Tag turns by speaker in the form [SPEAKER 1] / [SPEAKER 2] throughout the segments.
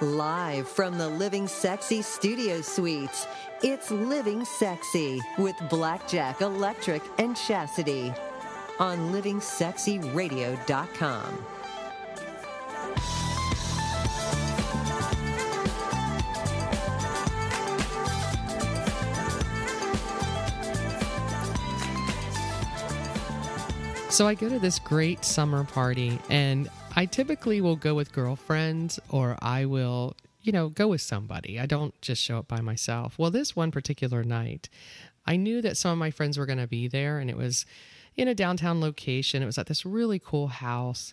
[SPEAKER 1] Live from the Living Sexy Studio Suites, it's Living Sexy with Blackjack Electric and Chastity on livingsexyradio.com.
[SPEAKER 2] So I go to this great summer party, and I typically will go with girlfriends or I will, you know, go with somebody. I don't just show up by myself. Well, this one particular night, I knew that some of my friends were going to be there, and it was in a downtown location. It was at this really cool house.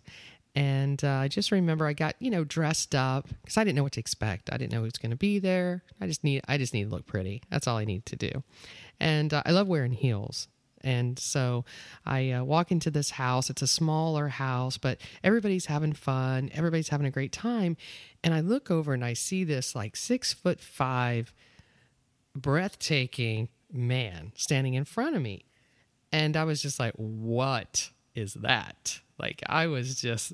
[SPEAKER 2] And uh, I just remember I got you know dressed up because I didn't know what to expect. I didn't know who was going to be there. I just need I just need to look pretty. That's all I need to do. And uh, I love wearing heels. And so I uh, walk into this house. It's a smaller house, but everybody's having fun. Everybody's having a great time. And I look over and I see this like six foot five, breathtaking man standing in front of me. And I was just like, what is that? Like, I was just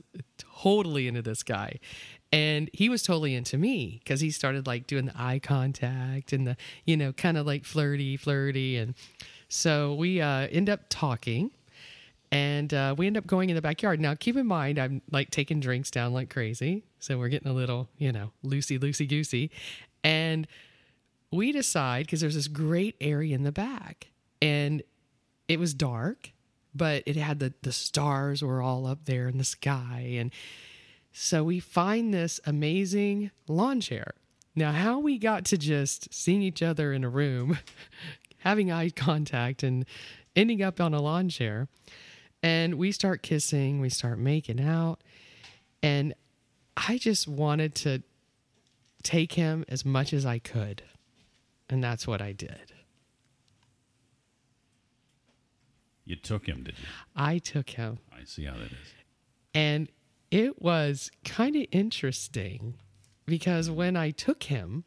[SPEAKER 2] totally into this guy. And he was totally into me because he started like doing the eye contact and the, you know, kind of like flirty, flirty. And, so we uh, end up talking and uh, we end up going in the backyard. Now, keep in mind, I'm like taking drinks down like crazy. So we're getting a little, you know, loosey, loosey, goosey. And we decide because there's this great area in the back and it was dark, but it had the, the stars were all up there in the sky. And so we find this amazing lawn chair. Now, how we got to just seeing each other in a room having eye contact and ending up on a lawn chair. And we start kissing, we start making out. And I just wanted to take him as much as I could. And that's what I did.
[SPEAKER 3] You took him, did you?
[SPEAKER 2] I took him.
[SPEAKER 3] I see how that is.
[SPEAKER 2] And it was kind of interesting because when I took him,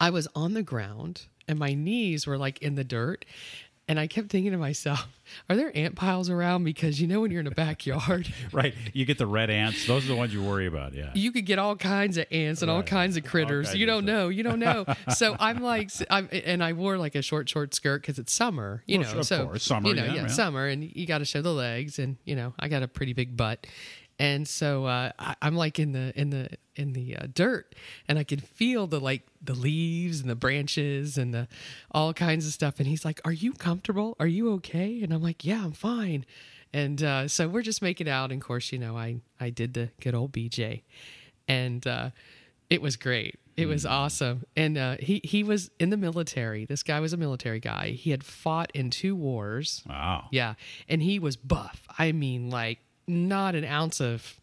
[SPEAKER 2] I was on the ground and my knees were like in the dirt. And I kept thinking to myself, are there ant piles around? Because you know, when you're in a backyard,
[SPEAKER 3] Right. You get the red ants. Those are the ones you worry about. Yeah.
[SPEAKER 2] you could get all kinds of ants and all
[SPEAKER 3] Right.
[SPEAKER 2] kinds of critters.
[SPEAKER 3] kinds
[SPEAKER 2] You
[SPEAKER 3] of
[SPEAKER 2] don't
[SPEAKER 3] stuff.
[SPEAKER 2] know. You don't know. so I'm like, s- I'm, and I wore like a short, short skirt because it's summer, you
[SPEAKER 3] Well,
[SPEAKER 2] know.
[SPEAKER 3] sure, of
[SPEAKER 2] so
[SPEAKER 3] course. Summer,
[SPEAKER 2] you know,
[SPEAKER 3] yeah, yeah.
[SPEAKER 2] summer, and you got to show the legs, and you know, I got a pretty big butt, and so uh, I, I'm like in the in the in the uh, dirt, and I can feel the like the leaves and the branches and the all kinds of stuff. And he's like, "Are you comfortable? Are you okay?" And I'm like, "Yeah, I'm fine." And uh, so we're just making out, and of course, you know, I I did the good old BJ, and uh, it was great. It was awesome. And uh, he he was in the military. This guy was a military guy. He had fought in two wars.
[SPEAKER 3] Wow.
[SPEAKER 2] Yeah. And he was buff. I mean, like, not an ounce of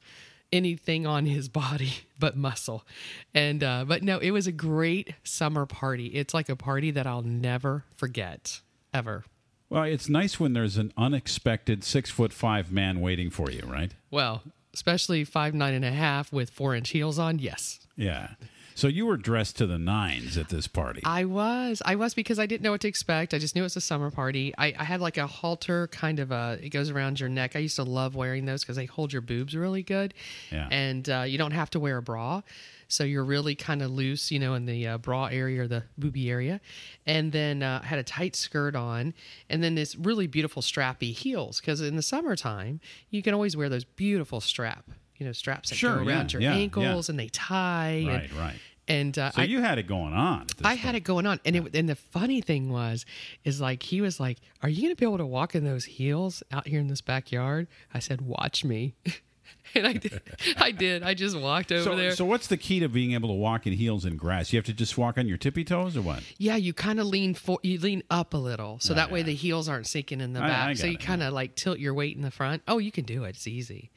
[SPEAKER 2] anything on his body but muscle. And, uh, but no, it was a great summer party. It's like a party that I'll never forget, ever.
[SPEAKER 3] Well, it's nice when there's an unexpected six foot five man waiting for you, right?
[SPEAKER 2] Well, especially five, nine and a half with four inch heels on. Yes.
[SPEAKER 3] Yeah. So you were dressed to the nines at this party.
[SPEAKER 2] I was. I was because I didn't know what to expect. I just knew it was a summer party. I, I had like a halter kind of a, it goes around your neck. I used to love wearing those because they hold your boobs really good.
[SPEAKER 3] Yeah.
[SPEAKER 2] And uh, you don't have to wear a bra. So you're really kind of loose, you know, in the uh, bra area or the boobie area. And then uh, I had a tight skirt on and then this really beautiful strappy heels because in the summertime, you can always wear those beautiful strap, you know, straps that
[SPEAKER 3] Sure,
[SPEAKER 2] go
[SPEAKER 3] yeah,
[SPEAKER 2] around your
[SPEAKER 3] yeah, yeah.
[SPEAKER 2] ankles and they tie.
[SPEAKER 3] right,
[SPEAKER 2] and,
[SPEAKER 3] right.
[SPEAKER 2] uh, And uh,
[SPEAKER 3] So
[SPEAKER 2] I,
[SPEAKER 3] you had it going on. At this
[SPEAKER 2] I had it going on, and it, and the funny thing was, is like he was like, "Are you gonna be able to walk in those heels out here in this backyard?" I said, "Watch me," and I did. I did. I just walked over
[SPEAKER 3] so,
[SPEAKER 2] there.
[SPEAKER 3] so what's the key to being able to walk in heels in grass? You have to just walk on your tippy toes or what?
[SPEAKER 2] yeah, you kind of lean for you lean up a little, so that way the heels aren't sinking in the
[SPEAKER 3] I- I
[SPEAKER 2] back. so
[SPEAKER 3] got
[SPEAKER 2] you
[SPEAKER 3] it,
[SPEAKER 2] kind of like tilt your weight in the front. Oh, you can do it. It's easy.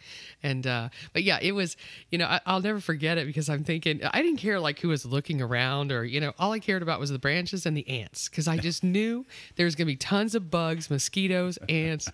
[SPEAKER 2] And uh, but yeah, it was. You know, I, I'll never forget it because I'm thinking I didn't care like who was looking around or you know all I cared about was the branches and the ants because I just knew there was gonna be tons of bugs, mosquitoes, ants.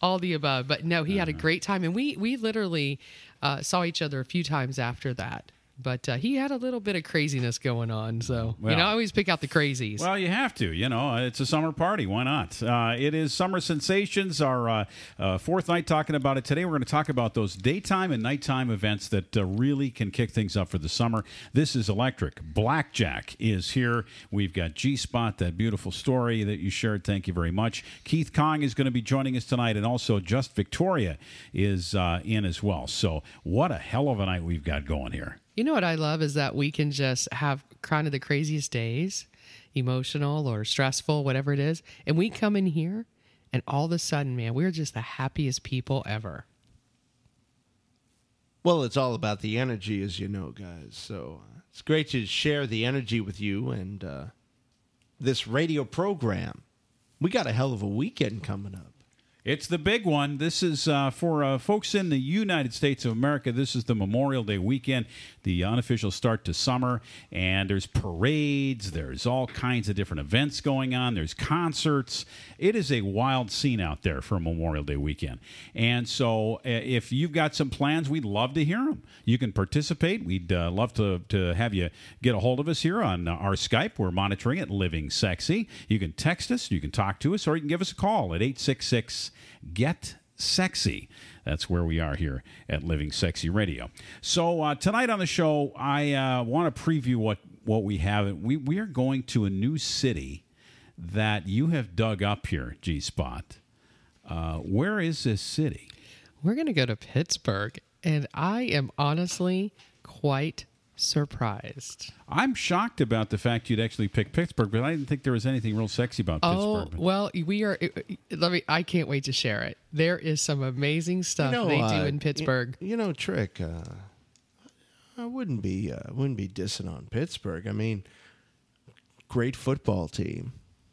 [SPEAKER 2] All the
[SPEAKER 3] Uh-huh.
[SPEAKER 2] above, but no, he had a great time, and we we literally uh, saw each other a few times after that. But uh, he had a little bit of craziness going on. So,
[SPEAKER 3] Well.
[SPEAKER 2] you know, I always pick out the crazies.
[SPEAKER 3] Well, you have to. You know, it's a summer party. Why not? Uh, it is Summer Sensations, our uh, uh, fourth night talking about it. Today, we're going to talk about those daytime and nighttime events that uh, really can kick things up for the summer. This is Electric. Blackjack is here. We've got G Spot, that beautiful story that you shared. Thank you very much. Keith Kong is going to be joining us tonight, and also Just Victoria is uh, in as well. So, what a hell of a night we've got going here.
[SPEAKER 2] You know what I love is that we can just have kind of the craziest days, emotional or stressful, whatever it is. And we come in here and all of a sudden, man, we're just the happiest people ever.
[SPEAKER 4] Well, it's all about the energy, as you know, guys. So uh, it's great to share the energy with you and uh, this radio program. We got a hell of a weekend coming up.
[SPEAKER 3] It's the big one. This is uh, for uh, folks in the United States of America. This is the Memorial Day weekend, the unofficial start to summer. And there's parades, there's all kinds of different events going on, there's concerts. It is a wild scene out there for Memorial Day weekend. And so uh, if you've got some plans, we'd love to hear them. You can participate. We'd uh, love to, to have you get a hold of us here on uh, our Skype. We're monitoring it, Living Sexy. You can text us, you can talk to us, or you can give us a call at 866 GET E sexy. That's where we are here at Living Sexy Radio. So uh, tonight on the show, I uh, want to preview what what we have. We we are going to a new city that you have dug up here, G Spot. Uh, where is this city?
[SPEAKER 2] We're going to go to Pittsburgh. And I am honestly quite surprised.
[SPEAKER 3] I'm shocked about the fact you'd actually pick Pittsburgh, but I didn't think there was anything real sexy about
[SPEAKER 2] Oh,
[SPEAKER 3] Pittsburgh.
[SPEAKER 2] well, we are. Let me, I can't wait to share it. There is some amazing stuff
[SPEAKER 4] know,
[SPEAKER 2] they
[SPEAKER 4] uh,
[SPEAKER 2] do in Pittsburgh.
[SPEAKER 4] You, you know, Trick, uh, I wouldn't be uh, wouldn't be dissing on Pittsburgh. I mean, great football team.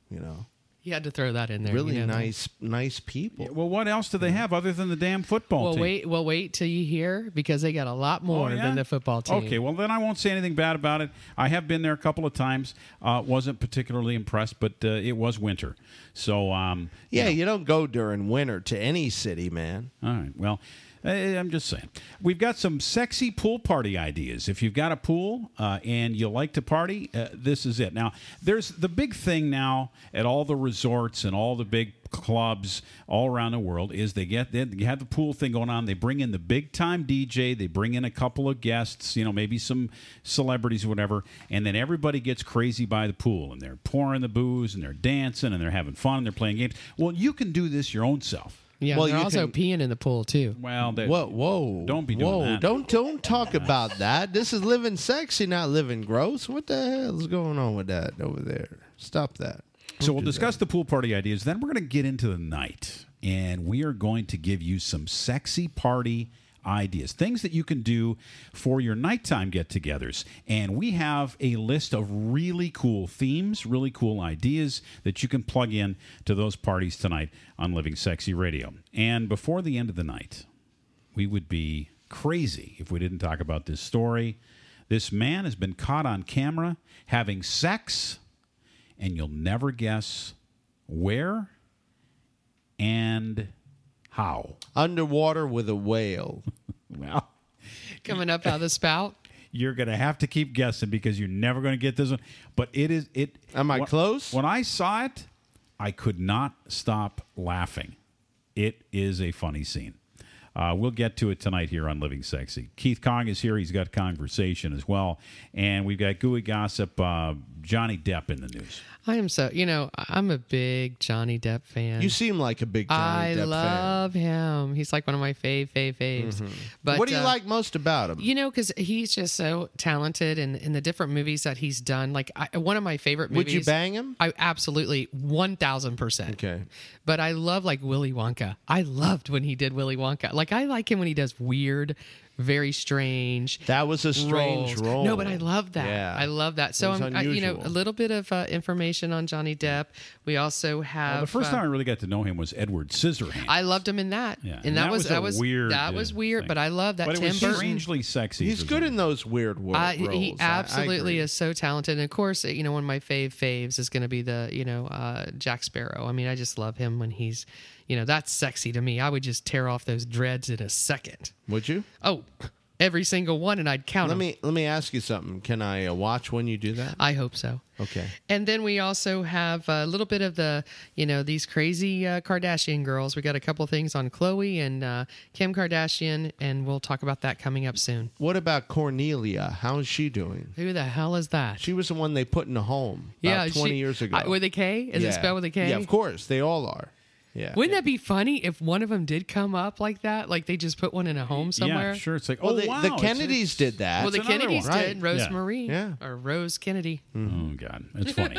[SPEAKER 4] You know,
[SPEAKER 2] He had to throw that in there.
[SPEAKER 4] really
[SPEAKER 2] you know that.
[SPEAKER 4] nice nice people.
[SPEAKER 3] Well, what else do they have other than the damn football
[SPEAKER 2] Well,
[SPEAKER 3] team?
[SPEAKER 2] wait. Well, wait till you hear because they got a lot more
[SPEAKER 3] Oh, yeah?
[SPEAKER 2] than the football team.
[SPEAKER 3] Okay, well then I won't say anything bad about it. I have been there a couple of times. Uh, wasn't particularly impressed, but uh, it was winter, so um,
[SPEAKER 4] yeah, you don't go during winter to any city, man.
[SPEAKER 3] all right. Well, eh, I'm just saying we've got some sexy pool party ideas. If you've got a pool uh, and you like to party, uh, this is it. Now, there's the big thing now at all the resorts and all the big clubs all around the world is they get they have the pool thing going on. They bring in the big time DJ. They bring in a couple of guests, you know, maybe some celebrities, or whatever, and then everybody gets crazy by the pool and they're pouring the booze and they're dancing and they're having fun and they're playing games. Well, you can do this your own self.
[SPEAKER 2] Yeah,
[SPEAKER 4] Well,
[SPEAKER 2] well, they're
[SPEAKER 4] you
[SPEAKER 2] also
[SPEAKER 4] can-
[SPEAKER 2] peeing in the pool too.
[SPEAKER 3] Well, they,
[SPEAKER 4] Whoa, whoa!
[SPEAKER 3] Don't be doing
[SPEAKER 4] whoa!
[SPEAKER 3] that.
[SPEAKER 4] Don't don't talk about that. This is living sexy, not living gross. What the hell's going on with that over there? Stop that.
[SPEAKER 3] So we'll discuss the pool party ideas. Then we're going to get into the night, and we are going to give you some sexy party ideas, things that you can do for your nighttime get-togethers. And we have a list of really cool themes, really cool ideas that you can plug in to those parties tonight on Living Sexy Radio. And before the end of the night, we would be crazy if we didn't talk about this story. This man has been caught on camera having sex, and you'll never guess where and how.
[SPEAKER 4] Underwater with a whale.
[SPEAKER 3] Well,
[SPEAKER 2] Coming up out of the spout.
[SPEAKER 3] you're going to have to keep guessing because you're never going to get this one. But it is it.
[SPEAKER 4] Am I
[SPEAKER 3] when-
[SPEAKER 4] close?
[SPEAKER 3] When I saw it, I could not stop laughing. It is a funny scene. Uh, we'll get to it tonight here on Living Sexy. Keith Kong is here. He's got conversation as well, and we've got gooey gossip. Uh, Johnny Depp in the news.
[SPEAKER 2] I am so you know I'm a big Johnny Depp fan.
[SPEAKER 4] You seem like a big Johnny
[SPEAKER 2] I
[SPEAKER 4] Depp fan.
[SPEAKER 2] love him. He's like one of my fave fave faves. But
[SPEAKER 4] Mm-hmm. what do you
[SPEAKER 2] uh,
[SPEAKER 4] like most about him?
[SPEAKER 2] You know, because he's just so talented, and in the different movies that he's done, like I, one of my favorite movies.
[SPEAKER 4] Would you bang him?
[SPEAKER 2] I absolutely one thousand percent.
[SPEAKER 4] Okay.
[SPEAKER 2] but I love like Willy Wonka. I loved when he did Willy Wonka. Like I like him when he does weird, very strange.
[SPEAKER 4] That was a strange
[SPEAKER 2] roles.
[SPEAKER 4] role.
[SPEAKER 2] No, but I love that.
[SPEAKER 4] Yeah.
[SPEAKER 2] I love that. So
[SPEAKER 4] was
[SPEAKER 2] I'm, I, you know,
[SPEAKER 4] unusual.
[SPEAKER 2] a little bit of uh, information on Johnny Depp. We also have
[SPEAKER 3] the first
[SPEAKER 2] uh,
[SPEAKER 3] time I really got to know him was Edward Scissorhands.
[SPEAKER 2] I loved him in that.
[SPEAKER 3] Yeah,
[SPEAKER 2] And, that, was,
[SPEAKER 3] a
[SPEAKER 2] that was
[SPEAKER 3] weird.
[SPEAKER 2] That
[SPEAKER 3] uh,
[SPEAKER 2] was weird,
[SPEAKER 3] thing.
[SPEAKER 2] but I love that
[SPEAKER 3] But
[SPEAKER 2] Tim
[SPEAKER 3] it was
[SPEAKER 2] Burton.
[SPEAKER 3] strangely sexy.
[SPEAKER 4] He's
[SPEAKER 3] for
[SPEAKER 4] good
[SPEAKER 3] some-
[SPEAKER 4] in those weird wo-
[SPEAKER 2] I,
[SPEAKER 4] roles.
[SPEAKER 2] he
[SPEAKER 4] I- I
[SPEAKER 2] absolutely
[SPEAKER 4] agree.
[SPEAKER 2] is so talented. And of course, you know, one of my fave faves is going to be the, you know, uh, Jack Sparrow. I mean, I just love him when he's, you know, that's sexy to me. I would just tear off those dreads in a second.
[SPEAKER 4] Would you?
[SPEAKER 2] Oh, every single one, and I'd count
[SPEAKER 4] Let
[SPEAKER 2] them.
[SPEAKER 4] me let me ask you something. Can I uh, watch when you do that?
[SPEAKER 2] I hope so.
[SPEAKER 4] Okay.
[SPEAKER 2] And then we also have a little bit of the, you know, these crazy uh, Kardashian girls. We got a couple things on Chloe and uh, Kim Kardashian, and we'll talk about that coming up soon.
[SPEAKER 4] What about Cornelia? How is she doing?
[SPEAKER 2] Who the hell is that?
[SPEAKER 4] She was the one they put in a home about
[SPEAKER 2] she-
[SPEAKER 4] 20 years ago.
[SPEAKER 2] I- with a K? Is
[SPEAKER 4] Yeah.
[SPEAKER 2] it spelled with a K?
[SPEAKER 4] Yeah, of course. They all are. Yeah.
[SPEAKER 2] Wouldn't that be funny if one of them did come up like that? Like they just put one in a home somewhere?
[SPEAKER 3] Yeah, sure. It's like,
[SPEAKER 4] well,
[SPEAKER 3] oh,
[SPEAKER 4] they-
[SPEAKER 3] wow.
[SPEAKER 4] the
[SPEAKER 3] it's-
[SPEAKER 4] Kennedys
[SPEAKER 3] it's-
[SPEAKER 4] did that.
[SPEAKER 2] Well, the
[SPEAKER 3] another
[SPEAKER 2] Kennedys
[SPEAKER 3] one.
[SPEAKER 2] did.
[SPEAKER 4] Right.
[SPEAKER 2] Rose
[SPEAKER 3] Yeah.
[SPEAKER 2] Marie.
[SPEAKER 4] Yeah. Mm-hmm.
[SPEAKER 2] Or Rose Kennedy.
[SPEAKER 3] Oh God, that's funny.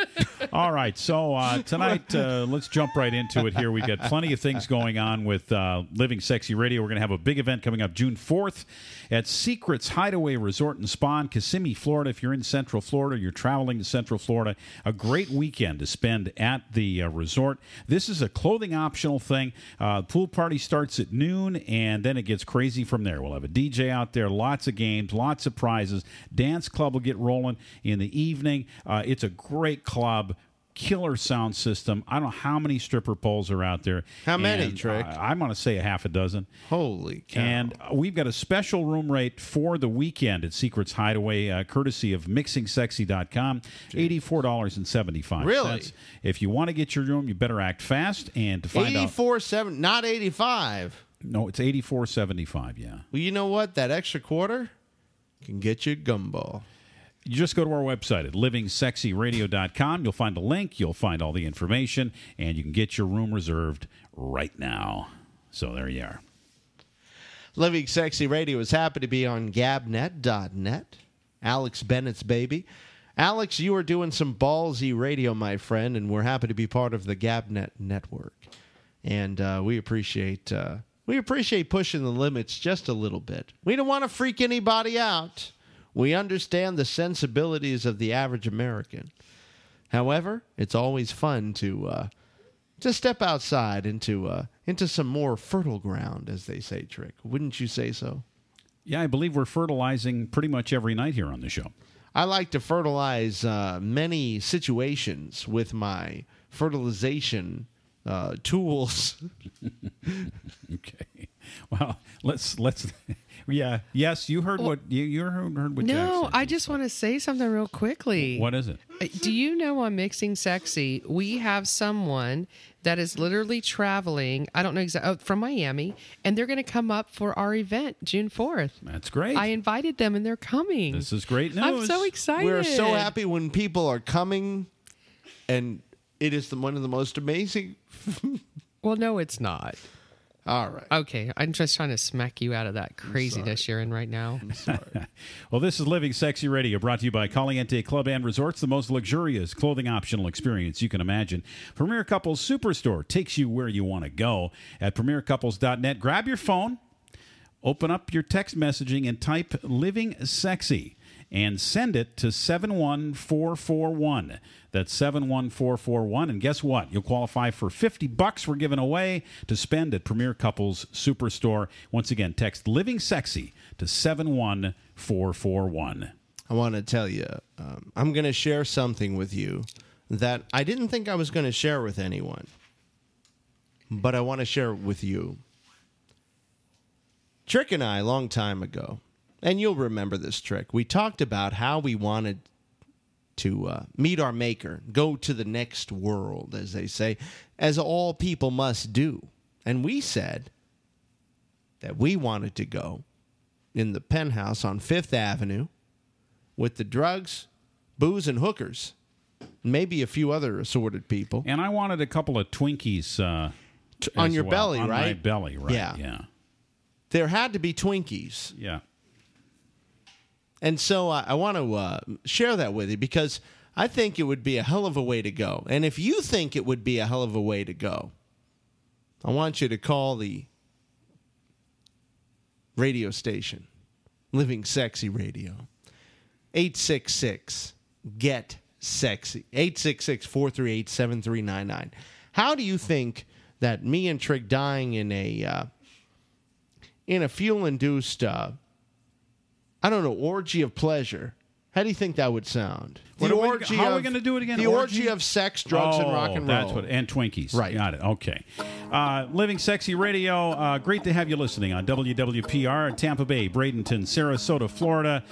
[SPEAKER 3] All right, so uh, tonight uh, let's jump right into it. Here we got plenty of things going on with uh, Living Sexy Radio. We're going to have a big event coming up June fourth at Secrets Hideaway Resort and Spa in Kissimmee, Florida. If you're in Central Florida, you're traveling to Central Florida, a great weekend to spend at the uh, resort. This is a clothing optional thing. Uh, pool party starts at noon, and then it gets crazy from there. We'll have a DJ out there, lots of games, lots of prizes. Dance club will get rolling in the evening. Uh, it's a great club. Killer sound system. I don't know how many stripper poles are out there.
[SPEAKER 4] How many,
[SPEAKER 3] And,
[SPEAKER 4] Trick?
[SPEAKER 3] uh, I'm going to say a half a dozen.
[SPEAKER 4] Holy cow.
[SPEAKER 3] And we've got a special room rate for the weekend at Secrets Hideaway, uh, courtesy of MixingSexy.com, eighty-four dollars and seventy-five.
[SPEAKER 4] Really?
[SPEAKER 3] If you want to get your room, you better act fast and to find out.
[SPEAKER 4] 84 7 not 85.
[SPEAKER 3] No, it's eighty-four seventy-five. Yeah,
[SPEAKER 4] Well, you know what? That extra quarter can get you a gumball.
[SPEAKER 3] you just go to our website at LivingSexyRadio.com. You'll find a link. You'll find all the information, and you can get your room reserved right now. So there you are.
[SPEAKER 4] Living Sexy Radio is happy to be on gabnet.net. Alex Bennett's baby. Alex, you are doing some ballsy radio, my friend, and we're happy to be part of the Gabnet network. And uh, we appreciate uh, we appreciate pushing the limits just a little bit. We don't want to freak anybody out. We understand the sensibilities of the average American. However, it's always fun to uh, to step outside into uh, into some more fertile ground, as they say, Trick. Wouldn't you say so?
[SPEAKER 3] Yeah, I believe we're fertilizing pretty much every night here on the show.
[SPEAKER 4] I like to fertilize uh, many situations with my fertilization uh, tools.
[SPEAKER 3] Okay. Well, let's let's. Yeah. Yes, you heard what you you heard, heard what. Jack
[SPEAKER 2] No,
[SPEAKER 3] said.
[SPEAKER 2] I just want to say something real quickly.
[SPEAKER 3] What is it?
[SPEAKER 2] Uh, Do you know on Mixing Sexy, we have someone that is literally traveling, I don't know exactly, oh, from Miami, and they're going to come up for our event June 4th.
[SPEAKER 3] That's great.
[SPEAKER 2] I invited them and they're coming.
[SPEAKER 3] this is great news.
[SPEAKER 2] I'm so excited.
[SPEAKER 4] We're so happy when people are coming, and it is the, one of the most amazing.
[SPEAKER 2] Well, no, it's not.
[SPEAKER 4] All right.
[SPEAKER 2] Okay, I'm just trying to smack you out of that craziness you're in right now.
[SPEAKER 3] Well, this is Living Sexy Radio, brought to you by Caliente Club and Resorts, the most luxurious clothing optional experience you can imagine. Premier Couples Superstore takes you where you want to go at premiercouples.net. Grab your phone, open up your text messaging, and type Living Sexy. And send it to 71441. That's 71441. And guess what? You'll qualify for 50 bucks we're giving away to spend at Premier Couples Superstore. Once again, text Living Sexy to 71441.
[SPEAKER 4] I want to tell you, um, I'm going to share something with you that I didn't think I was going to share with anyone, but I want to share it with you. Trick and I, a long time ago, and you'll remember this trick, we talked about how we wanted to uh, meet our maker, go to the next world, as they say, as all people must do. And we said that we wanted to go in the penthouse on Fifth Avenue with the drugs, booze, and hookers, and maybe a few other assorted people
[SPEAKER 3] And I wanted a couple of Twinkies uh,
[SPEAKER 4] on
[SPEAKER 3] as
[SPEAKER 4] your
[SPEAKER 3] well.
[SPEAKER 4] belly,
[SPEAKER 3] on
[SPEAKER 4] right?
[SPEAKER 3] my belly, right?
[SPEAKER 4] Yeah.
[SPEAKER 3] Yeah.
[SPEAKER 4] There had to be Twinkies.
[SPEAKER 3] Yeah.
[SPEAKER 4] And so uh, I want to uh, share that with you because I think it would be a hell of a way to go. And if you think it would be a hell of a way to go, I want you to call the radio station, Living Sexy Radio, 866 Get Sexy, 866 438 7399. How do you think that me and Trick dying in a. Uh, in a fuel induced uh, I don't know, orgy of pleasure How do you think that would sound?
[SPEAKER 3] The orgy- how are we gonna do it again?
[SPEAKER 4] The orgy,
[SPEAKER 3] Orgy?
[SPEAKER 4] of sex, drugs, and
[SPEAKER 3] Oh,
[SPEAKER 4] rock and roll.
[SPEAKER 3] That's what and Twinkies.
[SPEAKER 4] Right.
[SPEAKER 3] Got it. Okay. Uh, Living Sexy Radio. Uh, great to have you listening on WWPR, Tampa Bay, Bradenton, Sarasota, Florida.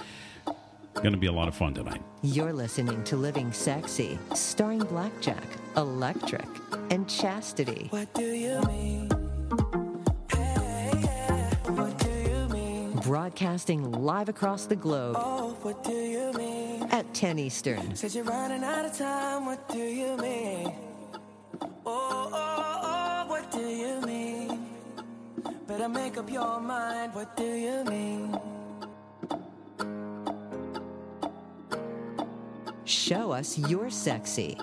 [SPEAKER 3] Going to be a lot of fun tonight.
[SPEAKER 1] You're listening to Living Sexy, starring Blackjack, Electric, and Chastity.
[SPEAKER 5] What do you mean? Hey, yeah. What do you mean?
[SPEAKER 1] Broadcasting live across the globe
[SPEAKER 5] Oh, what do you mean?
[SPEAKER 1] at 10 Eastern.
[SPEAKER 5] Said you're running out of time. What do you mean? Oh, oh, oh, what do you mean? Better make up your mind. What do you mean?
[SPEAKER 1] Show us you're sexy.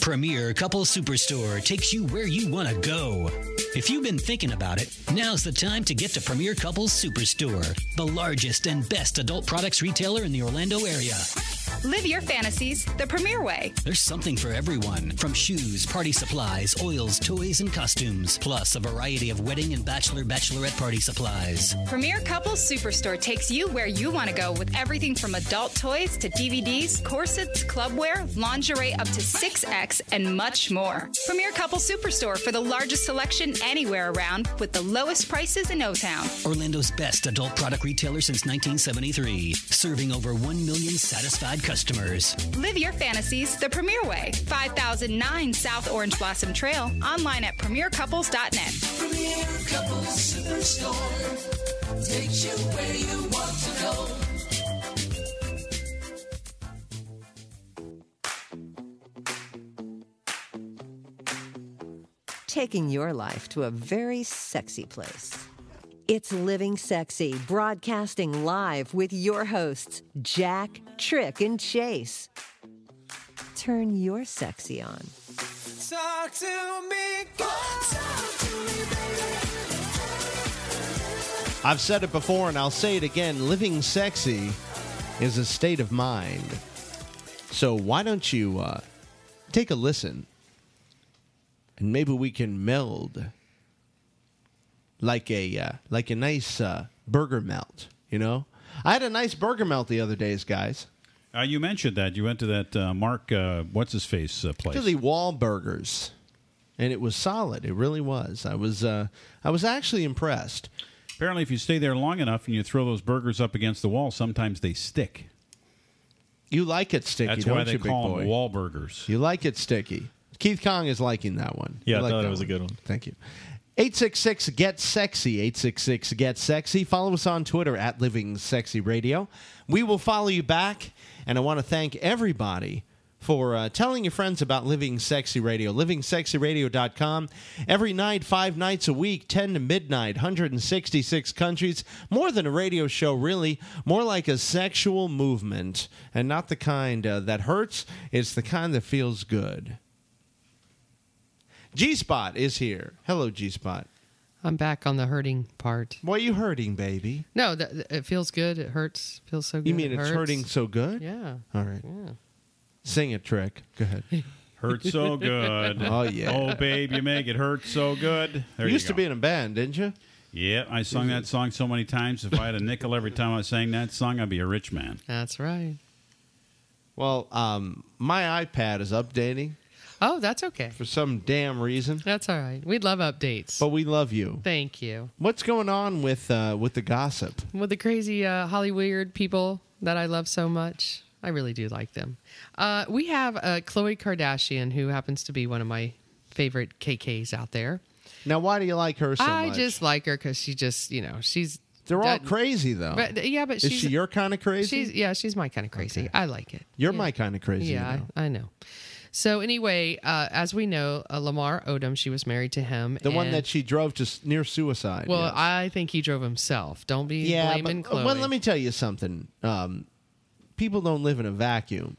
[SPEAKER 6] Premier Couple Superstore takes you where you want to go. If you've been thinking about it, now's the time to get to Premier Couples Superstore, the largest and best adult products retailer in the Orlando area.
[SPEAKER 7] Live your fantasies the premier way.
[SPEAKER 6] There's something for everyone from shoes, party supplies, oils, toys, and costumes, plus a variety of wedding and bachelor bachelorette party supplies.
[SPEAKER 7] Premier Couples Superstore takes you where you want to go with everything from adult toys to DVDs, corsets, clubwear, lingerie up to 6X, and much more. Premier Couples Superstore for the largest selection anywhere around with the lowest prices in O Town.
[SPEAKER 6] Orlando's best adult product retailer since 1973, serving over 1 million satisfied customers.
[SPEAKER 7] Live your fantasies the premier way. 5009 South Orange Blossom Trail, online at premiercouples.net.
[SPEAKER 5] Premier Couples Superstore takes you where you want to go.
[SPEAKER 1] Taking your life to a very sexy place. It's Living Sexy, broadcasting live with your hosts, Jack, Trick, and Chase. Turn your sexy on.
[SPEAKER 5] Talk to me, girl. Talk to me, baby.
[SPEAKER 4] I've said it before and I'll say it again. Living sexy is a state of mind. So why don't you uh, take a listen and maybe we can meld like a uh, like a nice uh, burger melt, you know? I had a nice burger melt the other days, guys.
[SPEAKER 3] Uh, you mentioned that you went to that uh, Mark, uh, what's his face uh, place?
[SPEAKER 4] Really Wahlburgers. And it was solid. It really was. I was uh, I was actually impressed.
[SPEAKER 3] Apparently, if you stay there long enough and you throw those burgers up against the wall, sometimes they stick.
[SPEAKER 4] You like it sticky,
[SPEAKER 3] That's
[SPEAKER 4] don't
[SPEAKER 3] why they
[SPEAKER 4] you, big
[SPEAKER 3] call
[SPEAKER 4] boy?
[SPEAKER 3] them wall burgers.
[SPEAKER 4] You like it sticky. Keith Kong is liking that one.
[SPEAKER 8] Yeah,
[SPEAKER 4] You
[SPEAKER 8] I
[SPEAKER 4] like
[SPEAKER 8] thought
[SPEAKER 4] that
[SPEAKER 8] it was a good one.
[SPEAKER 4] Thank you. 866 Get Sexy. 866 Get Sexy. Follow us on Twitter at Living Sexy Radio. We will follow you back. And I want to thank everybody for uh, telling your friends about Living Sexy Radio. LivingSexyRadio.com. Every night, five nights a week, 10 to midnight, 166 countries. More than a radio show, really. More like a sexual movement. And not the kind uh, that hurts, it's the kind that feels good. G Spot is here. Hello, G Spot.
[SPEAKER 2] I'm back on the hurting part.
[SPEAKER 4] Why are you hurting, baby?
[SPEAKER 2] No, th- th- it feels good. It hurts. Feels so good.
[SPEAKER 4] You mean
[SPEAKER 2] it
[SPEAKER 4] it's
[SPEAKER 2] hurts.
[SPEAKER 4] hurting so good?
[SPEAKER 2] Yeah.
[SPEAKER 4] All right.
[SPEAKER 2] Yeah.
[SPEAKER 4] Sing it, Trick. Go ahead.
[SPEAKER 3] Hurt so good.
[SPEAKER 4] Oh, yeah.
[SPEAKER 3] Oh, babe, you make it hurt so good. There
[SPEAKER 4] you used to
[SPEAKER 3] go.
[SPEAKER 4] be in a band, didn't you?
[SPEAKER 3] Yeah, I sung that song so many times. If I had a nickel every time I sang that song, I'd be a rich man.
[SPEAKER 2] That's right.
[SPEAKER 4] Well, um, my iPad is updating
[SPEAKER 2] Oh, that's okay.
[SPEAKER 4] for some damn reason,
[SPEAKER 2] That's all right. We love updates.
[SPEAKER 4] but we love you.
[SPEAKER 2] Thank you.
[SPEAKER 4] What's going on with uh, with the gossip?
[SPEAKER 2] With the crazy uh, Hollywood people that I love so much, I really do like them. Uh, we have uh, Khloe Kardashian, who happens to be one of my favorite KKs out there.
[SPEAKER 4] Now, why do you like her so
[SPEAKER 2] I
[SPEAKER 4] much?
[SPEAKER 2] just like her because she just, you know, she's.
[SPEAKER 4] They're all
[SPEAKER 2] that-
[SPEAKER 4] crazy, though.
[SPEAKER 2] But, uh, yeah, but
[SPEAKER 4] is
[SPEAKER 2] she's
[SPEAKER 4] she your kind of crazy?
[SPEAKER 2] She's yeah, she's my kind of crazy. I like it.
[SPEAKER 4] You're
[SPEAKER 2] Yeah.
[SPEAKER 4] my kind of crazy.
[SPEAKER 2] Yeah,
[SPEAKER 4] you know.
[SPEAKER 2] I, I know. So anyway, uh, as we know, uh, Lamar Odom, she was married to him.
[SPEAKER 4] the one
[SPEAKER 2] and-
[SPEAKER 4] that she drove to s- near suicide.
[SPEAKER 2] Well,
[SPEAKER 4] yes.
[SPEAKER 2] I think he drove himself. Don't be blaming
[SPEAKER 4] but, uh,
[SPEAKER 2] Chloe.
[SPEAKER 4] Well, let me tell you something. Um, people don't live in a vacuum.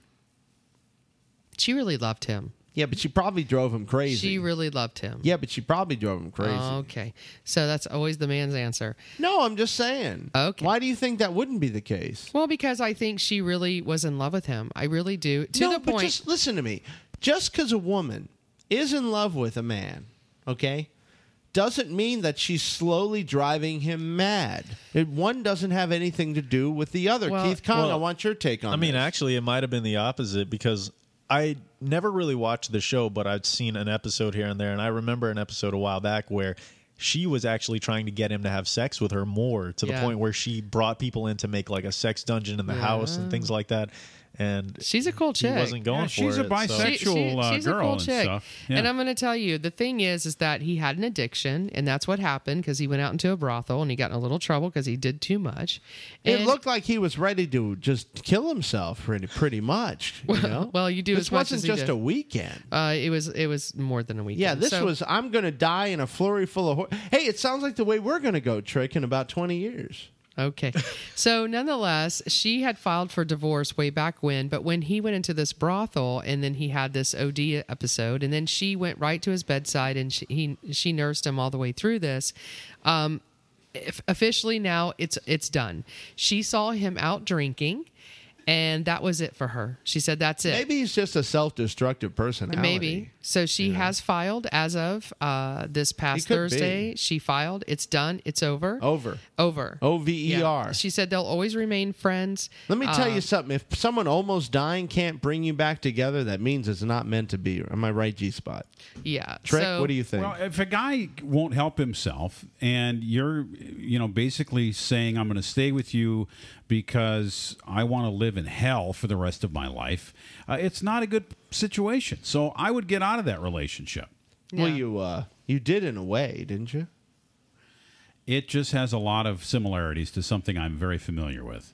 [SPEAKER 2] She really loved him.
[SPEAKER 4] Yeah, but she probably drove him crazy.
[SPEAKER 2] She really loved him.
[SPEAKER 4] yeah, but she probably drove him crazy.
[SPEAKER 2] Okay. So that's always the man's answer.
[SPEAKER 4] no, I'm just saying.
[SPEAKER 2] Okay.
[SPEAKER 4] Why do you think that wouldn't be the case?
[SPEAKER 2] Well, because I think she really was in love with him. I really do. To
[SPEAKER 4] no,
[SPEAKER 2] the
[SPEAKER 4] but
[SPEAKER 2] point.
[SPEAKER 4] just listen to me. Just because a woman is in love with a man, okay, doesn't mean that she's slowly driving him mad. It, one doesn't have anything to do with the other.
[SPEAKER 2] Well-
[SPEAKER 4] Keith Kong, I
[SPEAKER 8] Well,
[SPEAKER 4] want your take on
[SPEAKER 8] I mean,
[SPEAKER 4] this.
[SPEAKER 8] actually, it might have been the opposite because I never really watched the show, but I've seen an episode here and there, and I remember an episode a while back where she was actually trying to get him to have sex with her more to the
[SPEAKER 2] Yeah.
[SPEAKER 8] point where she brought people in to make like a sex dungeon in the house and things like that. And
[SPEAKER 2] She's a cool
[SPEAKER 8] she
[SPEAKER 2] chick.
[SPEAKER 8] wasn't going
[SPEAKER 3] Yeah,
[SPEAKER 8] for
[SPEAKER 3] she's a
[SPEAKER 8] it. so-
[SPEAKER 3] bisexual. uh,
[SPEAKER 2] she's
[SPEAKER 3] girl
[SPEAKER 2] a cool
[SPEAKER 3] and
[SPEAKER 2] chick.
[SPEAKER 3] stuff. Yeah.
[SPEAKER 2] And I'm going to tell you, the thing is, is that he had an addiction, and that's what happened because he went out into a brothel and he got in a little trouble because he did too much.
[SPEAKER 4] it
[SPEAKER 2] And-
[SPEAKER 4] looked like he was ready to just kill himself, pretty pretty much. You know?
[SPEAKER 2] well, you do
[SPEAKER 4] This
[SPEAKER 2] as much
[SPEAKER 4] wasn't
[SPEAKER 2] as he
[SPEAKER 4] just
[SPEAKER 2] did.
[SPEAKER 4] a weekend.
[SPEAKER 2] Uh, it was it was more than a weekend.
[SPEAKER 4] Yeah, this
[SPEAKER 2] So-
[SPEAKER 4] was I'm gonna die in a flurry full of. Hor- hey, it sounds like the way we're gonna go trick in about twenty years.
[SPEAKER 2] Okay. So, nonetheless, she had filed for divorce way back when, but when he went into this brothel and then he had this OD episode, and then she went right to his bedside and she, he, she nursed him all the way through this. Um, if- officially, now it's, it's done. She saw him out drinking, and that was it for her. She said, That's it.
[SPEAKER 4] Maybe he's just a self-destructive personality.
[SPEAKER 2] Maybe. So she has filed as of uh, this past
[SPEAKER 4] could be.
[SPEAKER 2] Thursday. She filed. It's done. It's over.
[SPEAKER 4] Over.
[SPEAKER 2] Over.
[SPEAKER 4] O V E R.
[SPEAKER 2] Yeah. She said they'll always remain friends.
[SPEAKER 4] Let me
[SPEAKER 2] Uh,
[SPEAKER 4] tell you something. If someone almost dying can't bring you back together, that means it's not meant to be. Am I right, G Spot?
[SPEAKER 2] Yeah.
[SPEAKER 4] Trick.
[SPEAKER 2] so-
[SPEAKER 4] what do you think?
[SPEAKER 3] Well, if a guy won't help himself, and you're, you know, basically saying I'm going to stay with you because I want to live in hell for the rest of my life, uh, it's not a good situation. So I would get out of that relationship.
[SPEAKER 4] Well,
[SPEAKER 2] Yeah.
[SPEAKER 4] you uh, you did in a way, didn't you?
[SPEAKER 3] It just has a lot of similarities to something I'm very familiar with.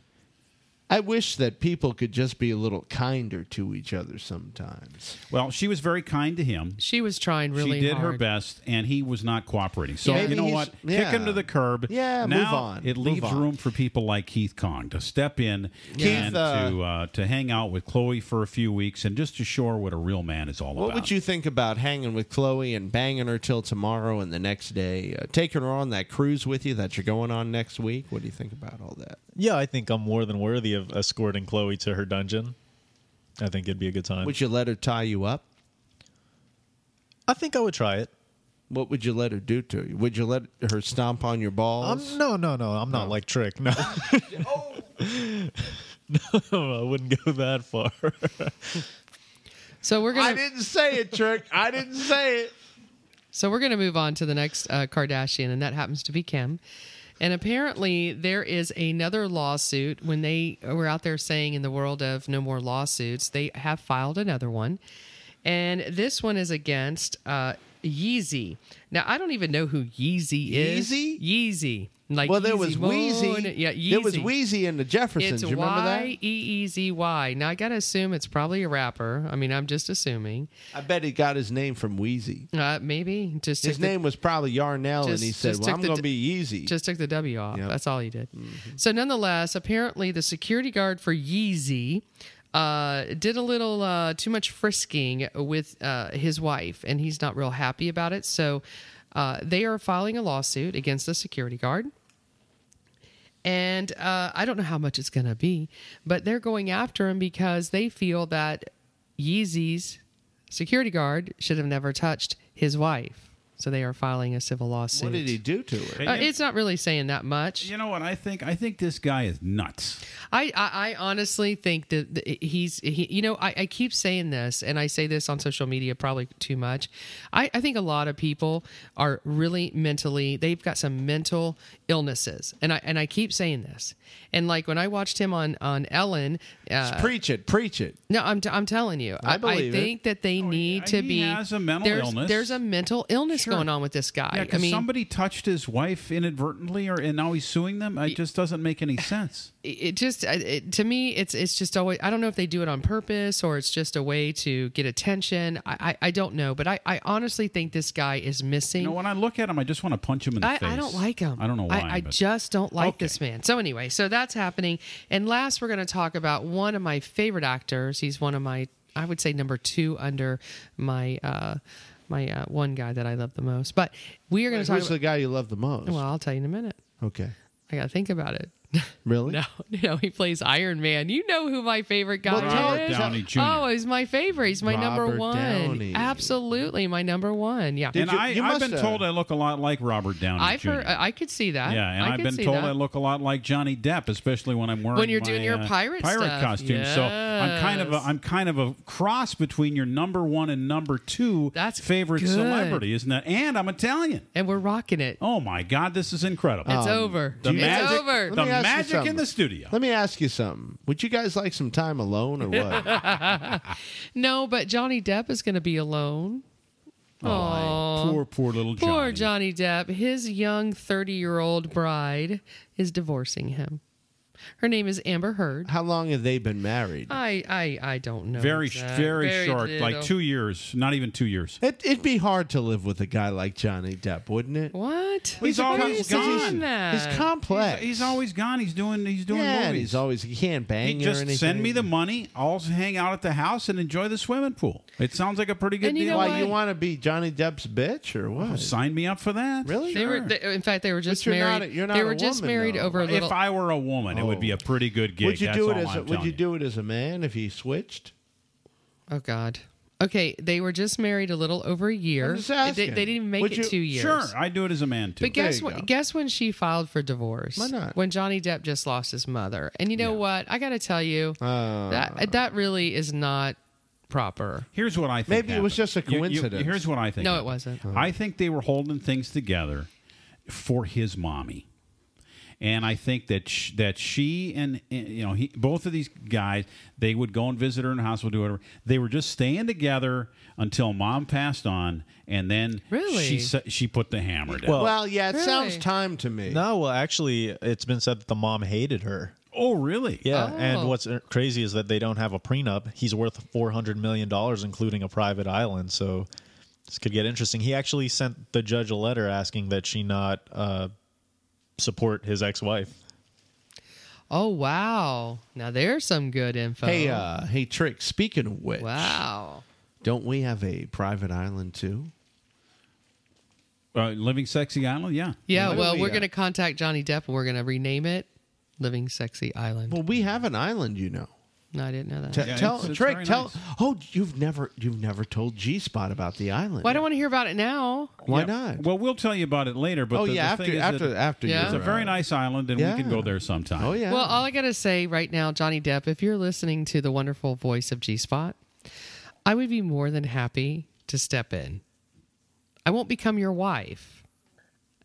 [SPEAKER 4] I wish that people could just be a little kinder to each other sometimes.
[SPEAKER 3] Well, she was very kind to him.
[SPEAKER 2] She was trying really
[SPEAKER 3] she did her
[SPEAKER 2] hard.
[SPEAKER 3] best, and he was not cooperating. So
[SPEAKER 2] Yeah.
[SPEAKER 3] you
[SPEAKER 2] Maybe
[SPEAKER 3] know
[SPEAKER 4] he's-
[SPEAKER 3] what?
[SPEAKER 4] yeah.
[SPEAKER 3] Kick him to the curb.
[SPEAKER 4] Yeah,
[SPEAKER 3] now
[SPEAKER 4] move on.
[SPEAKER 3] It
[SPEAKER 4] Move
[SPEAKER 3] leaves
[SPEAKER 4] on.
[SPEAKER 3] room for people like Keith Kong to step in and
[SPEAKER 4] uh,
[SPEAKER 3] to uh, to hang out with Chloe for a few weeks and just to show her what a real man is all
[SPEAKER 4] What
[SPEAKER 3] about.
[SPEAKER 4] would you think about hanging with Chloe and banging her till tomorrow and the next day, uh, taking her on that cruise with you that you're going on next week? What do you think about all that?
[SPEAKER 8] yeah, I think I'm more than worthy of escorting Chloe to her dungeon. I think it'd be a good time.
[SPEAKER 4] Would you let her tie you up?
[SPEAKER 8] I think I would try it.
[SPEAKER 4] What would you let her do to you? Would you let her stomp on your
[SPEAKER 8] Um,
[SPEAKER 4] balls?
[SPEAKER 8] no, no, no. I'm not like Trick. No. no, I wouldn't go that far.
[SPEAKER 2] So we're
[SPEAKER 4] I
[SPEAKER 2] gonna.
[SPEAKER 4] didn't say it, Trick. I didn't say it.
[SPEAKER 2] So we're gonna move on to the next uh, Kardashian, and that happens to be Kim. And apparently, there is another lawsuit. When they were out there saying in the world of no more lawsuits, they have filed another one, and this one is against uh, Yeezy. Now, I don't even know who Yeezy is.
[SPEAKER 4] Yeezy?
[SPEAKER 2] Yeezy. Like
[SPEAKER 4] Well, there
[SPEAKER 2] Yeezy
[SPEAKER 4] was
[SPEAKER 2] One.
[SPEAKER 4] Wheezy.
[SPEAKER 2] Yeah, Yeezy.
[SPEAKER 4] There was Wheezy in the Jeffersons.
[SPEAKER 2] It's
[SPEAKER 4] you remember
[SPEAKER 2] Y E E Z Y. Now I gotta assume it's probably a rapper. I mean, I'm just assuming.
[SPEAKER 4] that? I bet he got his name from Wheezy.
[SPEAKER 2] Uh, maybe just
[SPEAKER 4] His
[SPEAKER 2] took the-
[SPEAKER 4] name was probably Yarnell, and
[SPEAKER 2] Just-
[SPEAKER 4] he said,
[SPEAKER 2] just
[SPEAKER 4] "Well,
[SPEAKER 2] took
[SPEAKER 4] I'm
[SPEAKER 2] the
[SPEAKER 4] going
[SPEAKER 2] d-
[SPEAKER 4] to be Yeezy."
[SPEAKER 2] just took the W off.
[SPEAKER 4] Yep.
[SPEAKER 2] That's all he did. So nonetheless, apparently the security guard for Yeezy. Uh, did a little uh, too much frisking with uh, his wife, and he's not real happy about it. So uh, they are filing a lawsuit against the security guard. And uh, I don't know how much it's going to be, but they're going after him because they feel that Yeezy's security guard should have never touched his wife. So they are filing a civil lawsuit.
[SPEAKER 4] what did he do to her?
[SPEAKER 2] Uh, it's not really saying that much.
[SPEAKER 3] You know what I think? I think this guy is nuts.
[SPEAKER 2] I, I, I honestly think that th- he's, he, you know, I, I keep saying this and I say this on social media probably too much. I, I think a lot of people are really mentally, they've got some mental illnesses. And I, and I keep saying this. And like when I watched him on, on Ellen, uh,
[SPEAKER 4] preach it, preach it.
[SPEAKER 2] no, I'm, t- I'm telling you, I,
[SPEAKER 4] believe it.
[SPEAKER 2] think that they need to
[SPEAKER 3] Oh, he
[SPEAKER 2] be,
[SPEAKER 3] has a mental
[SPEAKER 2] there's,
[SPEAKER 3] illness.
[SPEAKER 2] there's a mental illness
[SPEAKER 3] Sure.
[SPEAKER 2] going on with this guy.
[SPEAKER 3] Yeah,
[SPEAKER 2] I
[SPEAKER 3] because
[SPEAKER 2] mean,
[SPEAKER 3] somebody touched his wife inadvertently, or and now he's suing them. It just doesn't make any sense.
[SPEAKER 2] it just I- it, to me it's it's just always i don't know if they do it on purpose or it's just a way to get attention i i, I don't know but I, I honestly think this guy is missing
[SPEAKER 3] You know, when I look at him, I just want to punch him in the
[SPEAKER 2] I,
[SPEAKER 3] face.
[SPEAKER 2] I don't like him.
[SPEAKER 3] I don't know why.
[SPEAKER 2] I,
[SPEAKER 3] but-
[SPEAKER 2] just don't like
[SPEAKER 3] Okay.
[SPEAKER 2] this man. So anyway, so that's happening. And last, we're going to talk about one of my favorite actors. He's one of my, I would say, number two under my uh, my uh, one guy that I love the most. But we are going to
[SPEAKER 4] Who's
[SPEAKER 2] talk.
[SPEAKER 4] the
[SPEAKER 2] About,
[SPEAKER 4] guy you love the most?
[SPEAKER 2] well, I'll tell you in a minute.
[SPEAKER 4] okay.
[SPEAKER 2] I got to think about it.
[SPEAKER 4] Really?
[SPEAKER 2] No, no, he plays Iron Man. You know who my favorite guy
[SPEAKER 4] Robert
[SPEAKER 2] is?
[SPEAKER 3] Downey Jr..
[SPEAKER 2] Oh, he's my favorite. He's my number
[SPEAKER 4] Robert
[SPEAKER 2] one.
[SPEAKER 4] Downey.
[SPEAKER 2] Absolutely, my number one. Yeah,
[SPEAKER 3] And
[SPEAKER 4] you-
[SPEAKER 3] I,
[SPEAKER 4] you
[SPEAKER 3] I've
[SPEAKER 4] must
[SPEAKER 3] been
[SPEAKER 4] have.
[SPEAKER 3] told I look a lot like Robert Downey
[SPEAKER 2] I've
[SPEAKER 3] Jr.
[SPEAKER 2] heard. I I could see that.
[SPEAKER 3] yeah, and
[SPEAKER 2] I
[SPEAKER 3] I've
[SPEAKER 2] could
[SPEAKER 3] been
[SPEAKER 2] see
[SPEAKER 3] told
[SPEAKER 2] that.
[SPEAKER 3] I look a lot like Johnny Depp, especially when I'm wearing
[SPEAKER 2] When you're
[SPEAKER 3] my,
[SPEAKER 2] doing your
[SPEAKER 3] uh,
[SPEAKER 2] pirate stuff.
[SPEAKER 3] costume. So I'm kind of a,
[SPEAKER 2] Yes.
[SPEAKER 3] I'm kind of a cross between your number one and number two
[SPEAKER 2] That's
[SPEAKER 3] favorite
[SPEAKER 2] good.
[SPEAKER 3] celebrity, isn't that? And I'm Italian.
[SPEAKER 2] and we're rocking it.
[SPEAKER 3] Oh my God, this is incredible.
[SPEAKER 2] it's
[SPEAKER 4] Um,
[SPEAKER 2] over.
[SPEAKER 3] Um, the
[SPEAKER 2] it's
[SPEAKER 3] magic,
[SPEAKER 2] over.
[SPEAKER 3] the
[SPEAKER 4] Let me ask you
[SPEAKER 3] magic in
[SPEAKER 4] something.
[SPEAKER 3] the studio.
[SPEAKER 4] Let me ask you something. Would you guys like some time alone or what?
[SPEAKER 2] No, but Johnny Depp is going to be alone.
[SPEAKER 3] Oh, poor, poor little Johnny.
[SPEAKER 2] Poor Johnny Depp. His young 30 year old bride is divorcing him. Her name is Amber Heard.
[SPEAKER 4] How long have they been married?
[SPEAKER 2] I, I, I don't know.
[SPEAKER 3] Very,
[SPEAKER 2] exact-
[SPEAKER 3] very, short, like
[SPEAKER 2] little.
[SPEAKER 3] two years, not even two years.
[SPEAKER 4] It, it'd be hard to live with a guy like Johnny Depp, wouldn't it?
[SPEAKER 2] What?
[SPEAKER 3] He's
[SPEAKER 2] Why are
[SPEAKER 3] always
[SPEAKER 2] you saying
[SPEAKER 3] gone.
[SPEAKER 2] that?
[SPEAKER 4] He's complex.
[SPEAKER 3] He's always gone. He's doing. He's doing
[SPEAKER 4] yeah, and
[SPEAKER 3] movies.
[SPEAKER 4] he's always he can't
[SPEAKER 3] Hey,
[SPEAKER 4] bang her or
[SPEAKER 3] just
[SPEAKER 4] anything.
[SPEAKER 3] send me the money. I'll hang out at the house and enjoy the swimming pool. It sounds like a pretty good
[SPEAKER 2] And you
[SPEAKER 3] deal.
[SPEAKER 2] know
[SPEAKER 4] Why
[SPEAKER 2] what?
[SPEAKER 4] you want to be Johnny Depp's bitch or what?
[SPEAKER 3] Sign me up for that.
[SPEAKER 4] Really?
[SPEAKER 2] They were, they, in fact, they were just
[SPEAKER 4] you're
[SPEAKER 2] married.
[SPEAKER 4] not a- you're not
[SPEAKER 2] they
[SPEAKER 4] a
[SPEAKER 2] were just
[SPEAKER 4] woman,
[SPEAKER 2] married
[SPEAKER 4] though.
[SPEAKER 2] over a little.
[SPEAKER 3] If I were a woman, it would be a pretty good gig.
[SPEAKER 4] would you
[SPEAKER 3] That's
[SPEAKER 4] do it
[SPEAKER 3] all
[SPEAKER 4] as
[SPEAKER 3] I'm
[SPEAKER 4] a, would
[SPEAKER 3] telling
[SPEAKER 4] you do it as a man if he switched?
[SPEAKER 2] oh God. Okay, they were just married a little over a year.
[SPEAKER 4] just
[SPEAKER 2] They- They,
[SPEAKER 4] asking.
[SPEAKER 2] didn't even make
[SPEAKER 4] Would
[SPEAKER 2] it
[SPEAKER 4] you-
[SPEAKER 2] two years.
[SPEAKER 3] Sure, I do it as a man too.
[SPEAKER 2] But guess
[SPEAKER 4] you
[SPEAKER 2] what?
[SPEAKER 4] go.
[SPEAKER 2] Guess when she filed for divorce?
[SPEAKER 4] Why not?
[SPEAKER 2] When Johnny Depp just lost his mother. And you know what? I got to tell you,
[SPEAKER 4] Uh,
[SPEAKER 2] that that really is not proper.
[SPEAKER 3] here's what I think.
[SPEAKER 4] Maybe it was
[SPEAKER 3] happened.
[SPEAKER 4] just a
[SPEAKER 3] You- you-
[SPEAKER 4] coincidence.
[SPEAKER 3] here's what I think.
[SPEAKER 2] No, it
[SPEAKER 3] happened.
[SPEAKER 2] wasn't.
[SPEAKER 3] I think they were holding things together for his mommy. And I think that sh- that she and and, you know he, both of these guys they would go and visit her in the hospital, do whatever. They were just staying together until mom passed on, and then
[SPEAKER 2] Really?
[SPEAKER 3] she se- she put the hammer down.
[SPEAKER 8] Well-
[SPEAKER 4] Well, yeah, it
[SPEAKER 2] Really?
[SPEAKER 4] sounds time to me.
[SPEAKER 8] No, well, actually, it's been said that the mom hated her.
[SPEAKER 3] oh really?
[SPEAKER 8] Yeah,
[SPEAKER 2] Oh.
[SPEAKER 8] and what's uh, crazy is that they don't have a prenup. He's worth four hundred million dollars, including a private island. So this could get interesting. He actually sent the judge a letter asking that she not uh, support his ex-wife.
[SPEAKER 2] Oh wow! Now there's some good info.
[SPEAKER 4] Hey, uh, hey, Trick. Speaking of which,
[SPEAKER 2] wow.
[SPEAKER 4] don't we have a private island too?
[SPEAKER 3] Uh, Living Sexy Island, yeah.
[SPEAKER 2] Yeah.
[SPEAKER 4] what do
[SPEAKER 2] Well,
[SPEAKER 4] we
[SPEAKER 2] we are
[SPEAKER 4] got?
[SPEAKER 2] gonna contact Johnny Depp and we're gonna rename it Living Sexy Island.
[SPEAKER 4] Well, we have an island, you know.
[SPEAKER 2] no, I didn't know that.
[SPEAKER 4] T-
[SPEAKER 3] Yeah,
[SPEAKER 4] tell
[SPEAKER 3] it's- it's
[SPEAKER 4] Trick.
[SPEAKER 3] very
[SPEAKER 4] tell.
[SPEAKER 3] nice.
[SPEAKER 4] Oh, you've never you've never told G Spot about the island.
[SPEAKER 2] well, I don't want to hear about it now.
[SPEAKER 4] Why
[SPEAKER 3] Yeah.
[SPEAKER 4] not?
[SPEAKER 3] Well, we'll tell you about it later. But
[SPEAKER 4] oh
[SPEAKER 3] the,
[SPEAKER 4] yeah,
[SPEAKER 3] the thing is
[SPEAKER 4] after after
[SPEAKER 3] that
[SPEAKER 4] after
[SPEAKER 2] Yeah.
[SPEAKER 3] it's a
[SPEAKER 4] you're,
[SPEAKER 3] very
[SPEAKER 4] uh,
[SPEAKER 3] nice island, and we can
[SPEAKER 4] Yeah.
[SPEAKER 3] go there sometime.
[SPEAKER 4] Oh yeah.
[SPEAKER 2] Well, all I gotta say right now, Johnny Depp, if you're listening to the wonderful voice of G Spot, I would be more than happy to step in. I won't become your wife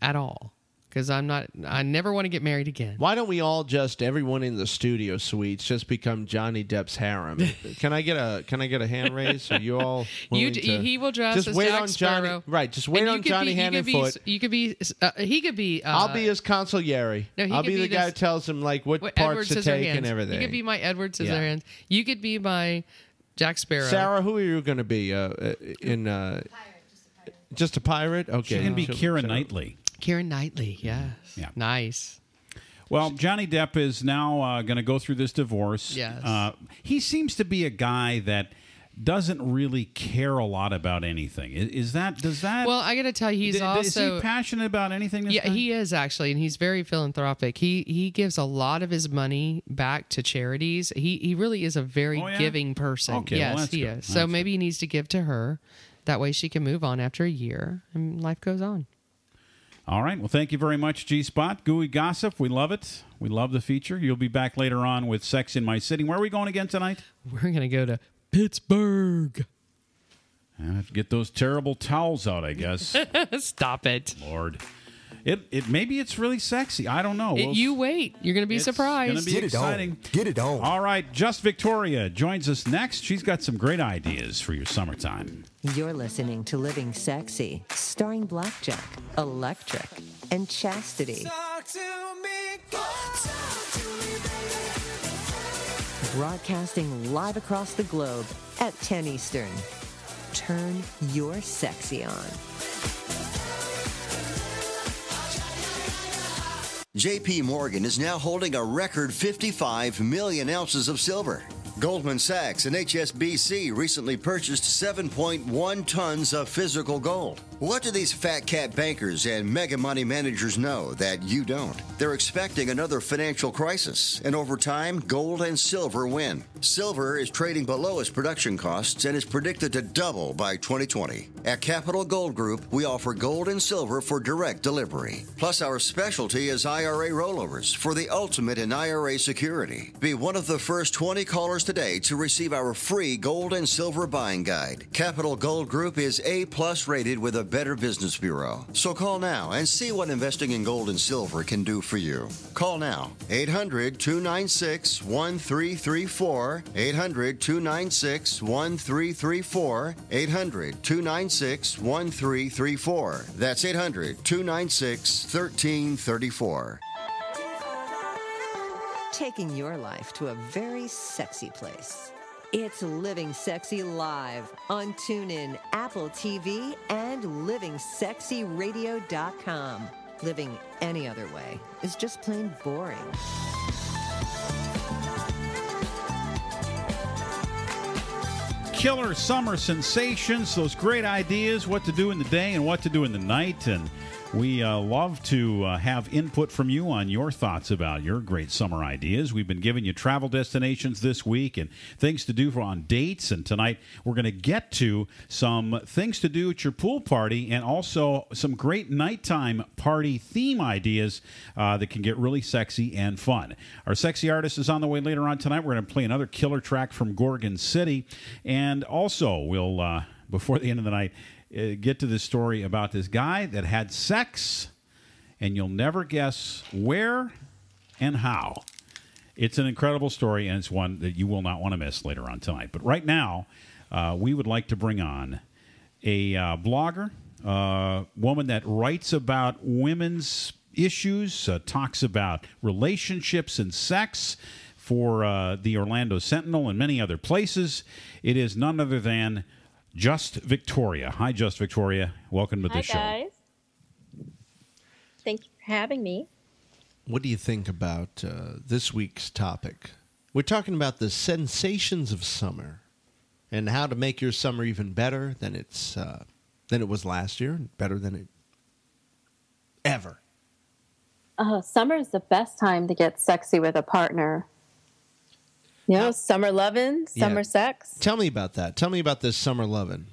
[SPEAKER 2] at all because I'm not. I never want to get married again.
[SPEAKER 4] Why don't we all just everyone in the studio suites just become Johnny Depp's harem? can I get a can I get a hand raise? Are you all
[SPEAKER 2] You,
[SPEAKER 4] willing to-
[SPEAKER 2] he will dress
[SPEAKER 4] just
[SPEAKER 2] as
[SPEAKER 4] wait
[SPEAKER 2] Jack
[SPEAKER 4] on
[SPEAKER 2] Sparrow.
[SPEAKER 4] Johnny right? Just wait
[SPEAKER 2] And you
[SPEAKER 4] on
[SPEAKER 2] could
[SPEAKER 4] Johnny
[SPEAKER 2] be-
[SPEAKER 4] hand and
[SPEAKER 2] you could
[SPEAKER 4] foot.
[SPEAKER 2] be- You could be. Uh, he could be. Uh,
[SPEAKER 4] I'll be his consigliere.
[SPEAKER 2] No, he
[SPEAKER 4] I'll
[SPEAKER 2] could
[SPEAKER 4] be the
[SPEAKER 2] be
[SPEAKER 4] guy who
[SPEAKER 2] this-
[SPEAKER 4] tells him like what,
[SPEAKER 2] what, Edward
[SPEAKER 4] parts to take
[SPEAKER 2] Scissorhands.
[SPEAKER 4] and everything.
[SPEAKER 2] You could be my Edward Scissorhands. You could be my Jack Sparrow.
[SPEAKER 4] Sarah, who are you going to be uh, uh, in? Uh, just a pirate. Okay.
[SPEAKER 3] She can be
[SPEAKER 4] So-
[SPEAKER 3] Kira Knightley.
[SPEAKER 2] Karen Knightley. Yes.
[SPEAKER 3] Yeah.
[SPEAKER 2] Nice.
[SPEAKER 3] Well, Johnny Depp is now uh, going to go through this divorce.
[SPEAKER 2] Yes.
[SPEAKER 3] Uh, he seems to be a guy that doesn't really care a lot about anything. Is, is that does that?
[SPEAKER 2] Well, I got to tell you, he's
[SPEAKER 3] d- d- is
[SPEAKER 2] also
[SPEAKER 3] he passionate about anything? This
[SPEAKER 2] yeah,
[SPEAKER 3] guy?
[SPEAKER 2] he is actually, and he's very philanthropic. He he gives a lot of his money back to charities. He he really is a very
[SPEAKER 3] Oh, yeah?
[SPEAKER 2] giving person.
[SPEAKER 3] Okay, well,
[SPEAKER 2] yes,
[SPEAKER 3] that's
[SPEAKER 2] he
[SPEAKER 3] good.
[SPEAKER 2] is. So
[SPEAKER 3] That's
[SPEAKER 2] maybe he needs to give to her. That way she can move on after a year, and life goes on.
[SPEAKER 3] All right. Well, thank you very much, G Spot. Gooey gossip. We love it. We love the feature. You'll be back later on with Sex in My City. Where are we going again tonight?
[SPEAKER 2] We're gonna go to Pittsburgh.
[SPEAKER 3] I have to Uh, get those terrible towels out. I guess.
[SPEAKER 2] Stop it.
[SPEAKER 3] Lord. It, it maybe it's really sexy. I don't know.
[SPEAKER 2] It-
[SPEAKER 3] Oh, We'll-
[SPEAKER 2] you wait. You're gonna be
[SPEAKER 3] It's
[SPEAKER 2] surprised.
[SPEAKER 3] gonna be
[SPEAKER 9] Get it on.
[SPEAKER 3] exciting.
[SPEAKER 9] Get it on.
[SPEAKER 3] All right, Just Victoria joins us next. She's got some great ideas for your summertime.
[SPEAKER 1] You're listening to Living Sexy, starring Blackjack, Electric, and Chastity.
[SPEAKER 5] Talk to me, girl.
[SPEAKER 1] broadcasting live across the globe at 10 Eastern. Turn your sexy on.
[SPEAKER 9] JP Morgan is now holding a record 55 million ounces of silver. Goldman Sachs and HSBC recently purchased 7.1 tons of physical gold. What do these fat cat bankers and mega money managers know that you don't? They're expecting another financial crisis, and over time, gold and silver win. Silver is trading below its production costs and is predicted to double by 2020. At Capital Gold Group, we offer gold and silver for direct delivery. Plus, our specialty is IRA rollovers for the ultimate in IRA security. Be one of the first 20 callers today to receive our free gold and silver buying guide. Capital Gold Group is A plus rated with a Better Business Bureau. So call now and see what investing in gold and silver can do for you. Call now 800 296 1334. 800 296 1334. 800 296 1334. That's 800 296 1334.
[SPEAKER 1] taking your life to a very sexy place. It's Living Sexy Live on TuneIn, Apple TV, and livingsexyradio.com. Living any other way is just plain boring.
[SPEAKER 3] killer summer sensations, those great ideas, what to do in the day and what to do in the night. And we uh, love to uh, have input from you on your thoughts about your great summer ideas. We've been giving you travel destinations this week and things to do for on dates. And tonight we're going to get to some things to do at your pool party and also some great nighttime party theme ideas uh, that can get really sexy and fun. Our sexy artist is on the way later on tonight. We're going to play another killer track from Gorgon City. And also, we'll, uh, before the end of the night, uh, get to this story about this guy that had sex, and you'll never guess where and how. It's an incredible story, and it's one that you will not want to miss later on tonight. But right now, uh, we would like to bring on a uh, blogger, uh, woman that writes about women's issues, uh, talks about relationships and sex for uh, the Orlando Sentinel and many other places. It is none other than Just Victoria. Hi, Just Victoria. Welcome to the
[SPEAKER 10] Hi,
[SPEAKER 3] show.
[SPEAKER 10] guys. Thank you for having me.
[SPEAKER 4] What do you think about uh, this week's topic? We're talking about the sensations of summer and how to make your summer even better than it's uh, than it was last year, and better than it ever.
[SPEAKER 10] Uh, summer is the best time to get sexy with a partner. You know, summer loving,
[SPEAKER 4] Yeah.
[SPEAKER 10] summer sex.
[SPEAKER 4] Tell me about that. Tell me about this summer loving.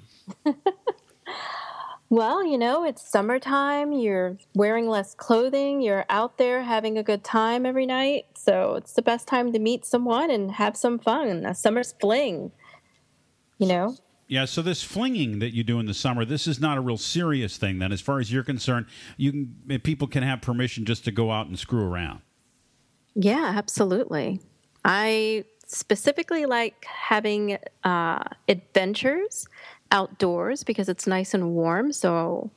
[SPEAKER 10] Well, you know, it's summertime. You're wearing less clothing. You're out there having a good time every night. So it's the best time to meet someone and have some fun. A summer's fling. You know?
[SPEAKER 3] Yeah, so this flinging that you do in the summer, this is not a real serious thing. Then, as far as you're concerned, you can eh, people can have permission just to go out and screw around.
[SPEAKER 10] Yeah, absolutely. I specifically like having uh, adventures outdoors because it's nice and warm. So,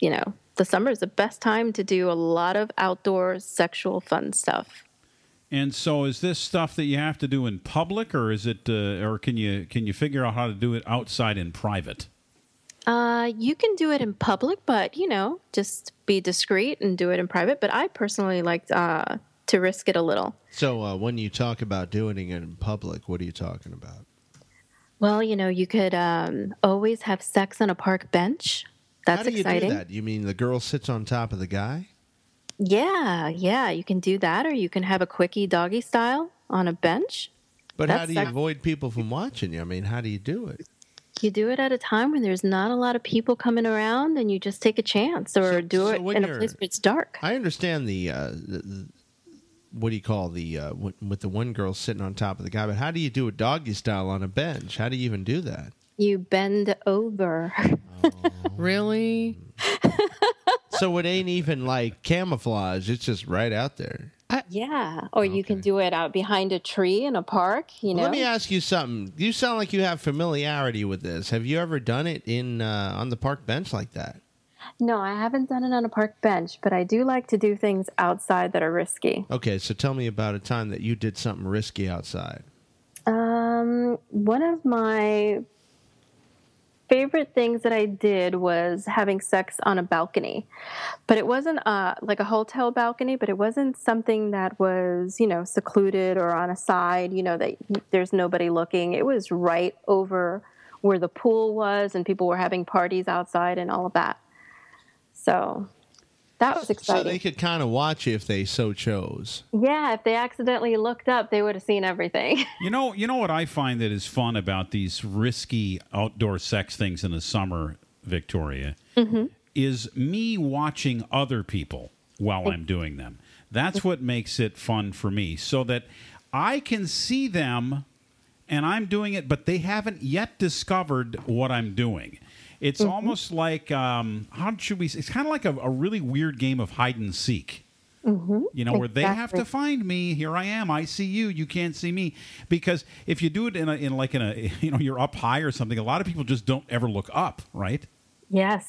[SPEAKER 10] you know, the summer is the best time to do a lot of outdoor sexual fun stuff.
[SPEAKER 3] And so, is this stuff that you have to do in public, or is it, uh, or can you can you figure out how to do it outside in private?
[SPEAKER 10] Uh, you can do it in public, but, you know, just be discreet and do it in private. But I personally like uh, to risk it a little.
[SPEAKER 4] So, uh, when you talk about doing it in public, what are you talking about?
[SPEAKER 10] Well, you know, you could um, always have sex on a park bench. That's
[SPEAKER 4] how do you
[SPEAKER 10] exciting.
[SPEAKER 4] do that? You mean the girl sits on top of the guy?
[SPEAKER 10] Yeah, yeah, you can do that, or you can have a quickie doggy style on a bench.
[SPEAKER 4] But how
[SPEAKER 10] That's
[SPEAKER 4] do you
[SPEAKER 10] sex-
[SPEAKER 4] avoid people from watching you? I mean, how do you do it?
[SPEAKER 10] You do it at a time when there's not a lot of people coming around, and you just take a chance, or
[SPEAKER 4] So-
[SPEAKER 10] do
[SPEAKER 4] so
[SPEAKER 10] it
[SPEAKER 4] when
[SPEAKER 10] in a
[SPEAKER 4] you're-
[SPEAKER 10] place where it's dark.
[SPEAKER 4] I understand the, uh, the, the- what do you call the uh, w- with the one girl sitting on top of the guy, but how do you do a doggy style on a bench? How do you even do that?
[SPEAKER 10] You bend over.
[SPEAKER 4] Oh.
[SPEAKER 2] Really?
[SPEAKER 4] So it ain't even like camouflage; it's just right out there.
[SPEAKER 10] yeah, or you can do it out behind a tree in a park. You know,
[SPEAKER 4] Let me ask you something. You sound like you have familiarity with this. Have you ever done it in uh, on the park bench like that?
[SPEAKER 10] no, I haven't done it on a park bench, but I do like to do things outside that are risky.
[SPEAKER 4] Okay, so tell me about a time that you did something risky outside.
[SPEAKER 10] Um, one of my favorite things that I did was having sex on a balcony, but it wasn't uh, like a hotel balcony, but it wasn't something that was, you know, secluded or on a side, you know, that there's nobody looking. It was right over where the pool was and people were having parties outside and all of that. So that was
[SPEAKER 4] So
[SPEAKER 10] exciting.
[SPEAKER 4] they could kind of watch you if they so chose.
[SPEAKER 10] yeah, if they accidentally looked up, they would have seen everything.
[SPEAKER 3] You know, you know what I find that is fun about these risky outdoor sex things in the summer, Victoria, is me watching other people while I'm doing them. That's what makes it fun for me, so that I can see them and I'm doing it, but they haven't yet discovered what I'm doing. It's almost like um, how should we? Say? It's kind of like a, a really weird game of hide and seek. You know, where they have to find me. Here I am. I see you. You can't see me. Because if you do it in, a, in like in a, you know, you're up high or something, a lot of people just don't ever look up, right?
[SPEAKER 10] yes.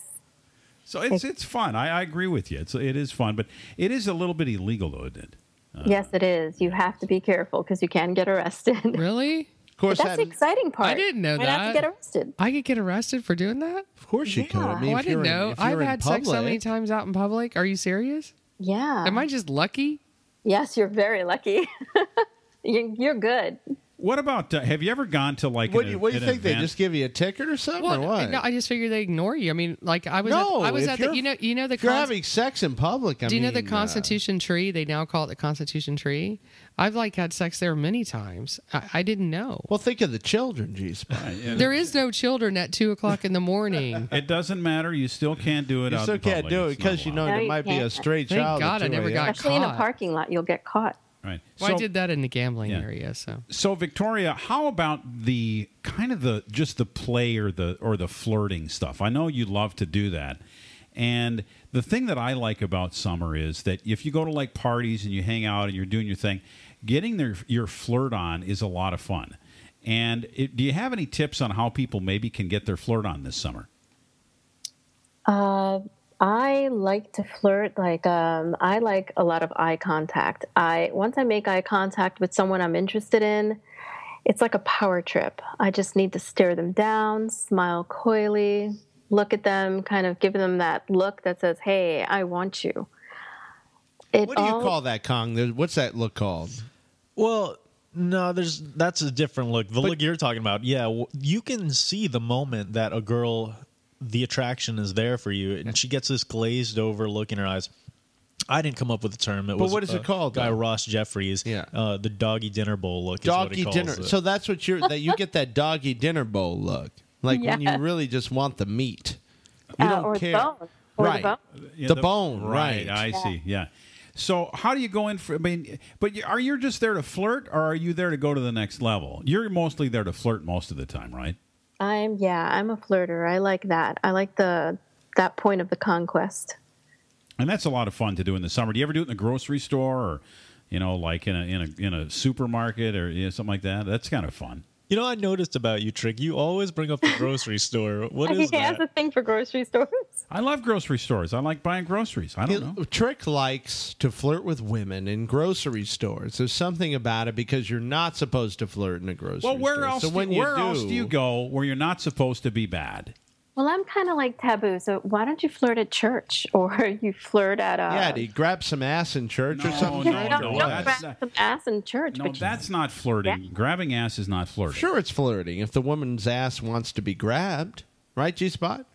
[SPEAKER 3] So it's it's fun. I, I agree with you. It's it is fun, but it is a little bit illegal though, isn't it?
[SPEAKER 10] Yes, it is. You have to be careful because you can get arrested.
[SPEAKER 2] Really?
[SPEAKER 4] Of course,
[SPEAKER 10] But that's
[SPEAKER 4] that,
[SPEAKER 10] the exciting part.
[SPEAKER 2] I didn't know
[SPEAKER 10] you Not
[SPEAKER 2] that.
[SPEAKER 10] to get arrested.
[SPEAKER 2] I could get arrested for doing that?
[SPEAKER 4] of course you could. I mean,
[SPEAKER 2] oh,
[SPEAKER 4] if
[SPEAKER 2] I
[SPEAKER 4] you're
[SPEAKER 2] didn't
[SPEAKER 4] in-
[SPEAKER 2] know.
[SPEAKER 4] if you're
[SPEAKER 2] I've
[SPEAKER 4] in
[SPEAKER 2] had sex so many
[SPEAKER 4] public-
[SPEAKER 2] times out in public. Are you serious?
[SPEAKER 10] Yeah.
[SPEAKER 2] Am I just lucky?
[SPEAKER 10] Yes, you're very lucky. you're, you're good.
[SPEAKER 3] What about? Uh, have you ever gone to like?
[SPEAKER 4] What
[SPEAKER 3] an
[SPEAKER 4] do you,
[SPEAKER 3] e-
[SPEAKER 4] what do you
[SPEAKER 3] an
[SPEAKER 4] think? They
[SPEAKER 3] event-
[SPEAKER 4] just give you a ticket or something, or what?
[SPEAKER 2] No, I just figured they ignore you. I mean, like I was,
[SPEAKER 4] No,
[SPEAKER 2] at, I was
[SPEAKER 4] if
[SPEAKER 2] at
[SPEAKER 4] you're-
[SPEAKER 2] the, you know, you know the.
[SPEAKER 4] if you're
[SPEAKER 2] cons-
[SPEAKER 4] having sex in public, I
[SPEAKER 2] do you know the
[SPEAKER 4] mean, uh,
[SPEAKER 2] Constitution tree? They now call it the Constitution tree. I've like had sex there many times. I, I didn't know.
[SPEAKER 4] well, think of the children, geez.
[SPEAKER 2] there is no children at two o'clock in the morning.
[SPEAKER 3] It doesn't matter. You still can't do it.
[SPEAKER 4] You
[SPEAKER 3] out
[SPEAKER 4] still
[SPEAKER 3] in
[SPEAKER 4] can't
[SPEAKER 3] public.
[SPEAKER 4] do it
[SPEAKER 3] It's not
[SPEAKER 4] because you know
[SPEAKER 3] allowed.
[SPEAKER 10] No,
[SPEAKER 4] there
[SPEAKER 10] you
[SPEAKER 4] might be a
[SPEAKER 10] can't.
[SPEAKER 4] straight
[SPEAKER 2] Thank
[SPEAKER 4] child. at
[SPEAKER 2] God I
[SPEAKER 4] 2
[SPEAKER 2] never
[SPEAKER 4] a.m.
[SPEAKER 2] got-
[SPEAKER 10] Especially in a
[SPEAKER 2] caught.
[SPEAKER 10] parking lot, you'll get caught.
[SPEAKER 3] Right.
[SPEAKER 2] Well,
[SPEAKER 3] So-
[SPEAKER 2] I did that in the gambling
[SPEAKER 3] Yeah.
[SPEAKER 2] area. So
[SPEAKER 3] So Victoria, how about the kind of the just the play or the or the flirting stuff? I know you love to do that. And the thing that I like about summer is that if you go to like parties and you hang out and you're doing your thing, getting their your flirt on is a lot of fun. And it, do you have any tips on how people maybe can get their flirt on this summer?
[SPEAKER 10] Uh, I like to flirt. Like um, I like a lot of eye contact. I once I make eye contact with someone I'm interested in, it's like a power trip. I just need to stare them down, smile coyly, look at them, kind of give them that look that says, "Hey, I want you." It
[SPEAKER 4] What do you
[SPEAKER 10] all-
[SPEAKER 4] call that, Kong? There- What's that look called?
[SPEAKER 8] Well, no, there's that's a different look. The look you're talking about, yeah, w- you can see the moment that a girl, the attraction is there for you, and she gets this glazed over look in her eyes. I didn't come up with the term. It
[SPEAKER 4] But
[SPEAKER 8] was
[SPEAKER 4] what is it
[SPEAKER 8] uh,
[SPEAKER 4] called,
[SPEAKER 8] Guy
[SPEAKER 4] though?
[SPEAKER 8] Ross Jeffries.
[SPEAKER 4] Yeah.
[SPEAKER 8] uh, the doggy dinner bowl look. is what he
[SPEAKER 4] Doggy
[SPEAKER 8] calls
[SPEAKER 4] dinner.
[SPEAKER 8] It.
[SPEAKER 4] So that's what you're that you get that doggy dinner bowl look, like when you
[SPEAKER 10] Yes.
[SPEAKER 4] really just want the meat. You
[SPEAKER 10] Uh,
[SPEAKER 4] don't
[SPEAKER 10] or
[SPEAKER 4] care.
[SPEAKER 10] the bone. Or
[SPEAKER 4] right.
[SPEAKER 10] the bone.
[SPEAKER 3] Yeah,
[SPEAKER 4] the, bone, right?
[SPEAKER 3] I see. Yeah. So how do you go in for? I mean, but you, are you just there to flirt, or are you there to go to the next level? You're mostly there to flirt most of the time, right?
[SPEAKER 10] I'm yeah, I'm a flirter. I like that. I like the that point of the conquest.
[SPEAKER 3] And that's a lot of fun to do in the summer. Do you ever do it in the grocery store, or you know, like in a in a in a supermarket, or you know, something like that? That's kind of fun.
[SPEAKER 8] you know, I noticed about you, Trick. You always bring up the grocery store. What
[SPEAKER 10] He
[SPEAKER 8] is that?
[SPEAKER 10] has a thing for grocery stores.
[SPEAKER 3] I love grocery stores. I like buying groceries. I don't know.
[SPEAKER 4] It- Trick likes to flirt with women in grocery stores. There's something about it because you're not supposed to flirt in a grocery
[SPEAKER 3] Well, where
[SPEAKER 4] store.
[SPEAKER 3] else?
[SPEAKER 4] So
[SPEAKER 3] do,
[SPEAKER 4] when you
[SPEAKER 3] where else do you go where you're not supposed to be bad?
[SPEAKER 10] Well, I'm kind of like taboo. So why don't you flirt at church or you flirt at a
[SPEAKER 4] Yeah, do you grab some ass in church or
[SPEAKER 3] No,
[SPEAKER 4] something?
[SPEAKER 3] no,
[SPEAKER 10] don't,
[SPEAKER 3] no,
[SPEAKER 10] don't
[SPEAKER 3] that's
[SPEAKER 10] grab
[SPEAKER 3] not-
[SPEAKER 10] some ass in church.
[SPEAKER 3] No,
[SPEAKER 10] but you-
[SPEAKER 3] that's not flirting. Grabbing ass is not flirting.
[SPEAKER 4] Sure, it's flirting if the woman's ass wants to be grabbed, right? G spot.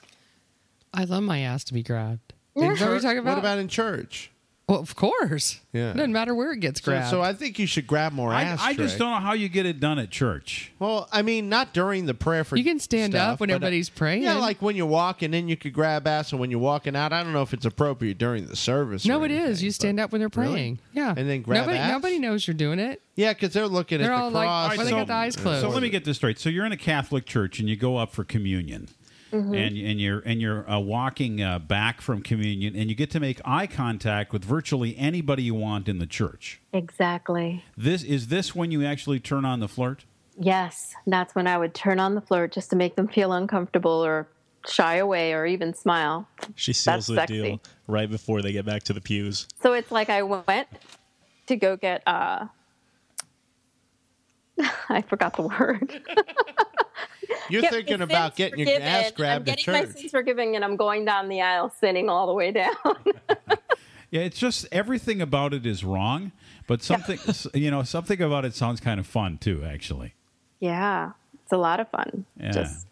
[SPEAKER 2] I love my ass to be grabbed. Is that what we're talking about?
[SPEAKER 4] What about in church?
[SPEAKER 2] well, of course.
[SPEAKER 4] Yeah.
[SPEAKER 2] Doesn't matter where it gets
[SPEAKER 4] So,
[SPEAKER 2] grabbed.
[SPEAKER 4] so I think you should grab more
[SPEAKER 3] I,
[SPEAKER 4] ass.
[SPEAKER 3] I just
[SPEAKER 4] Trick.
[SPEAKER 3] don't know how you get it done at church.
[SPEAKER 4] Well, I mean, not during the prayer for
[SPEAKER 2] You can stand
[SPEAKER 4] stuff,
[SPEAKER 2] up when
[SPEAKER 4] but, uh,
[SPEAKER 2] everybody's praying.
[SPEAKER 4] Yeah, like when you're walking in, you could grab ass, and when you're walking out, I don't know if it's appropriate during the service.
[SPEAKER 2] no,
[SPEAKER 4] or
[SPEAKER 2] it is.
[SPEAKER 4] anything,
[SPEAKER 2] You stand
[SPEAKER 4] but-
[SPEAKER 2] up when they're
[SPEAKER 4] Really?
[SPEAKER 2] praying. Yeah.
[SPEAKER 4] And then grab
[SPEAKER 2] nobody,
[SPEAKER 4] ass?
[SPEAKER 2] nobody knows you're doing it.
[SPEAKER 4] Yeah, because they're looking
[SPEAKER 2] They're
[SPEAKER 4] at
[SPEAKER 2] all
[SPEAKER 4] the
[SPEAKER 2] like,
[SPEAKER 4] cross.
[SPEAKER 2] why they
[SPEAKER 4] and-
[SPEAKER 2] got the eyes closed?
[SPEAKER 3] So let me get this straight. So you're in a Catholic church and you go up for communion,
[SPEAKER 2] Mm-hmm.
[SPEAKER 3] and and you're and you're uh, walking uh, back from communion, and you get to make eye contact with virtually anybody you want in the church.
[SPEAKER 10] exactly.
[SPEAKER 3] This is this when you actually turn on the flirt.
[SPEAKER 10] Yes, that's when I would turn on the flirt just to make them feel uncomfortable or shy away or even smile.
[SPEAKER 8] she
[SPEAKER 10] That's
[SPEAKER 8] seals the
[SPEAKER 10] sexy.
[SPEAKER 8] deal right before they get back to the pews.
[SPEAKER 10] So it's like I went to go get uh I forgot the word.
[SPEAKER 4] You're
[SPEAKER 10] Get my
[SPEAKER 4] thinking
[SPEAKER 10] sins
[SPEAKER 4] about getting your
[SPEAKER 10] forgiven.
[SPEAKER 4] ass
[SPEAKER 10] I'm
[SPEAKER 4] grabbed at
[SPEAKER 10] getting my
[SPEAKER 4] church.
[SPEAKER 10] sins forgiven, and I'm going down the aisle, sinning all the way down.
[SPEAKER 3] Yeah, it's just everything about it is wrong, but something you know, something about it sounds kind of fun too, actually.
[SPEAKER 10] yeah, it's a lot of fun.
[SPEAKER 3] Yeah.
[SPEAKER 10] Just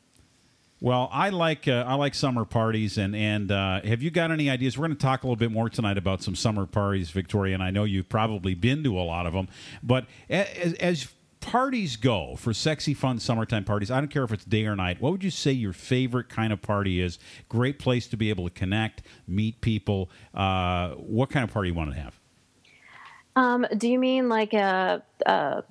[SPEAKER 3] Well, I like uh, I like summer parties, and and uh, have you got any ideas? We're going to talk a little bit more tonight about some summer parties, Victoria, and I know you've probably been to a lot of them. But a- as, as parties go for sexy, fun summertime parties, I don't care if it's day or night. What would you say your favorite kind of party is? Great place to be able to connect, meet people. Uh, what kind of party you want to have?
[SPEAKER 10] Um, do you mean like a, a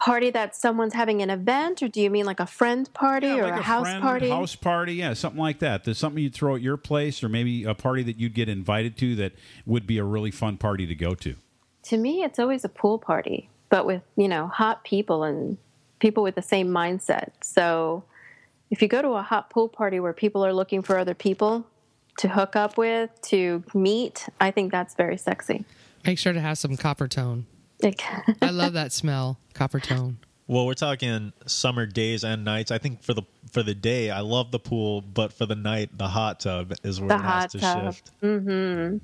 [SPEAKER 10] party that someone's having an event, or do you mean like a friend party
[SPEAKER 3] Yeah,
[SPEAKER 10] or
[SPEAKER 3] like
[SPEAKER 10] a, house
[SPEAKER 3] friend
[SPEAKER 10] party?
[SPEAKER 3] House party, yeah, something like that. There's something you'd throw at your place, or maybe a party that you'd get invited to that would be a really fun party to go to.
[SPEAKER 10] To me, it's always a pool party, but with you know hot people and people with the same mindset. So if you go to a hot pool party where people are looking for other people to hook up with, to meet, I think that's very sexy.
[SPEAKER 2] Make sure to have some copper tone.
[SPEAKER 10] Like,
[SPEAKER 2] I love that smell, copper tone.
[SPEAKER 8] Well, we're talking summer days and nights. I think for the for the day, I love the pool, but for the night, the hot tub is where
[SPEAKER 10] The
[SPEAKER 8] it has
[SPEAKER 10] hot
[SPEAKER 8] to
[SPEAKER 10] tub.
[SPEAKER 8] shift.
[SPEAKER 5] Mm-hmm.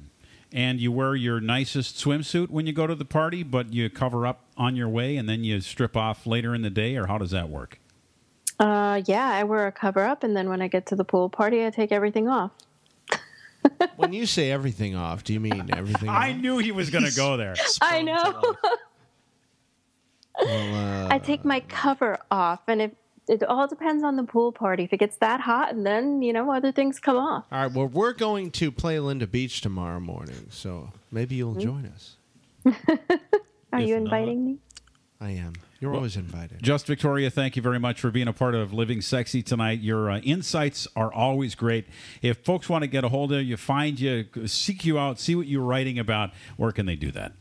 [SPEAKER 3] And you wear your nicest swimsuit when you go to the party, but you cover up on your way and then you strip off later in the day, or how does that work?
[SPEAKER 10] uh, yeah, I wear a cover up, and then when I get to the pool party, I take everything off.
[SPEAKER 4] when you say everything off, do you mean everything?
[SPEAKER 3] I
[SPEAKER 4] off?
[SPEAKER 3] knew he was going to go there.
[SPEAKER 10] I know.
[SPEAKER 4] Well, uh,
[SPEAKER 10] I take my cover off, and if it all depends on the pool party. If it gets that hot, and then you know other things come off.
[SPEAKER 4] all right. Well, we're going to play Linda Beach tomorrow morning, so maybe you'll join us.
[SPEAKER 10] Are
[SPEAKER 8] If
[SPEAKER 10] you
[SPEAKER 8] not-
[SPEAKER 10] inviting me?
[SPEAKER 4] I am. You're always invited.
[SPEAKER 3] Just Victoria, thank you very much for being a part of Living Sexy tonight. Your uh, insights are always great. If folks want to get a hold of you, find you, seek you out, see what you're writing about, where can they do that?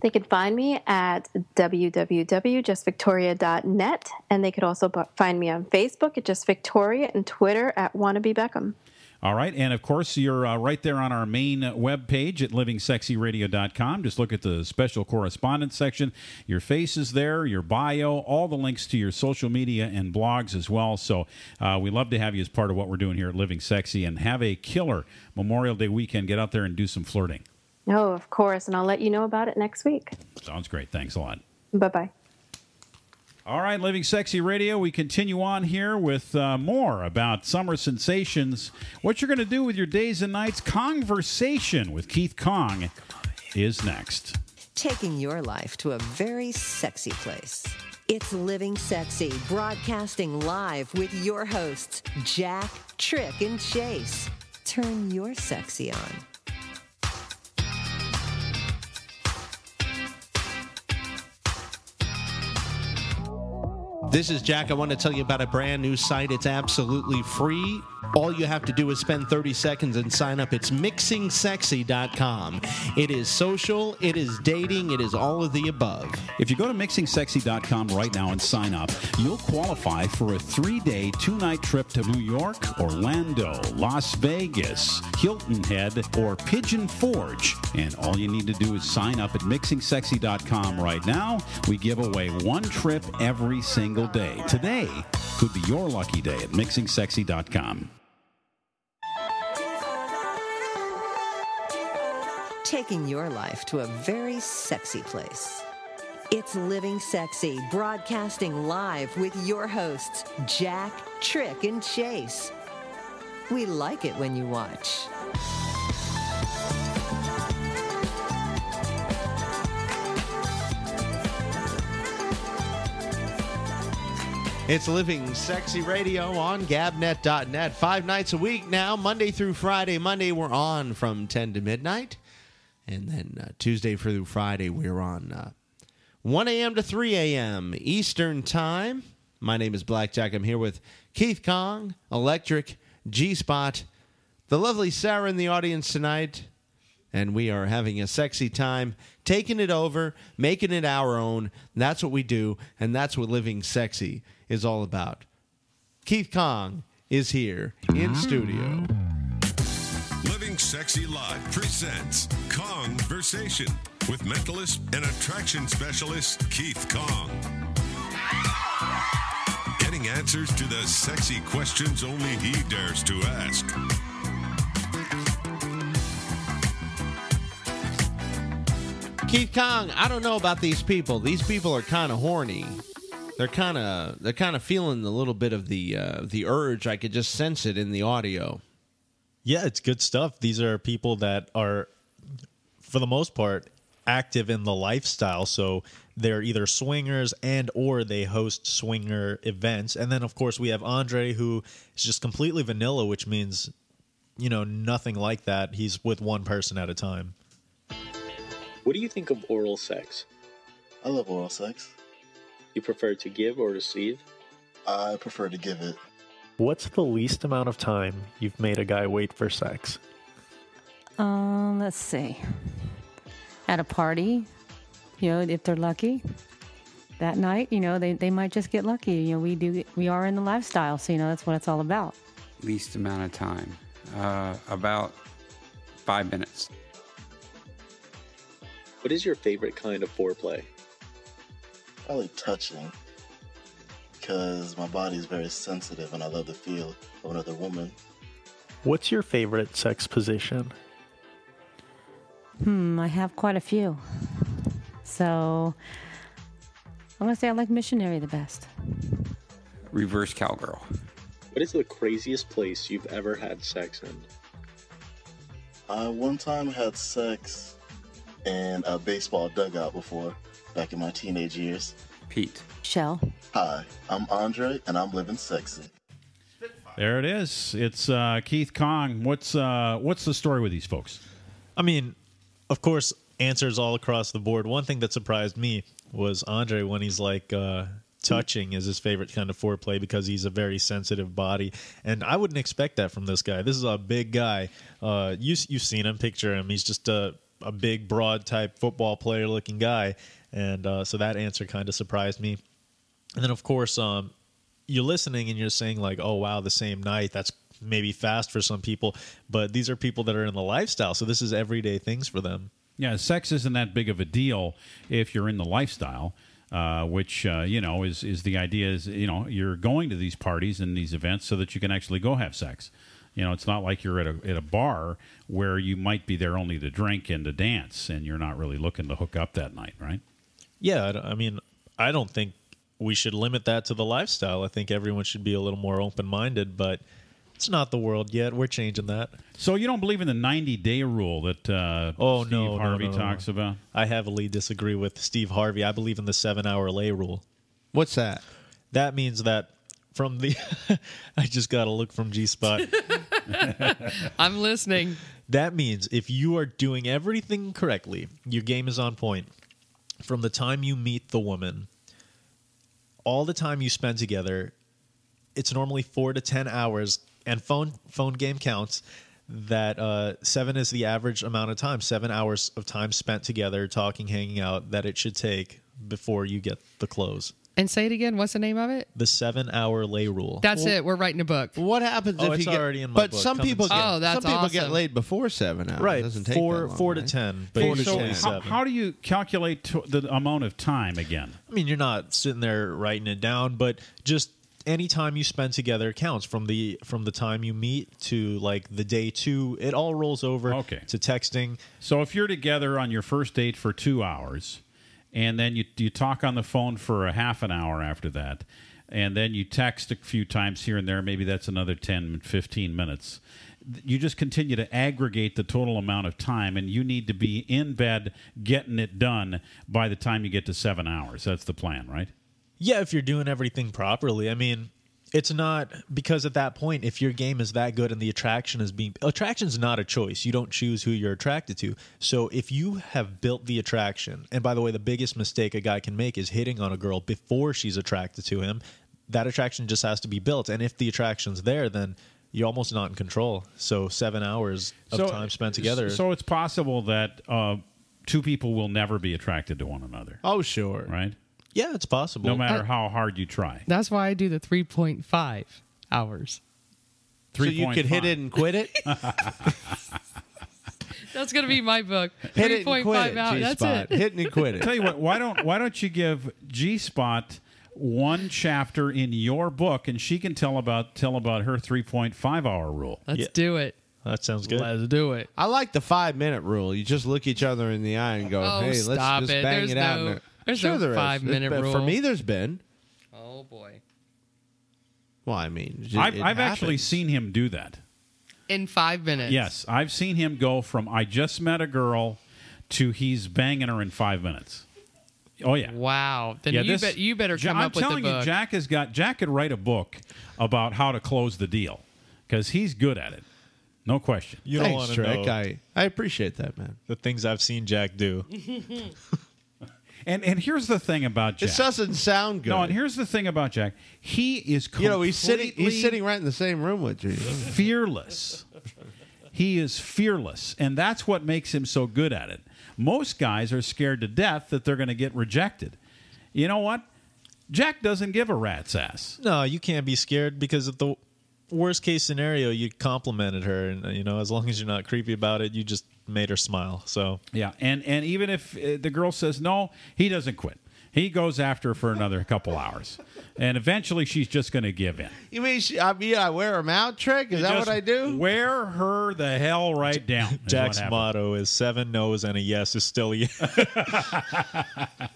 [SPEAKER 10] They can find me at www.justvictoria.net, and they could also bu- find me on Facebook at Just Victoria and Twitter at Wannabe Beckham.
[SPEAKER 3] All right. And of course, you're uh, right there on our main webpage at livingsexyradio.com. Just look at the special correspondence section. Your face is there, your bio, all the links to your social media and blogs as well. So uh, we love to have you as part of what we're doing here at Living Sexy and have a killer Memorial Day weekend. Get out there and do some flirting.
[SPEAKER 10] Oh, of course, and I'll let you know about it next week.
[SPEAKER 3] Sounds great. Thanks a lot.
[SPEAKER 10] Bye bye.
[SPEAKER 3] All right, Living Sexy Radio, we continue on here with uh, more about summer sensations. What you're going to do with your days and nights conversation with Keith Kong is next.
[SPEAKER 1] taking your life to a very sexy place. It's Living Sexy, broadcasting live with your hosts, Jack, Trick, and Chase. Turn your sexy on.
[SPEAKER 4] This is Jack. I want to tell you about a brand new site. It's absolutely free. All you have to do is spend 30 seconds and sign up. It's mixingsexy.com. It is social, it is dating, it is all of the above.
[SPEAKER 3] If you go to mixingsexy.com right now and sign up, you'll qualify for a three day, two night trip to New York, Orlando, Las Vegas, Hilton Head, or Pigeon Forge. And all you need to do is sign up at mixingsexy.com right now. We give away one trip every single day. Today could be your lucky day at mixingsexy.com.
[SPEAKER 1] taking your life to a very sexy place. It's Living Sexy, broadcasting live with your hosts, Jack, Trick, and Chase. We like it when you watch.
[SPEAKER 4] It's Living Sexy Radio on gabnet.net. Five nights a week now, Monday through Friday. Monday, we're on from 10 to midnight. And then uh, Tuesday through Friday, we're on uh, 1 a.m. to 3 a.m. Eastern Time. My name is Blackjack. I'm here with Keith Kong, Electric, G Spot, the lovely Sarah in the audience tonight. And we are having a sexy time, taking it over, making it our own. That's what we do, and that's what living sexy is all about. Keith Kong is here in studio.
[SPEAKER 11] Living Sexy Live presents Conversation with mentalist and attraction specialist Keith Kong. Getting finding answers to the sexy questions only he dares to ask.
[SPEAKER 4] Keith Kong, I don't know about these people. These people are kind of horny. They're kind of they're kind of feeling a little bit of the uh, the urge. I could just sense it in the audio.
[SPEAKER 8] Yeah, it's good stuff. These are people that are, for the most part, active in the lifestyle. So they're either swingers and or they host swinger events. And then of course we have Andre who is just completely vanilla, which means, you know, nothing like that. He's with one person at a time.
[SPEAKER 12] What do you think of oral sex?
[SPEAKER 13] I love oral sex.
[SPEAKER 12] You prefer to give or receive?
[SPEAKER 13] I prefer to give it.
[SPEAKER 14] What's the least amount of time you've made a guy wait for sex?
[SPEAKER 15] Uh, let's see. At a party, you know, if they're lucky that night, you know, they, they might just get lucky. You know, we do we are in the lifestyle, so you know that's what it's all about.
[SPEAKER 16] Least amount of time. Uh, about five minutes.
[SPEAKER 12] What is your favorite kind of foreplay?
[SPEAKER 13] I like touching because my body is very sensitive and I love the feel of another woman.
[SPEAKER 14] What's your favorite sex position?
[SPEAKER 15] Hmm, I have quite a few. So I'm gonna say I like missionary the best.
[SPEAKER 16] Reverse cowgirl.
[SPEAKER 12] What is the craziest place you've ever had sex in?
[SPEAKER 13] I one time had sex in a baseball dugout before, back in my teenage years.
[SPEAKER 16] Pete.
[SPEAKER 15] Shell.
[SPEAKER 13] Hi, I'm Andre and I'm living sexy.
[SPEAKER 3] There it is. It's uh, Keith Kong. What's uh, what's the story with these folks?
[SPEAKER 8] I mean, of course, answers all across the board. One thing that surprised me was Andre when he's like uh, touching is his favorite kind of foreplay because he's a very sensitive body, and I wouldn't expect that from this guy. This is a big guy. Uh, you you've seen him, picture him. He's just a a big, broad type football player looking guy, and uh, so that answer kind of surprised me. And then of course, um, you're listening and you're saying like, "Oh wow, the same night." That's maybe fast for some people, but these are people that are in the lifestyle, so this is everyday things for them.
[SPEAKER 3] Yeah, sex isn't that big of a deal if you're in the lifestyle, uh, which uh, you know is is the idea is you know you're going to these parties and these events so that you can actually go have sex. You know, it's not like you're at a at a bar where you might be there only to drink and to dance, and you're not really looking to hook up that night, right?
[SPEAKER 8] Yeah, I d- I mean, I don't think we should limit that to the lifestyle. I think everyone should be a little more open minded, but it's not the world yet. We're changing that.
[SPEAKER 3] So you don't believe in the 90 day rule that uh,
[SPEAKER 8] Oh
[SPEAKER 3] Steve
[SPEAKER 8] no, no,
[SPEAKER 3] Harvey
[SPEAKER 8] no, no.
[SPEAKER 3] talks about?
[SPEAKER 8] I heavily disagree with Steve Harvey. I believe in the seven hour lay rule.
[SPEAKER 4] What's that?
[SPEAKER 8] That means that from the I just got a look from G Spot.
[SPEAKER 2] I'm listening.
[SPEAKER 8] That means if you are doing everything correctly, your game is on point. From the time you meet the woman, all the time you spend together, it's normally four to ten hours, and phone phone game counts. That uh, seven is the average amount of time, seven hours of time spent together, talking, hanging out, that it should take before you get the close.
[SPEAKER 2] And say it again. What's the name of it?
[SPEAKER 8] The seven hour lay rule.
[SPEAKER 2] That's it. We're writing a book.
[SPEAKER 4] What happens
[SPEAKER 8] Oh, it's already in my
[SPEAKER 4] but
[SPEAKER 8] book.
[SPEAKER 4] some
[SPEAKER 8] Come
[SPEAKER 4] people
[SPEAKER 8] and
[SPEAKER 4] get,
[SPEAKER 8] see it.
[SPEAKER 2] Oh, that's
[SPEAKER 4] some people get
[SPEAKER 2] awesome.
[SPEAKER 4] laid before seven hours.
[SPEAKER 8] Right,
[SPEAKER 4] It doesn't take
[SPEAKER 8] four-
[SPEAKER 4] that long,
[SPEAKER 8] four to
[SPEAKER 4] right?
[SPEAKER 8] 10, but
[SPEAKER 4] Four to
[SPEAKER 8] usually
[SPEAKER 4] ten.
[SPEAKER 3] How,
[SPEAKER 8] Seven.
[SPEAKER 3] how do you calculate t- the amount of time again?
[SPEAKER 8] I mean, you're not sitting there writing it down, but just any time you spend together counts from the from the time you meet to like the day two. It all rolls over
[SPEAKER 3] Okay.
[SPEAKER 8] to texting.
[SPEAKER 3] So if you're together on your first date for two hours, and then you you talk on the phone for a half an hour after that, and then you text a few times here and there, maybe that's another 10, 15 minutes. You just continue to aggregate the total amount of time, and you need to be in bed getting it done by the time you get to seven hours. That's the plan, right?
[SPEAKER 8] Yeah, if you're doing everything properly. I mean, it's not because at that point, if your game is that good and the attraction is being attraction's not a choice. You don't choose who you're attracted to. So if you have built the attraction, and by the way, the biggest mistake a guy can make is hitting on a girl before she's attracted to him. That attraction just has to be built, and if the attraction's there, then you're almost not in control. So seven hours of time spent together.
[SPEAKER 3] So it's possible that uh, two people will never be attracted to one another,
[SPEAKER 8] oh sure,
[SPEAKER 3] right?
[SPEAKER 8] yeah, it's possible.
[SPEAKER 3] No matter how hard you try.
[SPEAKER 2] That's why I do the 3.5 hours.
[SPEAKER 4] So you could hit
[SPEAKER 3] 3.5.
[SPEAKER 4] it and quit it.
[SPEAKER 2] That's going to be my book.
[SPEAKER 4] hit it and quit
[SPEAKER 2] 3.5
[SPEAKER 4] it.
[SPEAKER 2] hours. That's
[SPEAKER 4] G-spot.
[SPEAKER 2] it.
[SPEAKER 4] Hit it and quit it.
[SPEAKER 3] Tell you what, why don't why don't you give G Spot one chapter in your book, and she can tell about tell about her three point five hour rule.
[SPEAKER 2] Let's do it.
[SPEAKER 8] That sounds good.
[SPEAKER 2] Let's do it.
[SPEAKER 4] I like the five minute rule. You just look each other in the eye and go,
[SPEAKER 2] Oh,
[SPEAKER 4] "Hey, let's
[SPEAKER 2] stop
[SPEAKER 4] just
[SPEAKER 2] it.
[SPEAKER 4] bang
[SPEAKER 2] There's
[SPEAKER 4] it out."
[SPEAKER 2] no-
[SPEAKER 4] and it-
[SPEAKER 2] there's
[SPEAKER 4] sure
[SPEAKER 2] no
[SPEAKER 4] there is.
[SPEAKER 2] five-minute
[SPEAKER 4] There's been- For
[SPEAKER 2] rule.
[SPEAKER 4] me, there's been.
[SPEAKER 2] Oh boy.
[SPEAKER 4] Well, I mean, it-
[SPEAKER 3] I've,
[SPEAKER 4] it
[SPEAKER 3] I've actually
[SPEAKER 4] happens.
[SPEAKER 3] seen him do that.
[SPEAKER 2] In five minutes.
[SPEAKER 3] Yes, I've seen him go from I just met a girl to he's banging her in five minutes. Oh yeah.
[SPEAKER 2] Wow. Then you, bet you better
[SPEAKER 3] Ja-
[SPEAKER 2] come
[SPEAKER 3] I'm
[SPEAKER 2] up with a
[SPEAKER 3] telling
[SPEAKER 2] book.
[SPEAKER 3] you, Jack has got Jack could write a book about how to close the deal because he's good at it, no question.
[SPEAKER 8] You don't want to know.
[SPEAKER 4] I appreciate that, man.
[SPEAKER 8] The things I've seen Jack do.
[SPEAKER 3] And and here's the thing about Jack.
[SPEAKER 4] This doesn't sound good.
[SPEAKER 3] No, and here's the thing about Jack. He is completely
[SPEAKER 4] you know, he's sitting. He's sitting right in the same room with you.
[SPEAKER 3] fearless. He is fearless, and that's what makes him so good at it. Most guys are scared to death that they're going to get rejected. You know what? Jack doesn't give a rat's ass.
[SPEAKER 8] No, you can't be scared because of the worst case scenario, you complimented her, and uh, you know, as long as you're not creepy about it, you just made her smile. So
[SPEAKER 3] Yeah, and and even if uh, the girl says no, he doesn't quit. He goes after her for another couple hours, and eventually she's just going to give in.
[SPEAKER 4] You mean she, I mean I wear him out trick? Is
[SPEAKER 3] You
[SPEAKER 4] that
[SPEAKER 3] just
[SPEAKER 4] what I do?
[SPEAKER 3] Wear her the hell right down. is what
[SPEAKER 8] Jack's
[SPEAKER 3] happens.
[SPEAKER 8] motto is seven no's and a yes is still a yes.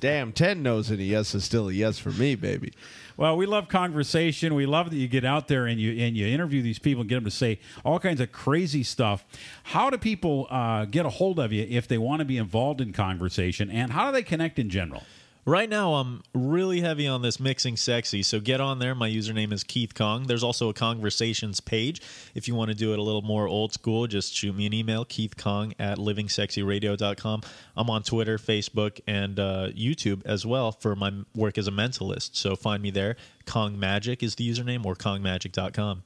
[SPEAKER 4] Damn, ten no's and a yes is still a yes for me, baby.
[SPEAKER 3] Well, we love conversation. We love that you get out there and you and you interview these people and get them to say all kinds of crazy stuff. How do people uh, get a hold of you if they want to be involved in conversation, and how do they connect in general?
[SPEAKER 8] Right now, I'm really heavy on this mixing sexy, so get on there. My username is Keith Kong. There's also a conversations page. If you want to do it a little more old school, just shoot me an email, Keith Kong at livingsexyradio.com. I'm on Twitter, Facebook, and uh, YouTube as well for my work as a mentalist, so find me there. Kong Magic is the username or kongmagic.com.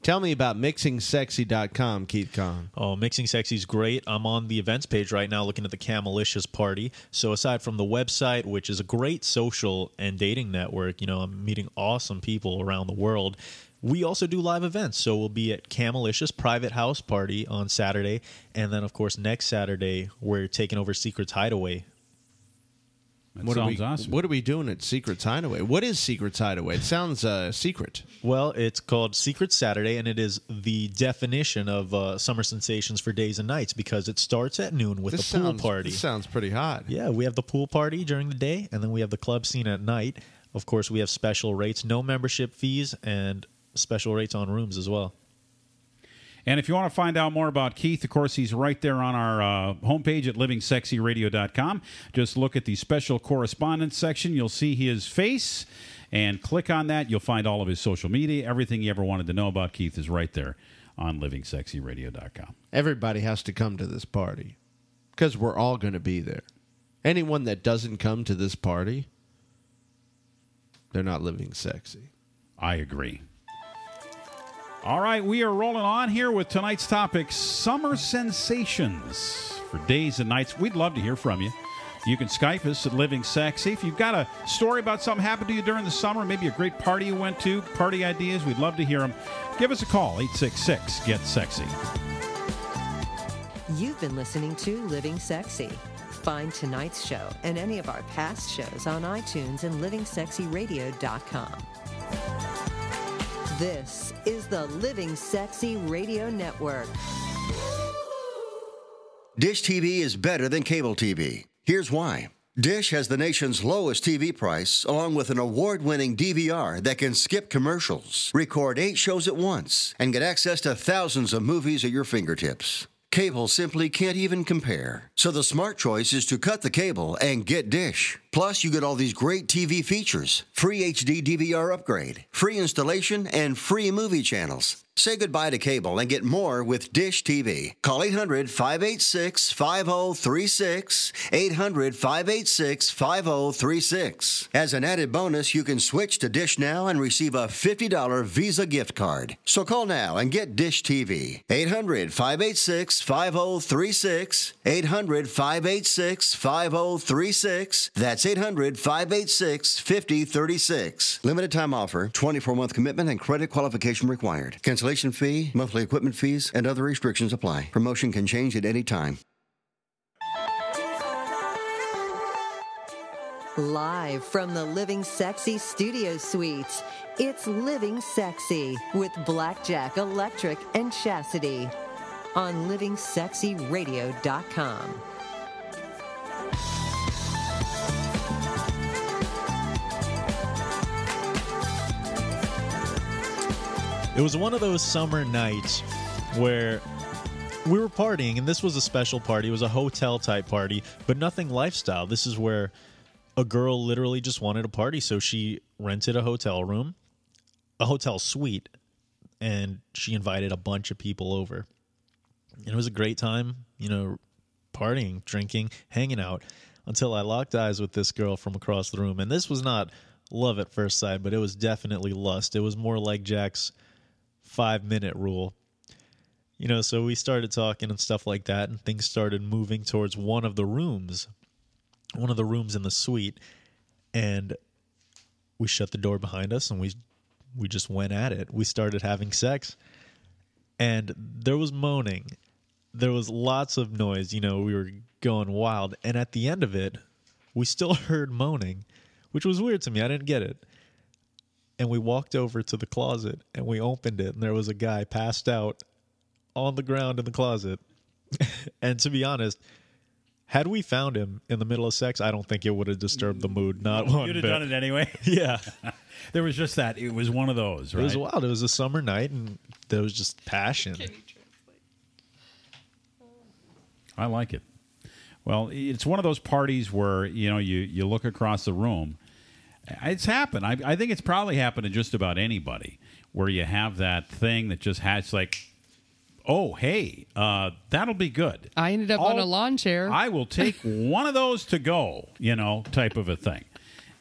[SPEAKER 4] Tell me about mixingsexy.com, Keith Kong.
[SPEAKER 8] Oh, Mixing Sexy's great. I'm on the events page right now looking at the Camelicious party. So aside from the website, which is a great social and dating network, you know, I'm meeting awesome people around the world. We also do live events. So we'll be at Camelicious private house party on Saturday. And then of course next Saturday we're taking over Secrets Hideaway.
[SPEAKER 3] That
[SPEAKER 4] What are,
[SPEAKER 3] sounds
[SPEAKER 4] we,
[SPEAKER 3] awesome.
[SPEAKER 4] what are we doing at Secrets Hideaway? What is Secrets Hideaway? It sounds uh, secret.
[SPEAKER 8] Well, it's called Secret Saturday, and it is the definition of uh, summer sensations for days and nights because it starts at noon with
[SPEAKER 4] This
[SPEAKER 8] a pool
[SPEAKER 4] sounds-
[SPEAKER 8] party.
[SPEAKER 4] This sounds pretty hot.
[SPEAKER 8] Yeah, we have the pool party during the day, and then we have the club scene at night. Of course, we have special rates, no membership fees, and special rates on rooms as well.
[SPEAKER 3] And if you want to find out more about Keith, of course, he's right there on our uh, homepage at livingsexyradio.com. Just look at the special correspondence section. You'll see his face and click on that. You'll find all of his social media. Everything you ever wanted to know about Keith is right there on livingsexyradio.com.
[SPEAKER 4] Everybody has to come to this party because we're all going to be there. Anyone that doesn't come to this party, they're not living sexy.
[SPEAKER 3] I agree. All right, we are rolling on here with tonight's topic summer sensations for days and nights. We'd love to hear from you. You can Skype us at Living Sexy. If you've got a story about something happened to you during the summer, maybe a great party you went to, party ideas, we'd love to hear them. Give us a call, 866 Get Sexy.
[SPEAKER 1] You've been listening to Living Sexy. Find tonight's show and any of our past shows on iTunes and livingsexyradio.com. This is the Living Sexy Radio Network.
[SPEAKER 9] Dish TV is better than cable TV. Here's why. Dish has the nation's lowest TV price, along with an award winning DVR that can skip commercials, record eight shows at once, and get access to thousands of movies at your fingertips. Cable simply can't even compare. So the smart choice is to cut the cable and get Dish. Plus, you get all these great TV features free HD DVR upgrade, free installation, and free movie channels. Say goodbye to cable and get more with Dish TV. Call 800 586 5036. 800 586 5036. As an added bonus, you can switch to Dish now and receive a $50 Visa gift card. So call now and get Dish TV. 800 586 5036. 800 586 5036. That's 800 586 5036. Limited time offer, 24 month commitment, and credit qualification required. Cancellation fee, monthly equipment fees, and other restrictions apply. Promotion can change at any time.
[SPEAKER 1] Live from the Living Sexy Studio Suites, it's Living Sexy with Blackjack Electric and Chastity on livingsexyradio.com.
[SPEAKER 8] It was one of those summer nights where we were partying, and this was a special party. It was a hotel type party, but nothing lifestyle. This is where a girl literally just wanted a party, so she rented a hotel room, a hotel suite, and she invited a bunch of people over. And it was a great time, you know, partying, drinking, hanging out until I locked eyes with this girl from across the room. And this was not love at first sight, but it was definitely lust. It was more like Jack's five minute rule. You know, so we started talking and stuff like that, and things started moving towards one of the rooms, one of the rooms in the suite, and we shut the door behind us and we we just went at it. We started having sex, and there was moaning, there was lots of noise. You know, we were going wild, and at the end of it, we still heard moaning, which was weird to me. I didn't get it and we walked over to the closet and we opened it and there was a guy passed out on the ground in the closet and to be honest had we found him in the middle of sex i don't think it would have disturbed the mood not one
[SPEAKER 3] You'd have
[SPEAKER 8] bit.
[SPEAKER 3] done it anyway.
[SPEAKER 8] yeah.
[SPEAKER 3] there was just that. It was one of those,
[SPEAKER 8] it
[SPEAKER 3] right?
[SPEAKER 8] was wild it was a summer night and there was just passion
[SPEAKER 3] I like it. Well, it's one of those parties where you know you you look across the room. It's happened. I, I think it's probably happened to just about anybody where you have that thing that just has like, oh hey, uh, that'll be good.
[SPEAKER 2] I ended up on
[SPEAKER 3] All-
[SPEAKER 2] a lawn chair.
[SPEAKER 3] I will take one of those to go, you know, type of a thing.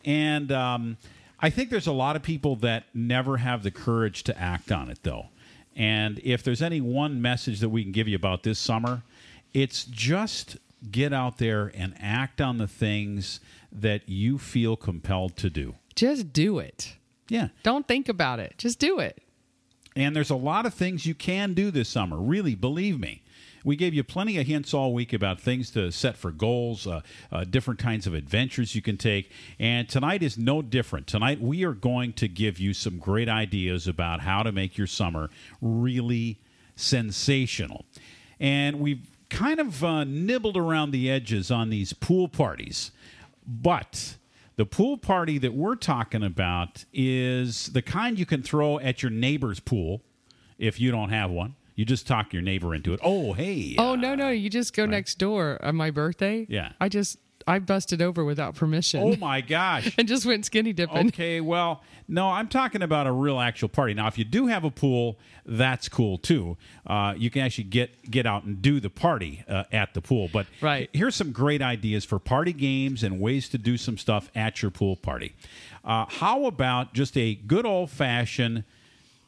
[SPEAKER 3] And um, I think there's a lot of people that never have the courage to act on it, though. And if there's any one message that we can give you about this summer, it's just get out there and act on the things that you feel compelled to do.
[SPEAKER 2] Just do it.
[SPEAKER 3] Yeah.
[SPEAKER 2] Don't think about it. Just do it.
[SPEAKER 3] And there's a lot of things you can do this summer. Really, believe me. We gave you plenty of hints all week about things to set for goals, uh, uh, different kinds of adventures you can take. And tonight is no different. Tonight, we are going to give you some great ideas about how to make your summer really sensational. And we've kind of uh, nibbled around the edges on these pool parties. But the pool party that we're talking about is the kind you can throw at your neighbor's pool if you don't have one. You just talk your neighbor into it. Oh, hey.
[SPEAKER 2] Oh no, no, you just go next door on my birthday.
[SPEAKER 3] Yeah.
[SPEAKER 2] I just I busted over without permission.
[SPEAKER 3] Oh my gosh.
[SPEAKER 2] and just went skinny dipping.
[SPEAKER 3] Okay, well, no, I'm talking about a real actual party. Now, if you do have a pool, that's cool too. Uh, you can actually get get out and do the party uh, at the pool. But right. here's some great ideas for party games and ways to do some stuff at your pool party. Uh, how about just a good old fashioned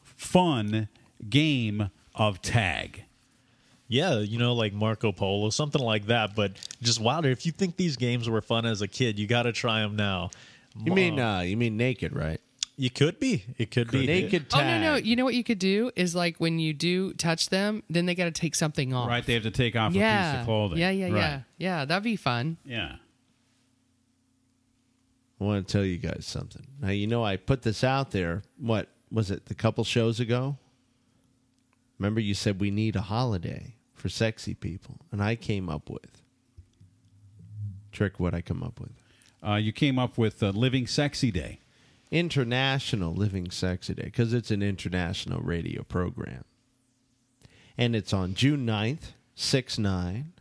[SPEAKER 3] fun game of tag?
[SPEAKER 8] yeah you know like marco polo something like that but just wilder if you think these games were fun as a kid you gotta try them now
[SPEAKER 4] You mean,
[SPEAKER 8] uh you mean naked right you could be it could, be
[SPEAKER 4] Naked
[SPEAKER 2] Oh no, no, you know what you could do is like when you do touch them, then they got to take something off.
[SPEAKER 3] Right, they have to take off a
[SPEAKER 2] yeah.
[SPEAKER 3] piece of clothing.
[SPEAKER 2] Yeah, yeah,
[SPEAKER 3] Right.
[SPEAKER 2] yeah. Yeah, that'd be fun.
[SPEAKER 3] Yeah.
[SPEAKER 4] I want to tell you guys something. Now, you know, I put this out there. What was it? The couple shows ago? Remember, you said we need a holiday for sexy people. And I came up with. Trick, what I come up with?
[SPEAKER 3] Uh, you came up with uh, Living Sexy Day.
[SPEAKER 4] International Living Sexy Day, because it's an international radio program. And it's on June 9th, 6 9,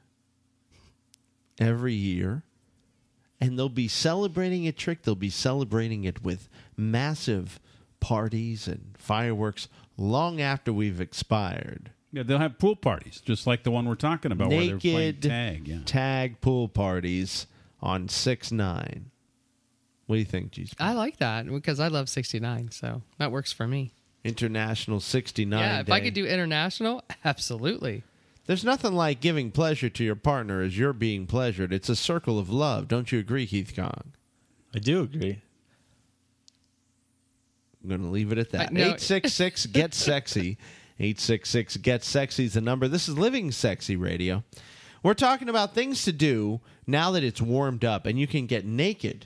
[SPEAKER 4] every year. And they'll be celebrating it, Trick. They'll be celebrating it with massive parties and fireworks long after we've expired.
[SPEAKER 3] Yeah, they'll have pool parties just like the one we're talking about where they're playing
[SPEAKER 4] Naked
[SPEAKER 3] tag. Yeah.
[SPEAKER 4] tag pool parties on 6 9. What do you think, G
[SPEAKER 2] I like that because I love 69, so that works for me.
[SPEAKER 4] International 69
[SPEAKER 2] yeah, if I
[SPEAKER 4] Day.
[SPEAKER 2] could do international, absolutely.
[SPEAKER 4] There's nothing like giving pleasure to your partner as you're being pleasured. It's a circle of love. Don't you agree, Keith Kong?
[SPEAKER 8] I do agree.
[SPEAKER 4] I'm going to leave it at that.
[SPEAKER 8] I- no.
[SPEAKER 4] 866 Get Sexy. 866 Get Sexy is the number. This is Living Sexy Radio. We're talking about things to do now that it's warmed up and you can get naked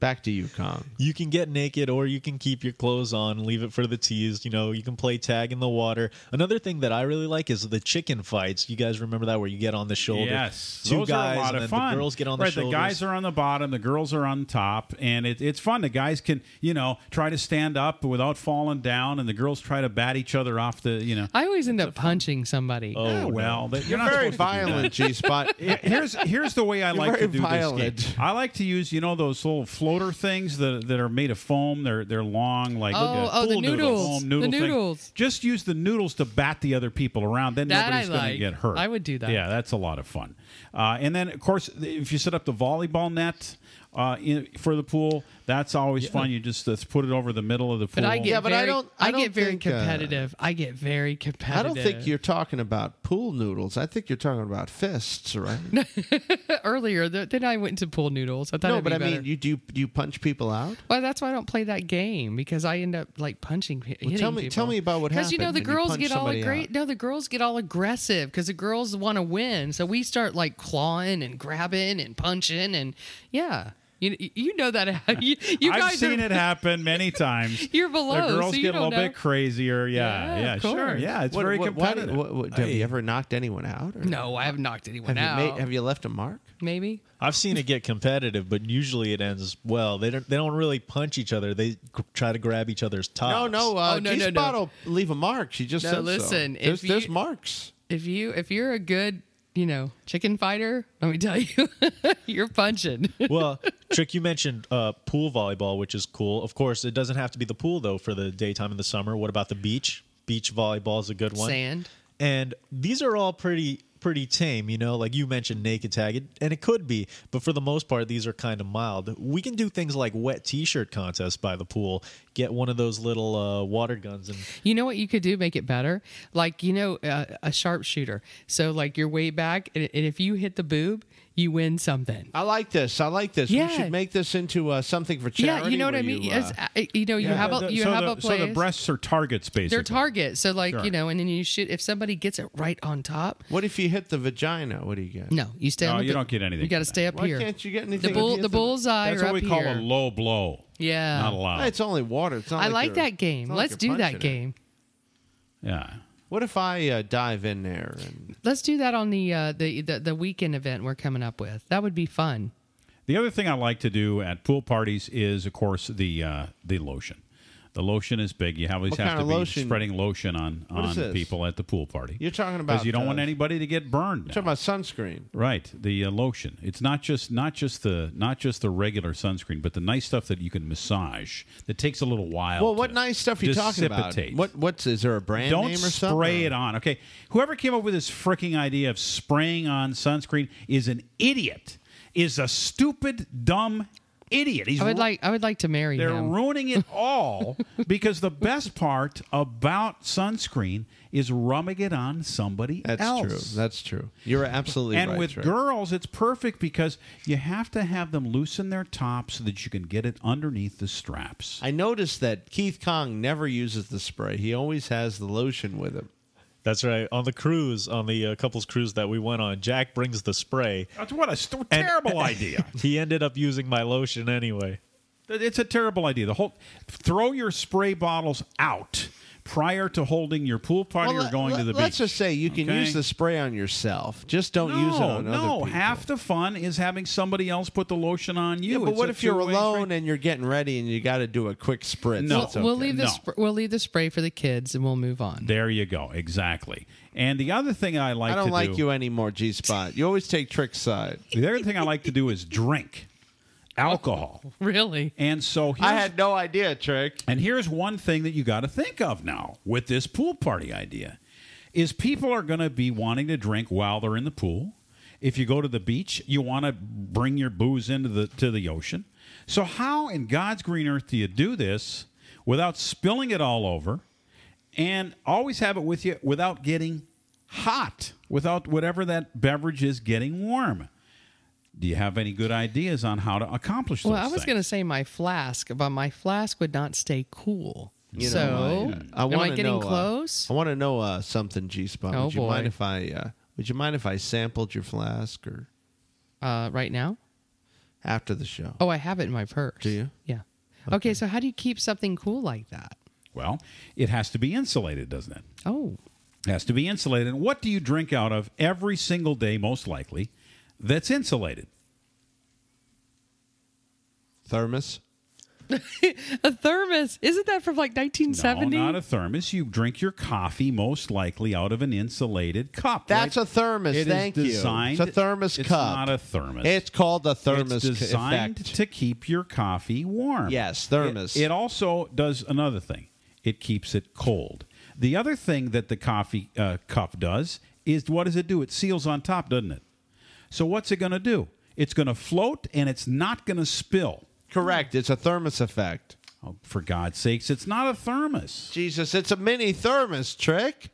[SPEAKER 4] Back to you, Kong.
[SPEAKER 8] You can get naked or you can keep your clothes on, leave it for the teas. You know, you can play tag in the water. Another thing that I really like is the chicken fights. You guys remember that where you get on the shoulder?
[SPEAKER 3] Yes,
[SPEAKER 8] Two
[SPEAKER 3] those
[SPEAKER 8] guys
[SPEAKER 3] are a lot
[SPEAKER 8] and
[SPEAKER 3] of
[SPEAKER 8] then
[SPEAKER 3] fun.
[SPEAKER 8] the girls get on
[SPEAKER 3] right,
[SPEAKER 8] the shoulders.
[SPEAKER 3] The guys are on the bottom, the girls are on top, and it, it's fun. The guys can you know try to stand up without falling down, and the girls try to bat each other off the you know.
[SPEAKER 2] I always end up punching somebody.
[SPEAKER 3] Oh well, that-
[SPEAKER 2] You're
[SPEAKER 3] not
[SPEAKER 2] very
[SPEAKER 3] supposed to do
[SPEAKER 2] violent,
[SPEAKER 3] that.
[SPEAKER 2] G-Spot.
[SPEAKER 3] Here- here's here's the way I
[SPEAKER 2] You're
[SPEAKER 3] like
[SPEAKER 2] very
[SPEAKER 3] to do
[SPEAKER 2] violent.
[SPEAKER 3] this. Game. I like to use you know those little floater things that that are made of foam. They're they're long like
[SPEAKER 2] Oh,
[SPEAKER 3] uh,
[SPEAKER 2] oh, the
[SPEAKER 3] pool
[SPEAKER 2] noodles.
[SPEAKER 3] foam
[SPEAKER 2] The
[SPEAKER 3] noodle thing.
[SPEAKER 2] noodles.
[SPEAKER 3] Just use the noodles to bat the other people around. Then
[SPEAKER 2] That
[SPEAKER 3] nobody's
[SPEAKER 2] I
[SPEAKER 3] going
[SPEAKER 2] like.
[SPEAKER 3] to get hurt.
[SPEAKER 2] I would do that.
[SPEAKER 3] Yeah, that's a lot of fun. Uh, and then of course if you set up the volleyball net. Uh, in, for the pool, that's always fun. You just uh, put it over the middle of the pool.
[SPEAKER 2] But I get very, I get very
[SPEAKER 4] think, uh,
[SPEAKER 2] competitive. I get very
[SPEAKER 4] I
[SPEAKER 2] competitive.
[SPEAKER 4] don't think you're talking about pool noodles. I think you're talking about fists, right?
[SPEAKER 2] earlier. th- Then I went to pool noodles. I thought
[SPEAKER 4] no,
[SPEAKER 2] it'd
[SPEAKER 4] but
[SPEAKER 2] be
[SPEAKER 4] I
[SPEAKER 2] better.
[SPEAKER 4] mean, you do you, do you punch people out?
[SPEAKER 2] Well, that's why I don't play that game because I end up like punching. pe-
[SPEAKER 4] Well,
[SPEAKER 2] hitting
[SPEAKER 4] tell me-
[SPEAKER 2] people.
[SPEAKER 4] tell me about what
[SPEAKER 2] Because you know
[SPEAKER 4] happened
[SPEAKER 2] the
[SPEAKER 4] when you
[SPEAKER 2] girls
[SPEAKER 4] punched
[SPEAKER 2] get all
[SPEAKER 4] somebody
[SPEAKER 2] great. No, the girls get all aggressive because the girls want to win. So we start like clawing and grabbing and punching and yeah, you you know that you, you
[SPEAKER 3] I've
[SPEAKER 2] guys
[SPEAKER 3] seen
[SPEAKER 2] are,
[SPEAKER 3] it happen many times.
[SPEAKER 2] You're below,
[SPEAKER 3] The girls
[SPEAKER 2] so you
[SPEAKER 3] get a
[SPEAKER 2] don't
[SPEAKER 3] little
[SPEAKER 2] know.
[SPEAKER 3] bit crazier. Yeah,
[SPEAKER 2] Yeah,
[SPEAKER 3] yeah,
[SPEAKER 2] of
[SPEAKER 3] sure.
[SPEAKER 2] course.
[SPEAKER 3] Yeah, it's
[SPEAKER 4] What-
[SPEAKER 3] very
[SPEAKER 4] what- why do-
[SPEAKER 3] competitive.
[SPEAKER 4] what- what- have you ever knocked anyone out? Or
[SPEAKER 2] No, I have knocked anyone
[SPEAKER 4] have You
[SPEAKER 2] out.
[SPEAKER 4] made, have you left a mark?
[SPEAKER 2] Maybe
[SPEAKER 8] I've seen it get competitive, but usually it ends well. They don't they don't really punch each other. They g- try to grab each other's
[SPEAKER 4] No,
[SPEAKER 8] tops.
[SPEAKER 4] no.
[SPEAKER 2] Oh,
[SPEAKER 4] Uh, G-Spot will leave a mark. She just
[SPEAKER 2] No,
[SPEAKER 4] said so.
[SPEAKER 2] listen, if
[SPEAKER 4] There's, there's
[SPEAKER 2] you-
[SPEAKER 4] marks.
[SPEAKER 2] if you if you're a good you know chicken fighter, let me tell you, you're punching.
[SPEAKER 8] well, Trick, you mentioned uh, pool volleyball, which is cool. Of course, it doesn't have to be the pool though for the daytime in the summer. What about the beach? Beach volleyball is a good one.
[SPEAKER 2] Sand.
[SPEAKER 8] And these are all pretty pretty tame, you know. Like you mentioned, naked tag, it- and it could be, but for the most part, these are kind of mild. We can do things like wet T-shirt contests by the pool. Get one of those little uh, water guns and
[SPEAKER 2] You know what you could do make it better? Like you know uh, a sharpshooter. So like you're way back, and, and if you hit the boob, you win something.
[SPEAKER 4] I like this. I like this.
[SPEAKER 2] Yeah.
[SPEAKER 4] We should make this into uh, something for charity.
[SPEAKER 2] Yeah, you know what
[SPEAKER 4] where
[SPEAKER 2] I mean.
[SPEAKER 4] You,
[SPEAKER 2] You,
[SPEAKER 4] uh,
[SPEAKER 2] you know, you
[SPEAKER 4] Yeah.
[SPEAKER 2] have
[SPEAKER 4] So
[SPEAKER 2] a you
[SPEAKER 3] so
[SPEAKER 2] have
[SPEAKER 3] the,
[SPEAKER 2] a place.
[SPEAKER 3] So the breasts are targets, basically.
[SPEAKER 2] They're targets. So like
[SPEAKER 4] Sure.
[SPEAKER 2] you know, and then you shoot. If somebody gets it right on top,
[SPEAKER 4] what if you hit the vagina? What do you get?
[SPEAKER 2] no, you stay. on the bu- You got to stay up
[SPEAKER 4] Why
[SPEAKER 2] here.
[SPEAKER 4] can't you get anything?
[SPEAKER 2] The bull, the bullseye.
[SPEAKER 4] That's
[SPEAKER 2] are
[SPEAKER 4] what we
[SPEAKER 2] up
[SPEAKER 4] call a
[SPEAKER 2] here.
[SPEAKER 3] low blow.
[SPEAKER 2] Yeah.
[SPEAKER 3] Not allowed.
[SPEAKER 4] It's only water. It's not
[SPEAKER 2] I
[SPEAKER 4] like,
[SPEAKER 2] like that game. Let's do that
[SPEAKER 4] game.
[SPEAKER 2] game.
[SPEAKER 3] Yeah.
[SPEAKER 4] What if I uh, dive in there? And
[SPEAKER 2] Let's do that on the, uh, the the the weekend event we're coming up with. That would be fun.
[SPEAKER 3] The other thing I like to do at pool parties is, of course, the uh, the lotion. The lotion is big. You always
[SPEAKER 4] What
[SPEAKER 3] have
[SPEAKER 4] kind
[SPEAKER 3] to
[SPEAKER 4] of
[SPEAKER 3] be
[SPEAKER 4] lotion?
[SPEAKER 3] spreading lotion on
[SPEAKER 4] What is
[SPEAKER 3] on
[SPEAKER 4] this?
[SPEAKER 3] people at the pool party.
[SPEAKER 4] you're talking about
[SPEAKER 3] because you don't want
[SPEAKER 4] uh,
[SPEAKER 3] anybody to get burned.
[SPEAKER 4] You're talking about sunscreen.
[SPEAKER 3] Right, the uh, lotion. It's not just not just the not just the regular sunscreen, but the nice stuff that you can massage. That takes a little while.
[SPEAKER 4] Well, what
[SPEAKER 3] to
[SPEAKER 4] nice stuff are you talking about?
[SPEAKER 3] dissipate.
[SPEAKER 4] What what's is there a brand
[SPEAKER 3] Don't
[SPEAKER 4] name or something?
[SPEAKER 3] spray it on. Okay, whoever came up with this freaking idea of spraying on sunscreen is an idiot. Is a stupid, dumb idiot. He's
[SPEAKER 2] I would
[SPEAKER 3] ru-
[SPEAKER 2] like I would like to marry
[SPEAKER 3] They're
[SPEAKER 2] him.
[SPEAKER 3] ruining it all because the best part about sunscreen is rubbing it on somebody
[SPEAKER 4] That's
[SPEAKER 3] else.
[SPEAKER 4] true. That's true. You're absolutely
[SPEAKER 3] And
[SPEAKER 4] right.
[SPEAKER 3] with
[SPEAKER 4] Trey.
[SPEAKER 3] girls, it's perfect because you have to have them loosen their top so that you can get it underneath the straps.
[SPEAKER 4] I noticed that Keith Kong never uses the spray. He always has the lotion with him.
[SPEAKER 8] That's right. On the cruise, on the uh, couples cruise that we went on, Jack brings the spray.
[SPEAKER 3] That's what a st- terrible idea.
[SPEAKER 8] he ended up using my lotion anyway.
[SPEAKER 3] It's a terrible idea. The whole throw your spray bottles out prior to holding your pool party
[SPEAKER 4] Well,
[SPEAKER 3] or going
[SPEAKER 4] let-
[SPEAKER 3] to the
[SPEAKER 4] let's
[SPEAKER 3] beach.
[SPEAKER 4] just say you can
[SPEAKER 3] Okay?
[SPEAKER 4] use the spray on yourself. Just don't
[SPEAKER 3] no,
[SPEAKER 4] use it on other
[SPEAKER 3] no.
[SPEAKER 4] people.
[SPEAKER 3] Half the fun is having somebody else put the lotion on you.
[SPEAKER 4] Yeah, but
[SPEAKER 3] It's
[SPEAKER 4] what
[SPEAKER 3] a
[SPEAKER 4] if you're
[SPEAKER 3] two-way
[SPEAKER 4] alone and you're getting ready and you got to do a quick sprint?
[SPEAKER 3] No.
[SPEAKER 2] we'll,
[SPEAKER 4] That's
[SPEAKER 2] we'll
[SPEAKER 4] okay.
[SPEAKER 2] leave the
[SPEAKER 3] No.
[SPEAKER 2] sp- we'll leave the spray for the kids and we'll move on.
[SPEAKER 3] There you go. Exactly. And the other thing I like
[SPEAKER 4] I don't
[SPEAKER 3] to
[SPEAKER 4] like
[SPEAKER 3] do,
[SPEAKER 4] you anymore, G Spot. You always take trick side.
[SPEAKER 3] The other thing I like to do is drink alcohol.
[SPEAKER 2] Really?
[SPEAKER 3] And so here's,
[SPEAKER 4] I had no idea, Trick.
[SPEAKER 3] And here's one thing that you got to think of now with this pool party idea is people are going to be wanting to drink while they're in the pool. If you go to the beach, you want to bring your booze into the to the ocean. So how in God's green earth do you do this without spilling it all over and always have it with you without getting hot, without whatever that beverage is getting warm? Do you have any good ideas on how to accomplish this?
[SPEAKER 2] Well, I was going to say my flask, but my flask would not stay cool.
[SPEAKER 4] You know,
[SPEAKER 2] so
[SPEAKER 4] I, uh, I
[SPEAKER 2] am I
[SPEAKER 4] wanna
[SPEAKER 2] getting
[SPEAKER 4] know, uh,
[SPEAKER 2] close?
[SPEAKER 4] I want to know uh, something, G Spot.
[SPEAKER 2] Oh,
[SPEAKER 4] would you
[SPEAKER 2] boy.
[SPEAKER 4] mind if I? Uh, would you mind if I sampled your flask or
[SPEAKER 2] Uh, right now,
[SPEAKER 4] after the show.
[SPEAKER 2] Oh, I have it in my purse.
[SPEAKER 4] Do you?
[SPEAKER 2] Yeah. Okay. so how do you keep something cool like that?
[SPEAKER 3] Well, it has to be insulated, doesn't it?
[SPEAKER 2] Oh.
[SPEAKER 3] It has to be insulated. And what do you drink out of every single day, most likely, that's insulated?
[SPEAKER 4] Thermos.
[SPEAKER 2] A thermos. Isn't that from like 1970?
[SPEAKER 3] No, Oh, not a thermos. You drink your coffee most likely out of an insulated cup.
[SPEAKER 4] That's
[SPEAKER 3] right?
[SPEAKER 4] a thermos.
[SPEAKER 3] It is
[SPEAKER 4] Thank you.
[SPEAKER 3] designed-
[SPEAKER 4] It's a thermos
[SPEAKER 3] it's
[SPEAKER 4] cup.
[SPEAKER 3] not a thermos.
[SPEAKER 4] It's called the thermos
[SPEAKER 3] It's designed
[SPEAKER 4] effect.
[SPEAKER 3] to keep your coffee warm.
[SPEAKER 4] Yes, thermos.
[SPEAKER 3] It, it also does another thing. It keeps it cold. The other thing that the coffee uh, cup does is what does it do? It seals on top, doesn't it? So what's it going to do? It's going to float and it's not going to spill.
[SPEAKER 4] Correct. It's a thermos effect.
[SPEAKER 3] Oh, for God's sakes, it's not a thermos.
[SPEAKER 4] Jesus, it's a mini thermos trick.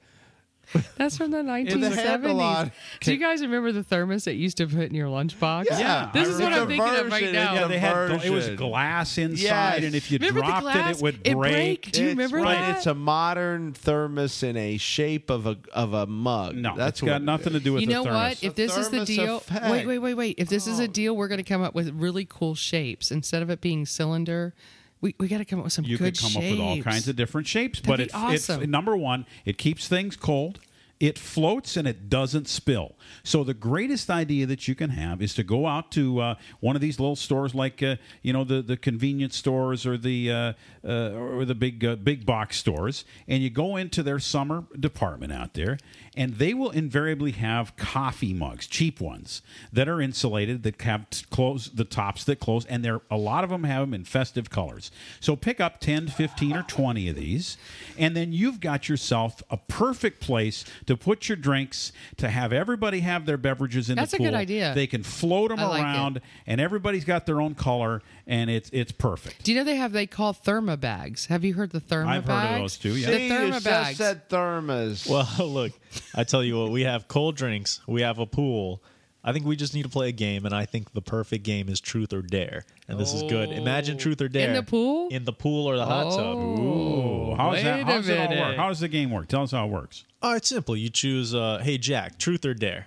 [SPEAKER 2] That's from the
[SPEAKER 4] the handle
[SPEAKER 2] 1970s.
[SPEAKER 4] on.
[SPEAKER 2] Do you guys remember the thermos that you used to put in your lunchbox?
[SPEAKER 3] Yeah,
[SPEAKER 2] This
[SPEAKER 3] I
[SPEAKER 2] is what
[SPEAKER 3] remember.
[SPEAKER 2] I'm thinking of
[SPEAKER 4] It's
[SPEAKER 2] right
[SPEAKER 4] a
[SPEAKER 2] now.
[SPEAKER 3] Yeah, they had gla- it was
[SPEAKER 4] version.
[SPEAKER 3] glass inside,
[SPEAKER 4] Yes.
[SPEAKER 3] and if you
[SPEAKER 2] Remember the
[SPEAKER 3] dropped it,
[SPEAKER 2] glass?
[SPEAKER 3] it would
[SPEAKER 2] It
[SPEAKER 3] break.
[SPEAKER 2] break. Do you remember
[SPEAKER 4] But
[SPEAKER 2] that?
[SPEAKER 4] it's a modern thermos in a shape of a of a mug. No,
[SPEAKER 3] it's
[SPEAKER 4] that's
[SPEAKER 3] got
[SPEAKER 4] what it
[SPEAKER 3] nothing to do with
[SPEAKER 2] you
[SPEAKER 3] the
[SPEAKER 2] know
[SPEAKER 3] thermos.
[SPEAKER 2] what? If this is the
[SPEAKER 4] thermos
[SPEAKER 2] deal,
[SPEAKER 4] effect. Oh.
[SPEAKER 2] wait, wait, wait, wait. If this is a deal, we're going to come up with really cool shapes instead of it being cylinder. We, we got to come up with some
[SPEAKER 3] you
[SPEAKER 2] good
[SPEAKER 3] could come
[SPEAKER 2] shapes.
[SPEAKER 3] up with all kinds of different shapes, but
[SPEAKER 2] That'd
[SPEAKER 3] it's,
[SPEAKER 2] be
[SPEAKER 3] it's
[SPEAKER 2] awesome.
[SPEAKER 3] number one. It keeps things cold. It floats and it doesn't spill. So the greatest idea that you can have is to go out to uh, one of these little stores, like uh, you know the the convenience stores or the uh, uh, or the big uh, big box stores, and you go into their summer department out there, and they will invariably have coffee mugs, cheap ones that are insulated that have t- close the tops that close, and there a lot of them have them in festive colors. So pick up 10, 15, or 20 of these, and then you've got yourself a perfect place to put your drinks, to have everybody have their beverages in
[SPEAKER 2] That's
[SPEAKER 3] the
[SPEAKER 2] a
[SPEAKER 3] pool.
[SPEAKER 2] good idea.
[SPEAKER 3] They can float them
[SPEAKER 2] I like it.
[SPEAKER 3] around, and everybody's got their own color, and it's it's perfect.
[SPEAKER 2] Do you know they have they call therma bags? Have you heard the therma
[SPEAKER 3] I've heard of
[SPEAKER 2] bags?
[SPEAKER 3] those too, yeah.
[SPEAKER 2] The
[SPEAKER 4] See, you
[SPEAKER 2] therma
[SPEAKER 4] just
[SPEAKER 2] bags.
[SPEAKER 4] said thermos.
[SPEAKER 8] Well, look, I tell you what, we have cold drinks, we have a pool. I think we just need to play a game, and I think the perfect game is Truth or Dare, and this is good. Imagine Truth or Dare
[SPEAKER 2] the pool?
[SPEAKER 8] in the pool or the hot tub.
[SPEAKER 3] Ooh, how does that?
[SPEAKER 2] wait
[SPEAKER 3] How
[SPEAKER 2] a
[SPEAKER 3] does it all work?
[SPEAKER 2] minute.
[SPEAKER 3] How does the game work? Tell us how it works.
[SPEAKER 8] Oh, it's simple. You choose, uh, hey Jack, Truth or Dare.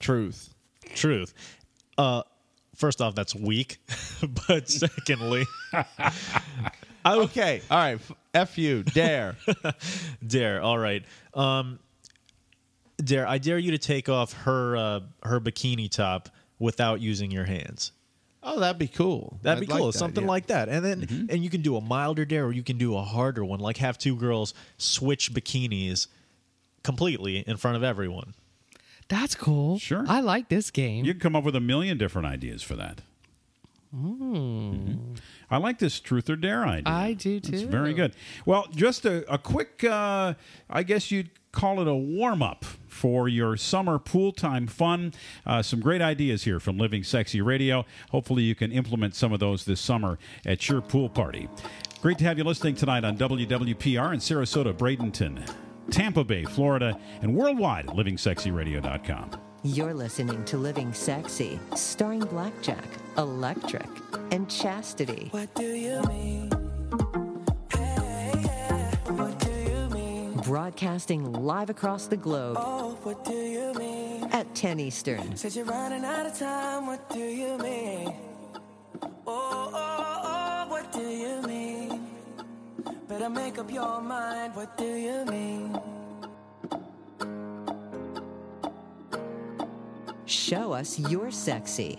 [SPEAKER 4] Truth.
[SPEAKER 8] Truth. Uh, first off, that's weak, but secondly, I would-
[SPEAKER 4] Okay. All right. F- F you. Dare.
[SPEAKER 8] Dare. All right. Um, Dare, I dare you to take off her uh, her bikini top without using your hands.
[SPEAKER 4] oh, that'd be cool.
[SPEAKER 8] That'd be
[SPEAKER 4] I'd like
[SPEAKER 8] cool.
[SPEAKER 4] that,
[SPEAKER 8] Something
[SPEAKER 4] yeah.
[SPEAKER 8] like that. And then Mm-hmm. and you can do a milder dare or you can do a harder one. Like have two girls switch bikinis completely in front of everyone.
[SPEAKER 2] That's cool.
[SPEAKER 3] Sure.
[SPEAKER 2] I like this game.
[SPEAKER 3] You can come up with a million different ideas for that. Mhm. I like this truth or dare idea.
[SPEAKER 2] Hmm. I do
[SPEAKER 3] It's
[SPEAKER 2] too.
[SPEAKER 3] very good. Well, just a, a quick, uh, I guess you'd call it a warm up for your summer pool time fun. Uh, some great ideas here from Living Sexy Radio. Hopefully, you can implement some of those this summer at your pool party. Great to have you listening tonight on WWPR in Sarasota, Bradenton, Tampa Bay, Florida, and worldwide at livingsexyradio.com.
[SPEAKER 1] You're listening to Living Sexy, starring Blackjack, Electric, and Chastity.
[SPEAKER 5] What do you mean?
[SPEAKER 1] Broadcasting live across the globe
[SPEAKER 5] Oh, what do you mean?
[SPEAKER 1] at 10 Eastern.
[SPEAKER 5] Said you're running out of time. What do you mean? Oh, oh, oh, what do you mean? Better make up your mind. What do you mean?
[SPEAKER 1] Show us you're sexy.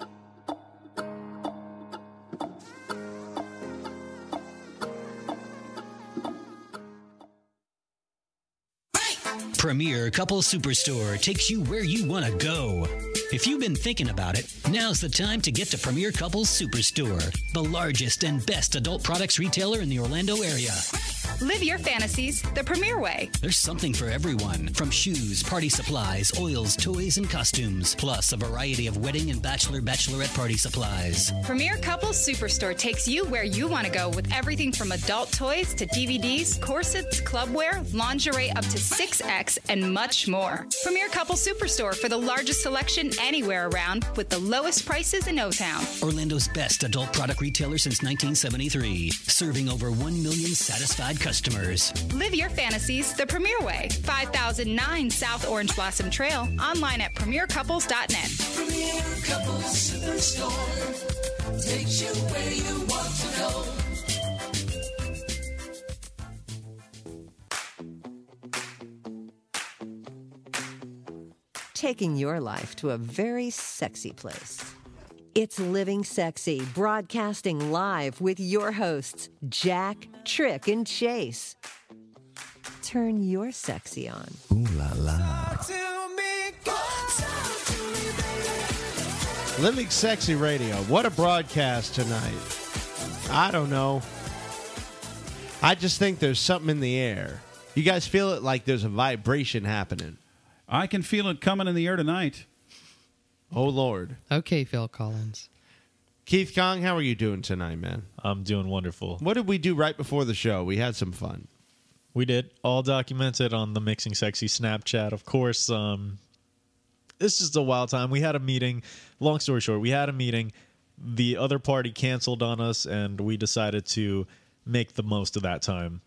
[SPEAKER 6] Premier Couple Superstore takes you where you want to go. If you've been thinking about it, now's the time to get to Premier Couple Superstore, the largest and best adult products retailer in the Orlando area.
[SPEAKER 7] Live your fantasies the premier way.
[SPEAKER 6] There's something for everyone from shoes, party supplies, oils, toys, and costumes, plus a variety of wedding and bachelor bachelorette party supplies.
[SPEAKER 7] Premier Couples Superstore takes you where you want to go with everything from adult toys to DVDs, corsets, clubwear, lingerie up to 6X, and much more. Premier Couples Superstore for the largest selection anywhere around with the lowest prices in O Town.
[SPEAKER 6] Orlando's best adult product retailer since 1973, serving over 1 million satisfied customers.
[SPEAKER 7] Live your fantasies the Premier Way. 5009 South Orange Blossom Trail. Online at premiercouples.net.
[SPEAKER 5] Premier Couples Superstore takes you where you want to go.
[SPEAKER 1] taking your life to a very sexy place. It's Living Sexy, broadcasting live with your hosts, Jack, Trick, and Chase. Turn your sexy on.
[SPEAKER 6] Ooh la la.
[SPEAKER 4] Living Sexy Radio. What a broadcast tonight. I don't know. I just think there's something in the air. You guys feel it like there's a vibration happening.
[SPEAKER 3] I can feel it coming in the air tonight.
[SPEAKER 4] Oh, Lord.
[SPEAKER 2] Okay, Phil Collins.
[SPEAKER 4] Keith Kong, how are you doing tonight, man?
[SPEAKER 8] I'm doing wonderful.
[SPEAKER 4] What did we do right before the show? We had some fun.
[SPEAKER 8] We did all documented on the Mixing Sexy Snapchat. Of course, um, it's just a wild time. We had a meeting. Long story short, we had a meeting. The other party canceled on us, and we decided to make the most of that time.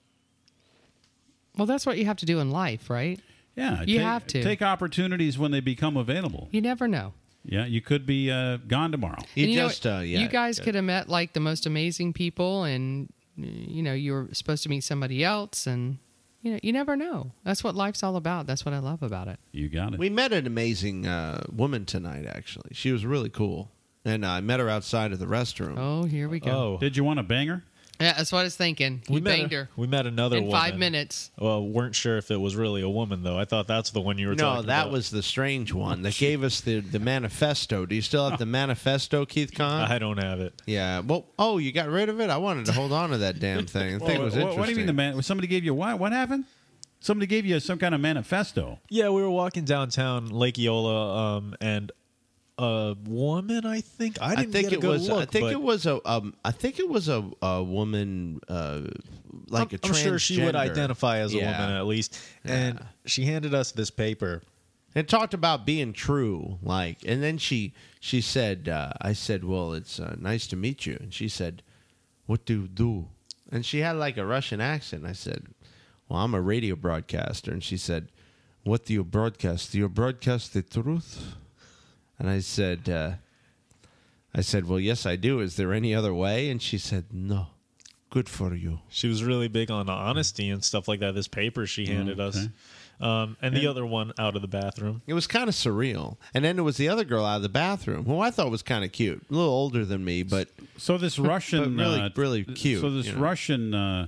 [SPEAKER 2] Well, that's what you have to do in life, right?
[SPEAKER 3] Yeah,
[SPEAKER 2] You
[SPEAKER 3] take,
[SPEAKER 2] have to.
[SPEAKER 3] take opportunities when they become available.
[SPEAKER 2] You never know.
[SPEAKER 3] Yeah, you could be uh, gone tomorrow.
[SPEAKER 2] And know
[SPEAKER 4] uh,
[SPEAKER 2] what? You guys could have met like the most amazing people, and you know you were supposed to meet somebody else, and you know you never know. That's what life's all about. That's what I love about it.
[SPEAKER 3] You got it.
[SPEAKER 4] We met an amazing uh, woman tonight, actually. She was really cool. And uh, I met her outside of the restroom.
[SPEAKER 2] Oh, here we go.
[SPEAKER 3] Did you want to bang her?
[SPEAKER 2] Yeah, that's what I was thinking. He
[SPEAKER 8] met
[SPEAKER 2] banged
[SPEAKER 8] a-
[SPEAKER 2] her.
[SPEAKER 8] We met another
[SPEAKER 2] In
[SPEAKER 8] woman.
[SPEAKER 2] five minutes.
[SPEAKER 8] Well, weren't sure if it was really a woman though. I thought that's the one you were
[SPEAKER 4] No,
[SPEAKER 8] talking
[SPEAKER 4] that
[SPEAKER 8] about.
[SPEAKER 4] was the strange one that gave us the, the manifesto. Do you still have the manifesto, Keith Kong?
[SPEAKER 8] I don't have it.
[SPEAKER 4] Yeah. Well, oh, you got rid of it. I wanted to hold on to that damn thing. The thing
[SPEAKER 3] Well,
[SPEAKER 4] was
[SPEAKER 3] what,
[SPEAKER 4] interesting.
[SPEAKER 3] what do you mean the man? Somebody gave you what? What happened? Somebody gave you some kind of manifesto.
[SPEAKER 8] Yeah, we were walking downtown Lake Eola, um, and a woman. I think I didn't
[SPEAKER 4] think
[SPEAKER 8] get a
[SPEAKER 4] it
[SPEAKER 8] good
[SPEAKER 4] was.
[SPEAKER 8] look.
[SPEAKER 4] I think
[SPEAKER 8] but
[SPEAKER 4] it was a. Um, I think it was a, a woman, uh, like
[SPEAKER 8] I'm,
[SPEAKER 4] a.
[SPEAKER 8] I'm sure she would
[SPEAKER 4] transgender.
[SPEAKER 8] identify as a
[SPEAKER 4] Yeah.
[SPEAKER 8] woman at least. And she handed us this paper.
[SPEAKER 4] It talked about being true, like, and then she she said, uh, "I said, well, it's uh, nice to meet you," and she said, "What do you do?" And she had like a Russian accent. I said, "Well, I'm a radio broadcaster," and she said, "What do you broadcast? Do you broadcast the truth?" And I said, uh, "I said, well, yes, I do. Is there any other way?" And she said, "No." Good for you.
[SPEAKER 8] She was really big on honesty and stuff like that. This paper she handed us, um, and the other one out of the bathroom.
[SPEAKER 4] It was kind of surreal. And then there was the other girl out of the bathroom, who I thought was kind of cute, a little older than me, but
[SPEAKER 3] So this Russian,
[SPEAKER 4] but really,
[SPEAKER 3] uh,
[SPEAKER 4] really cute.
[SPEAKER 3] So this
[SPEAKER 4] you know.
[SPEAKER 3] Russian uh,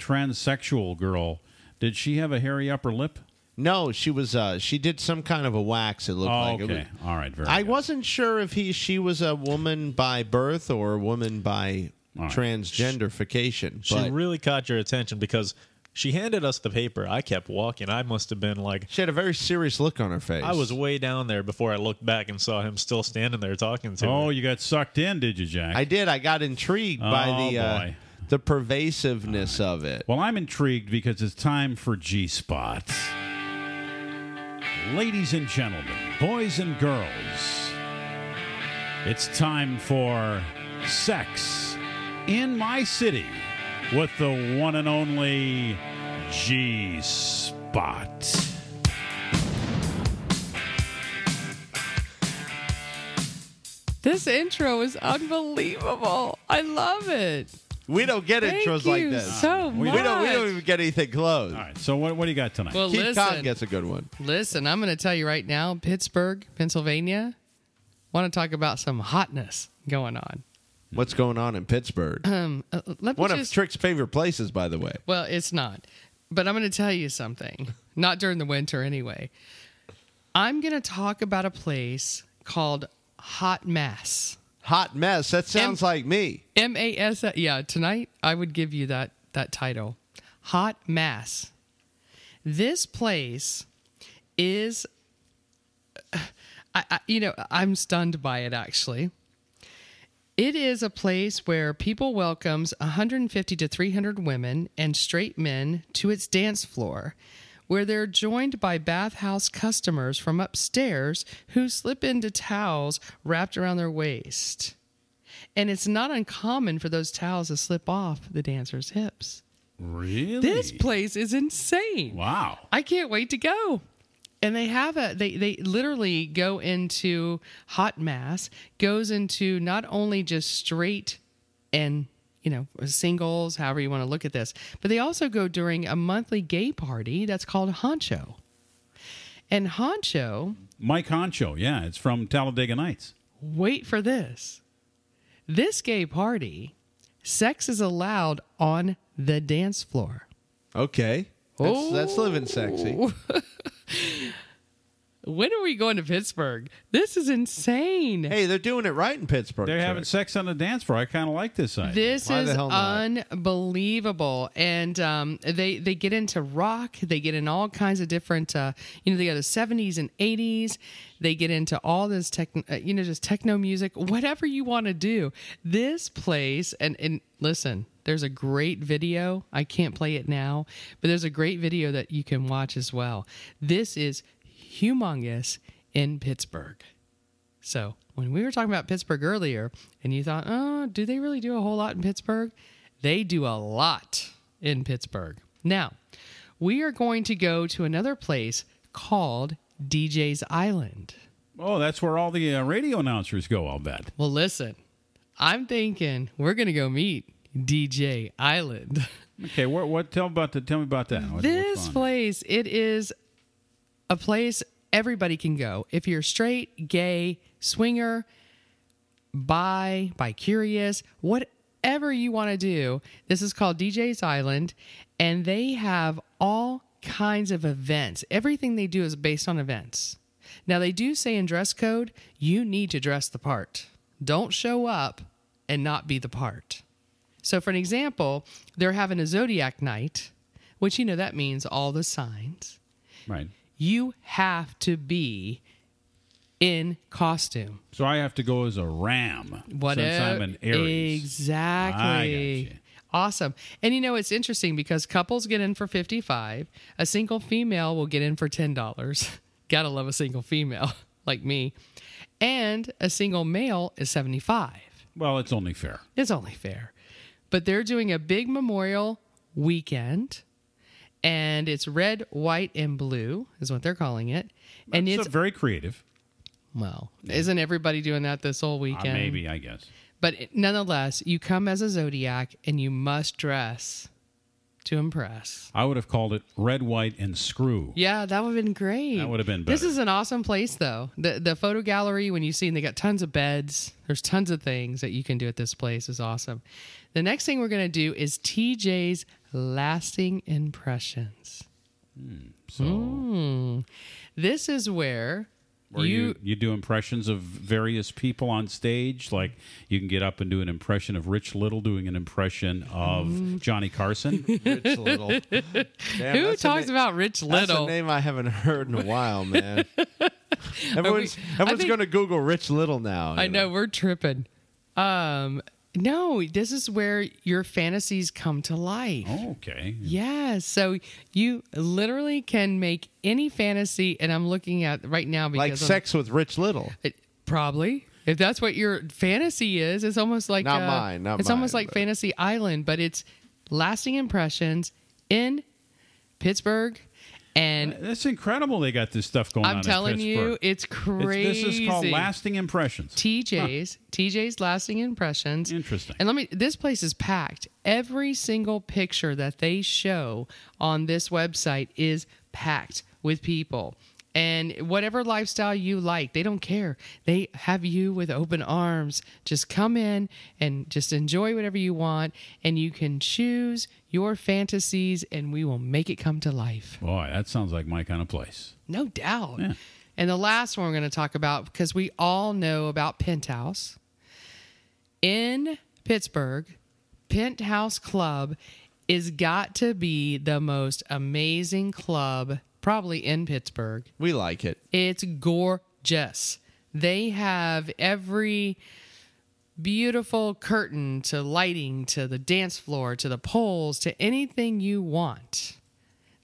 [SPEAKER 3] transsexual girl, did she have a hairy upper lip?
[SPEAKER 4] No, she was. Uh, she did some kind of a wax. It looked
[SPEAKER 3] Oh,
[SPEAKER 4] like. It
[SPEAKER 3] okay.
[SPEAKER 4] was-
[SPEAKER 3] All right. Very.
[SPEAKER 4] I wasn't sure if he she was a woman by birth or a woman by transgenderification.
[SPEAKER 8] She
[SPEAKER 4] but
[SPEAKER 8] really caught your attention because she handed us the paper. I kept walking. I must have been like
[SPEAKER 4] she had a very serious look on her face.
[SPEAKER 8] I was way down there before I looked back and saw him still standing there talking to
[SPEAKER 3] oh,
[SPEAKER 8] her.
[SPEAKER 3] you got sucked in, did you, Jack?
[SPEAKER 4] I did. I got intrigued by
[SPEAKER 3] Oh,
[SPEAKER 4] the uh,
[SPEAKER 3] boy.
[SPEAKER 4] the pervasiveness of it.
[SPEAKER 3] Well, I'm intrigued because it's time for G Spots. Ladies and gentlemen, boys and girls, it's time for Sex in My City with the one and only G Spot.
[SPEAKER 2] This intro is unbelievable. I love it.
[SPEAKER 4] We don't get
[SPEAKER 2] Thank
[SPEAKER 4] intros like
[SPEAKER 2] you
[SPEAKER 4] this.
[SPEAKER 2] so
[SPEAKER 4] we don't. We
[SPEAKER 2] much.
[SPEAKER 4] don't even get anything close. All
[SPEAKER 3] right. So what, what do you got tonight?
[SPEAKER 2] Well,
[SPEAKER 4] Keith
[SPEAKER 2] listen.
[SPEAKER 4] Cotton gets a good one.
[SPEAKER 2] Listen, I'm going to tell you right now, Pittsburgh, Pennsylvania, want to talk about some hotness going on.
[SPEAKER 4] What's going on in Pittsburgh?
[SPEAKER 2] Um, uh, let me
[SPEAKER 4] One
[SPEAKER 2] just-
[SPEAKER 4] of Trick's favorite places, by the way.
[SPEAKER 2] Well, it's not. But I'm going to tell you something. Not during the winter, anyway. I'm going to talk about a place called Hot Mass.
[SPEAKER 4] Hot mess. That sounds like me.
[SPEAKER 2] M A S. Yeah, tonight I would give you that that title, Hot Mass. This place is, I, I you know I'm stunned by it actually. It is a place where people welcomes 150 to 300 women and straight men to its dance floor, where they're joined by bathhouse customers from upstairs who slip into towels wrapped around their waist. And it's not uncommon for those towels to slip off the dancer's hips.
[SPEAKER 3] Really?
[SPEAKER 2] This place is insane.
[SPEAKER 3] Wow.
[SPEAKER 2] I can't wait to go. And they have a they they literally go into hot mass, goes into not only just straight and you know singles, however you want to look at this, but they also go during a monthly gay party that's called Honcho. And Honcho,
[SPEAKER 3] Mike Honcho, yeah, it's from Talladega Nights.
[SPEAKER 2] wait for this. This gay party, sex is allowed on the dance floor.
[SPEAKER 4] Okay. That's, that's
[SPEAKER 2] Oh.
[SPEAKER 4] living sexy.
[SPEAKER 2] When are we going to Pittsburgh? This is insane.
[SPEAKER 4] Hey, they're doing it right in Pittsburgh.
[SPEAKER 3] They're having sex on the dance floor. I kind of like this idea.
[SPEAKER 2] This is unbelievable, and um, they they get into rock. They get in all kinds of different. Uh, you know, they go to seventies and eighties. They get into all this techno. Uh, you know, just techno music, whatever you want to do. This place, and and listen, there's a great video. I can't play it now, but there's a great video that you can watch as well. This is humongous in Pittsburgh. So when we were talking about Pittsburgh earlier, and you thought, oh, do they really do a whole lot in Pittsburgh? They do a lot in Pittsburgh. Now, we are going to go to another place called DJ's Island.
[SPEAKER 3] Oh, that's where all the uh, radio announcers go, I'll bet.
[SPEAKER 2] Well, listen, I'm thinking we're going to go meet DJ Island.
[SPEAKER 3] Okay, what what tell about the tell me about that. What-
[SPEAKER 2] this place it is a place everybody can go if you're straight gay swinger bi bi curious whatever you want to do this is called dj's island and they have all kinds of events everything they do is based on events now they do say in dress code you need to dress the part don't show up and not be the part so, for an example, they're having a zodiac night, which you know that means all the signs.
[SPEAKER 3] Right.
[SPEAKER 2] You have to be in costume.
[SPEAKER 3] So I have to go as a ram since I'm an Aries. I
[SPEAKER 2] Exactly. Awesome. And you know, it's interesting because couples get in for 55, a single female will get in for $10. Gotta love a single female like me. And a single male is 75.
[SPEAKER 3] Well, it's only fair.
[SPEAKER 2] It's only fair. But they're doing a big memorial weekend and it's red, white, and blue is what they're calling it. And
[SPEAKER 3] That's
[SPEAKER 2] it's
[SPEAKER 3] a very creative.
[SPEAKER 2] Well, isn't everybody doing that this whole
[SPEAKER 3] Uh,
[SPEAKER 2] weekend?
[SPEAKER 3] maybe I guess.
[SPEAKER 2] But it- nonetheless, you come as a zodiac and you must dress to impress.
[SPEAKER 3] I would have called it red, white, and screw.
[SPEAKER 2] Yeah, that would have been great.
[SPEAKER 3] That would have been
[SPEAKER 2] This
[SPEAKER 3] better.
[SPEAKER 2] is an awesome place, though. The the photo gallery when you see, and they got tons of beds. There's tons of things that you can do at this place. is awesome. The next thing we're gonna do is TJ's lasting impressions.
[SPEAKER 3] Hmm, so-
[SPEAKER 2] Mm. this is where
[SPEAKER 3] Where you, you do impressions of various people on stage, like you can get up and do an impression of Rich Little doing an impression of Johnny Carson.
[SPEAKER 4] Rich Little. Damn,
[SPEAKER 2] Mm-hmm. Who
[SPEAKER 4] that's a
[SPEAKER 2] talks
[SPEAKER 4] na-
[SPEAKER 2] about Rich
[SPEAKER 4] That's a
[SPEAKER 2] Little?
[SPEAKER 4] name I haven't heard in a while, man. everyone's
[SPEAKER 2] I
[SPEAKER 4] everyone's
[SPEAKER 2] think-
[SPEAKER 4] going to Google Rich Little now.
[SPEAKER 2] I know we're tripping. Um, no, this is where your fantasies come to life.
[SPEAKER 3] okay.
[SPEAKER 2] Yeah, so you literally can make any fantasy, and I'm looking at right now because
[SPEAKER 4] Like
[SPEAKER 2] I'm-
[SPEAKER 4] sex with Rich Little.
[SPEAKER 2] probably if that's what your fantasy is. It's almost like
[SPEAKER 4] Not
[SPEAKER 2] uh,
[SPEAKER 4] mine, not
[SPEAKER 2] it's almost
[SPEAKER 4] mine,
[SPEAKER 2] like Fantasy Island, but it's lasting impressions in Pittsburgh, and
[SPEAKER 3] That's incredible they got this stuff going on.
[SPEAKER 2] I'm
[SPEAKER 3] in
[SPEAKER 2] telling you,
[SPEAKER 3] Pittsburgh.
[SPEAKER 2] it's
[SPEAKER 3] It's-
[SPEAKER 2] crazy.
[SPEAKER 3] this is called Lasting Impressions.
[SPEAKER 2] TJ's TJ's lasting impressions.
[SPEAKER 3] Interesting.
[SPEAKER 2] And let me this place is packed. Every single picture that they show on this website is packed with people. And whatever lifestyle you like, they don't care. They have you with open arms. Just come in and just enjoy whatever you want and you can choose your fantasies and we will make it come to life.
[SPEAKER 3] Boy, that sounds like my kind of place.
[SPEAKER 2] No doubt. And the last one we're going to talk about because we all know about Penthouse in Pittsburgh. Penthouse Club is got to be the most amazing club probably in Pittsburgh.
[SPEAKER 4] We like it.
[SPEAKER 2] It's gorgeous. They have every beautiful curtain to lighting to the dance floor to the poles to anything you want.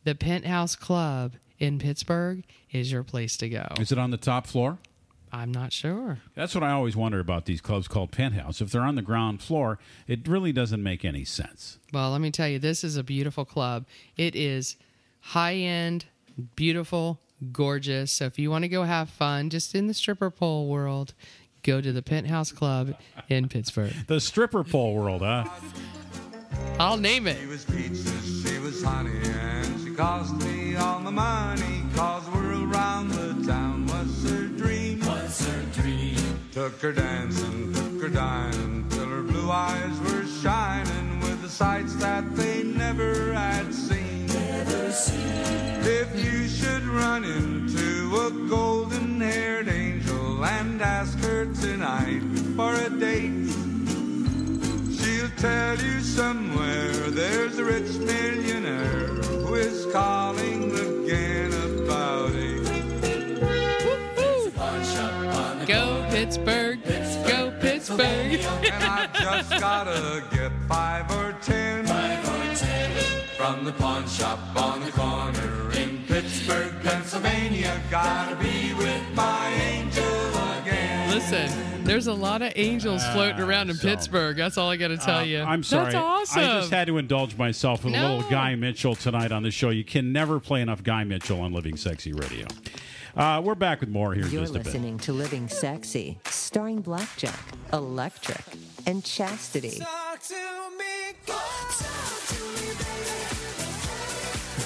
[SPEAKER 2] The Penthouse Club in Pittsburgh is your place to go.
[SPEAKER 3] Is it on the top floor?
[SPEAKER 2] I'm not sure.
[SPEAKER 3] That's what I always wonder about these clubs called penthouse. If they're on the ground floor, it really doesn't make any sense.
[SPEAKER 2] Well, let me tell you, this is a beautiful club. It is high end, beautiful, gorgeous. So if you want to go have fun just in the stripper pole world, go to the Penthouse Club in Pittsburgh.
[SPEAKER 3] The stripper pole world, uh, huh?
[SPEAKER 2] I'll name it.
[SPEAKER 17] She was peaches, she was honey, and she cost me all my money. Cause we're around the town. What's her dream? What's her dream? Took her dancing, took her dining, till her blue eyes were shining with the sights that they never had seen. Never seen. If you should run into a golden haired angel and ask her tonight for a date. She'll tell you somewhere there's a rich millionaire who is calling again about it.
[SPEAKER 2] Go Pittsburgh, go Pittsburgh.
[SPEAKER 17] and I just gotta get five or ten. Five or ten. From the pawn shop on the corner in Pittsburgh, Pennsylvania. Gotta be with my angel again.
[SPEAKER 2] Listen, there's a lot of angels floating around in Pittsburgh. That's all I got to tell you.
[SPEAKER 3] Ah, Uh, I'm sorry.
[SPEAKER 2] That's awesome.
[SPEAKER 3] I just had to indulge myself with a little Guy Mitchell tonight on the show. You can never play enough Guy Mitchell on Living Sexy Radio. Uh, we're back with more here in
[SPEAKER 1] You're
[SPEAKER 3] just a bit.
[SPEAKER 1] listening to Living Sexy, starring Blackjack, Electric, and Chastity.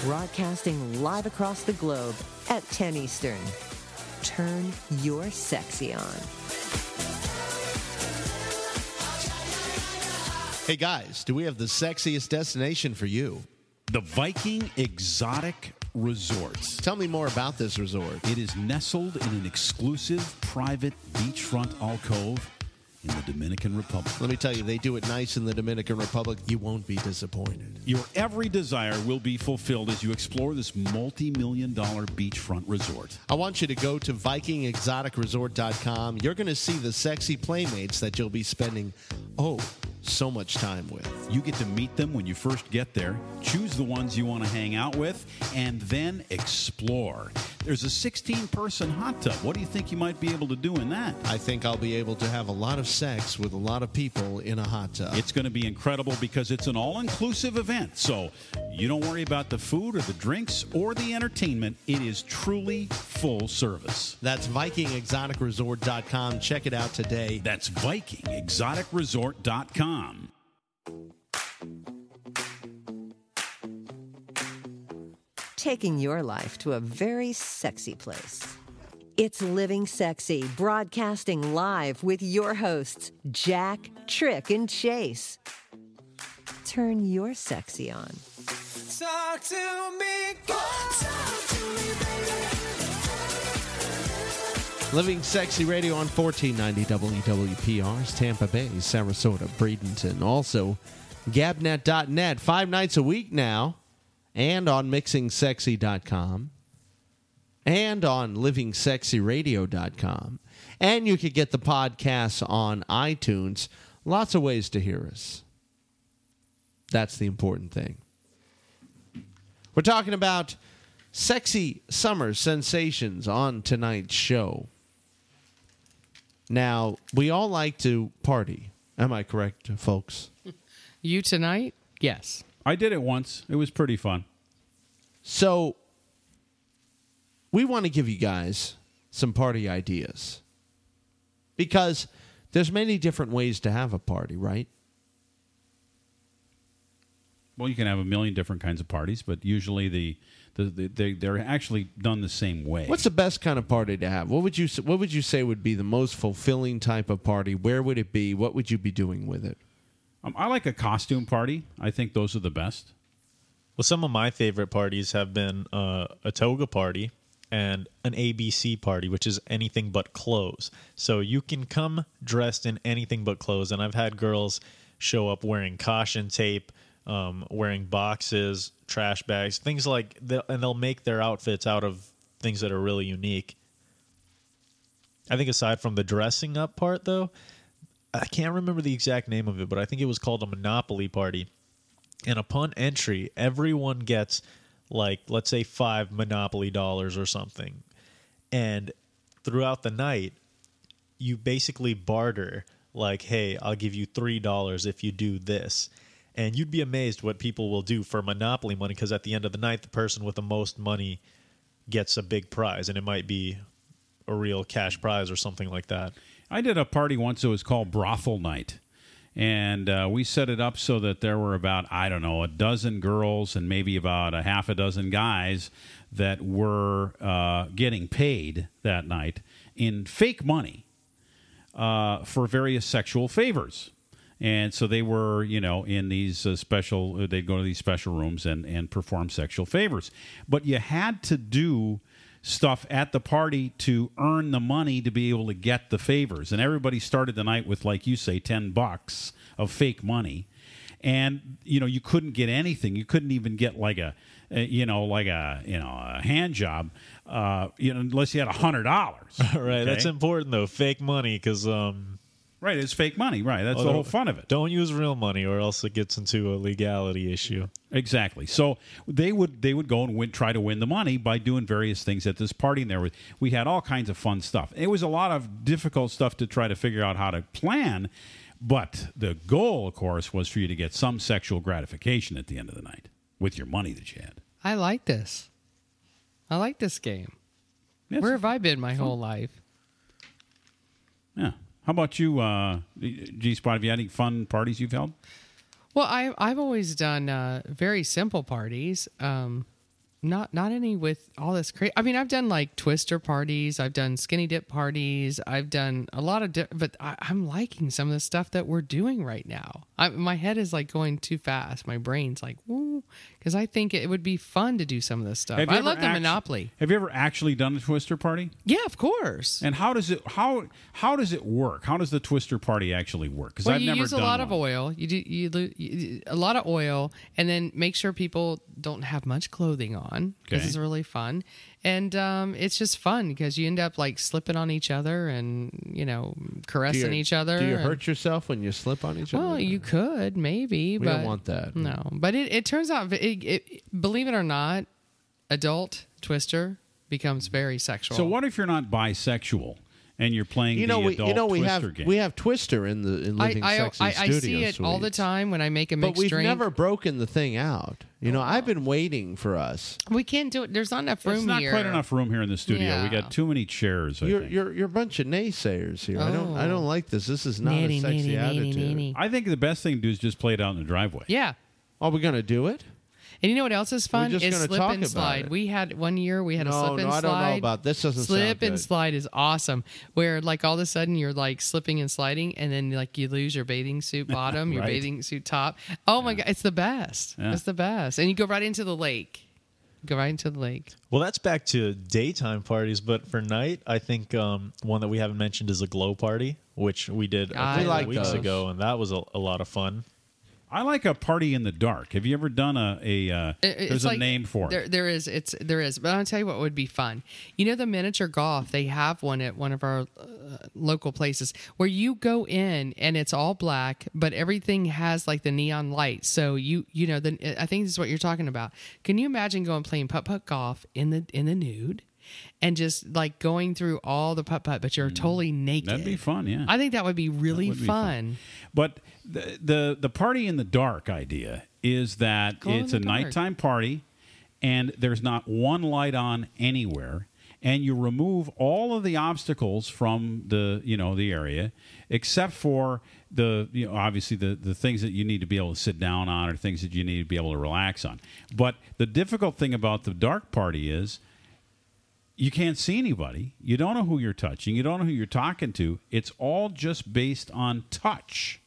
[SPEAKER 1] Broadcasting live across the globe at 10 Eastern. Turn your sexy on.
[SPEAKER 4] Hey guys, do we have the sexiest destination for you?
[SPEAKER 3] The Viking Exotic Resorts.
[SPEAKER 4] Tell me more about this resort.
[SPEAKER 3] It is nestled in an exclusive private beachfront alcove in the Dominican Republic.
[SPEAKER 4] Let me tell you, they do it nice in the Dominican Republic. You won't be disappointed.
[SPEAKER 3] Your every desire will be fulfilled as you explore this multi million dollar beachfront resort.
[SPEAKER 4] I want you to go to VikingExoticResort.com. You're going to see the sexy playmates that you'll be spending, oh, so much time with.
[SPEAKER 3] You get to meet them when you first get there, choose the ones you want to hang out with, and then explore. There's a 16 person hot tub. What do you think you might be able to do in that?
[SPEAKER 4] I think I'll be able to have a lot of sex with a lot of people in a hot tub.
[SPEAKER 3] It's going to be incredible because it's an all inclusive event. So you don't worry about the food or the drinks or the entertainment. It is truly full service.
[SPEAKER 4] That's VikingExoticResort.com. Check it out today.
[SPEAKER 3] That's VikingExoticResort.com.
[SPEAKER 1] Taking your life to a very sexy place. It's Living Sexy, broadcasting live with your hosts, Jack, Trick, and Chase. Turn your sexy on.
[SPEAKER 5] Talk to me,
[SPEAKER 4] Living Sexy Radio on 1490 WWPRs, Tampa Bay, Sarasota, Bradenton. Also, gabnet.net, five nights a week now, and on mixingsexy.com, and on livingsexyradio.com. And you could get the podcasts on iTunes. Lots of ways to hear us. That's the important thing. We're talking about sexy summer sensations on tonight's show. Now, we all like to party. Am I correct, folks?
[SPEAKER 2] You tonight? Yes.
[SPEAKER 3] I did it once. It was pretty fun.
[SPEAKER 4] So, we want to give you guys some party ideas. Because there's many different ways to have a party, right?
[SPEAKER 3] Well, you can have a million different kinds of parties, but usually the, the, the they, they're actually done the same way.
[SPEAKER 4] What's the best kind of party to have? What would you s- what would you say would be the most fulfilling type of party? Where would it be? What would you be doing with it?
[SPEAKER 3] Um, I like a costume party. I think those are the best.
[SPEAKER 8] Well, some of my favorite parties have been uh, a toga party and an ABC party, which is anything but clothes. So you can come dressed in anything but clothes. And I've had girls show up wearing caution tape, um, wearing boxes, trash bags, things like that. And they'll make their outfits out of things that are really unique. I think aside from the dressing up part, though, I can't remember the exact name of it, but I think it was called a Monopoly Party. And upon entry, everyone gets like, let's say, five Monopoly dollars or something. And throughout the night, you basically barter like hey i'll give you three dollars if you do this and you'd be amazed what people will do for monopoly money because at the end of the night the person with the most money gets a big prize and it might be a real cash prize or something like that
[SPEAKER 3] I did a party once that was called Brothel Night. And uh, we set it up so that there were about, I don't know, a dozen girls and maybe about a half a dozen guys that were uh, getting paid that night in fake money uh, for various sexual favors. And so they were, you know, in these uh, special, they'd go to these special rooms and, and perform sexual favors. But you had to do stuff at the party to earn the money to be able to get the favors. And everybody started the night with, like you say, 10 bucks of fake money. And, you know, you couldn't get anything. You couldn't even get like a, uh, you know, like a, you know, a hand job, uh, you know, unless you had a hundred dollars.
[SPEAKER 8] right that's important though fake money because um oh,
[SPEAKER 3] Right, it's fake money. Right, that's the
[SPEAKER 8] although-
[SPEAKER 3] whole fun of it.
[SPEAKER 8] don't use real money or else it gets into a legality issue
[SPEAKER 3] Exactly. So they would they would go and win, try to win the money by doing various things at this party. And there was we had all kinds of fun stuff. It was a lot of difficult stuff to try to figure out how to plan, but the goal, of course, was for you to get some sexual gratification at the end of the night with your money that you had.
[SPEAKER 2] I like this. I like this game. Where have I been my whole life?
[SPEAKER 3] Yeah. How about you, uh, G Spot? Have you had any fun parties you've held?
[SPEAKER 2] Well, I, I've always done uh, very simple parties. Um, not not any with all this crazy. I mean, I've done like twister parties. I've done skinny dip parties. I've done a lot of, di- but I, I'm liking some of the stuff that we're doing right now. I, my head is like going too fast. My brain's like, woo, because I think it would be fun to do some of this stuff.
[SPEAKER 3] Have you
[SPEAKER 2] I
[SPEAKER 3] ever
[SPEAKER 2] love the
[SPEAKER 3] actu-
[SPEAKER 2] Monopoly.
[SPEAKER 3] Have you ever actually done a Twister party?
[SPEAKER 2] Yeah, of course.
[SPEAKER 3] And how does it how how does it work? How does the Twister party actually work? Because
[SPEAKER 2] Well,
[SPEAKER 3] I've
[SPEAKER 2] you
[SPEAKER 3] never
[SPEAKER 2] use
[SPEAKER 3] done
[SPEAKER 2] a lot
[SPEAKER 3] one.
[SPEAKER 2] of oil. You do you, lo- you a lot of oil, and then make sure people don't have much clothing on. This
[SPEAKER 3] Okay.
[SPEAKER 2] is really fun, and um, it's just fun because you end up like slipping on each other and you know caressing
[SPEAKER 4] Do you-
[SPEAKER 2] each other.
[SPEAKER 4] Do you
[SPEAKER 2] and-
[SPEAKER 4] hurt yourself when you slip on each
[SPEAKER 2] Well,
[SPEAKER 4] other?
[SPEAKER 2] you could maybe,
[SPEAKER 4] We
[SPEAKER 2] but
[SPEAKER 4] don't want that.
[SPEAKER 2] No, but it, it turns out it, it, believe it or not, adult Twister becomes very sexual.
[SPEAKER 3] So what if you're not bisexual and you're playing
[SPEAKER 4] You know,
[SPEAKER 3] the
[SPEAKER 4] we
[SPEAKER 3] adult
[SPEAKER 4] you know we
[SPEAKER 3] Twister
[SPEAKER 4] have
[SPEAKER 3] game?
[SPEAKER 4] we have Twister in the in
[SPEAKER 2] I
[SPEAKER 4] Living
[SPEAKER 2] I,
[SPEAKER 4] Sexy
[SPEAKER 2] I, I
[SPEAKER 4] Studio
[SPEAKER 2] see it all the
[SPEAKER 4] Suites.
[SPEAKER 2] time when I make a
[SPEAKER 4] But
[SPEAKER 2] mixed
[SPEAKER 4] we've
[SPEAKER 2] drink.
[SPEAKER 4] never broken the thing out. You know, I've been waiting for us.
[SPEAKER 2] we can't do it. There's not enough room
[SPEAKER 3] There's not
[SPEAKER 2] here.
[SPEAKER 3] quite enough room here in the studio. We
[SPEAKER 2] Yeah.
[SPEAKER 3] got too many chairs. I
[SPEAKER 4] You're,
[SPEAKER 3] think.
[SPEAKER 4] you're you're a bunch of naysayers here. I don't I
[SPEAKER 2] Oh.
[SPEAKER 4] don't like this. This is not
[SPEAKER 2] Nanny,
[SPEAKER 4] a sexy
[SPEAKER 2] nanny, nanny,
[SPEAKER 4] attitude.
[SPEAKER 2] nanny.
[SPEAKER 3] I think the best thing to do is just play it out in the driveway.
[SPEAKER 2] Yeah.
[SPEAKER 4] Are we gonna do it?
[SPEAKER 2] And you know what else is fun?
[SPEAKER 4] just
[SPEAKER 2] is
[SPEAKER 4] gonna
[SPEAKER 2] slip
[SPEAKER 4] talk
[SPEAKER 2] and
[SPEAKER 4] about
[SPEAKER 2] slide.
[SPEAKER 4] it.
[SPEAKER 2] We had one year we had a
[SPEAKER 4] No,
[SPEAKER 2] slip
[SPEAKER 4] no,
[SPEAKER 2] and
[SPEAKER 4] I
[SPEAKER 2] slide.
[SPEAKER 4] don't know about- this doesn't sound
[SPEAKER 2] Slip and
[SPEAKER 4] good.
[SPEAKER 2] slide is awesome. Where like all of a sudden you're like slipping and sliding and then like you lose your bathing suit bottom, your
[SPEAKER 3] Right.
[SPEAKER 2] bathing suit top. Oh my god, it's the best.
[SPEAKER 8] Yeah.
[SPEAKER 2] It's the best. And you go right into the lake. Go right into the lake.
[SPEAKER 8] Well, that's back to daytime parties, but for night, I think um, one that we haven't mentioned is a glow party, which we did a
[SPEAKER 2] I
[SPEAKER 8] couple
[SPEAKER 2] like
[SPEAKER 8] weeks
[SPEAKER 2] those.
[SPEAKER 8] ago, and that was a, a lot of fun.
[SPEAKER 3] I like a party in the dark. Have you ever done a a? Uh,
[SPEAKER 2] It- it's
[SPEAKER 3] there's
[SPEAKER 2] like-
[SPEAKER 3] a name for
[SPEAKER 2] there,
[SPEAKER 3] it.
[SPEAKER 2] There is. It's there is. But I'll tell you what would be fun. You know the miniature golf. They have one at one of our uh, local places where you go in and it's all black, but everything has like the neon light. So you you know then I think this is what you're talking about. Can you imagine going playing putt putt golf in the in the nude? And just like going through all the putt putt, but you're totally naked.
[SPEAKER 3] Mm. That'd be fun, yeah.
[SPEAKER 2] I think that would be really
[SPEAKER 3] would be
[SPEAKER 2] fun.
[SPEAKER 3] But the, the the party in the dark idea is that
[SPEAKER 2] Glow in
[SPEAKER 3] it's
[SPEAKER 2] the
[SPEAKER 3] a
[SPEAKER 2] dark.
[SPEAKER 3] nighttime party, and there's not one light on anywhere, and you remove all of the obstacles from the you know the area, except for the you know obviously the the things that you need to be able to sit down on or things that you need to be able to relax on. But the difficult thing about the dark party is you can't see anybody. You don't know who you're touching. You don't know who you're talking to. It's all just based on touch.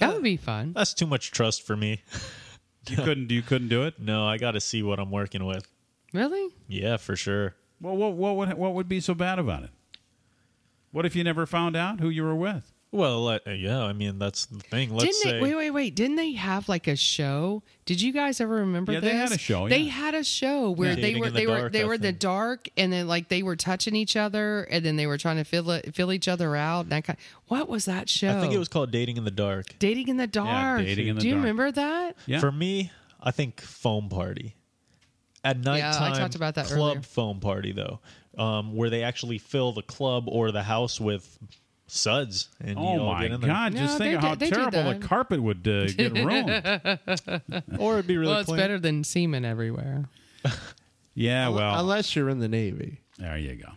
[SPEAKER 2] That would be fun.
[SPEAKER 8] That's too much trust for me.
[SPEAKER 3] You couldn't you couldn't do it?
[SPEAKER 8] No, I got to see what I'm working with.
[SPEAKER 2] Really?
[SPEAKER 8] Yeah, for sure.
[SPEAKER 3] Well, what what would, what would be so bad about it? What if you never found out who you were with?
[SPEAKER 8] Well, uh, yeah, I mean that's the thing. Let's
[SPEAKER 2] didn't
[SPEAKER 8] say
[SPEAKER 2] they, wait, wait, wait. Didn't they have like a show? Did you guys ever remember
[SPEAKER 8] Yeah,
[SPEAKER 2] this?
[SPEAKER 8] they had a show,
[SPEAKER 2] They
[SPEAKER 8] yeah.
[SPEAKER 2] had a show where
[SPEAKER 8] Yeah.
[SPEAKER 2] they
[SPEAKER 8] Dating
[SPEAKER 2] were
[SPEAKER 8] in the
[SPEAKER 2] they were
[SPEAKER 8] dark,
[SPEAKER 2] they
[SPEAKER 8] I
[SPEAKER 2] were the
[SPEAKER 8] think.
[SPEAKER 2] dark and then like they were touching each other and then they were trying to fill it, fill each other out and that kind What was that show?
[SPEAKER 8] I think it was called Dating in the Dark.
[SPEAKER 2] Dating in the Dark.
[SPEAKER 8] Dating in the
[SPEAKER 2] Do you
[SPEAKER 8] Dark.
[SPEAKER 2] remember that?
[SPEAKER 8] For me, I think foam party. At nighttime,
[SPEAKER 2] talked about that
[SPEAKER 8] club
[SPEAKER 2] earlier.
[SPEAKER 8] foam party though, um, where they actually fill the club or the house with suds. And
[SPEAKER 3] Oh
[SPEAKER 8] you all
[SPEAKER 3] my
[SPEAKER 8] get in there.
[SPEAKER 3] God! Just think of how terrible the carpet would uh, get ruined.
[SPEAKER 2] or
[SPEAKER 8] it'd be
[SPEAKER 2] Well, it's
[SPEAKER 3] clean.
[SPEAKER 2] better than semen everywhere.
[SPEAKER 3] Yeah, well,
[SPEAKER 4] unless you're in the Navy.
[SPEAKER 3] There you go.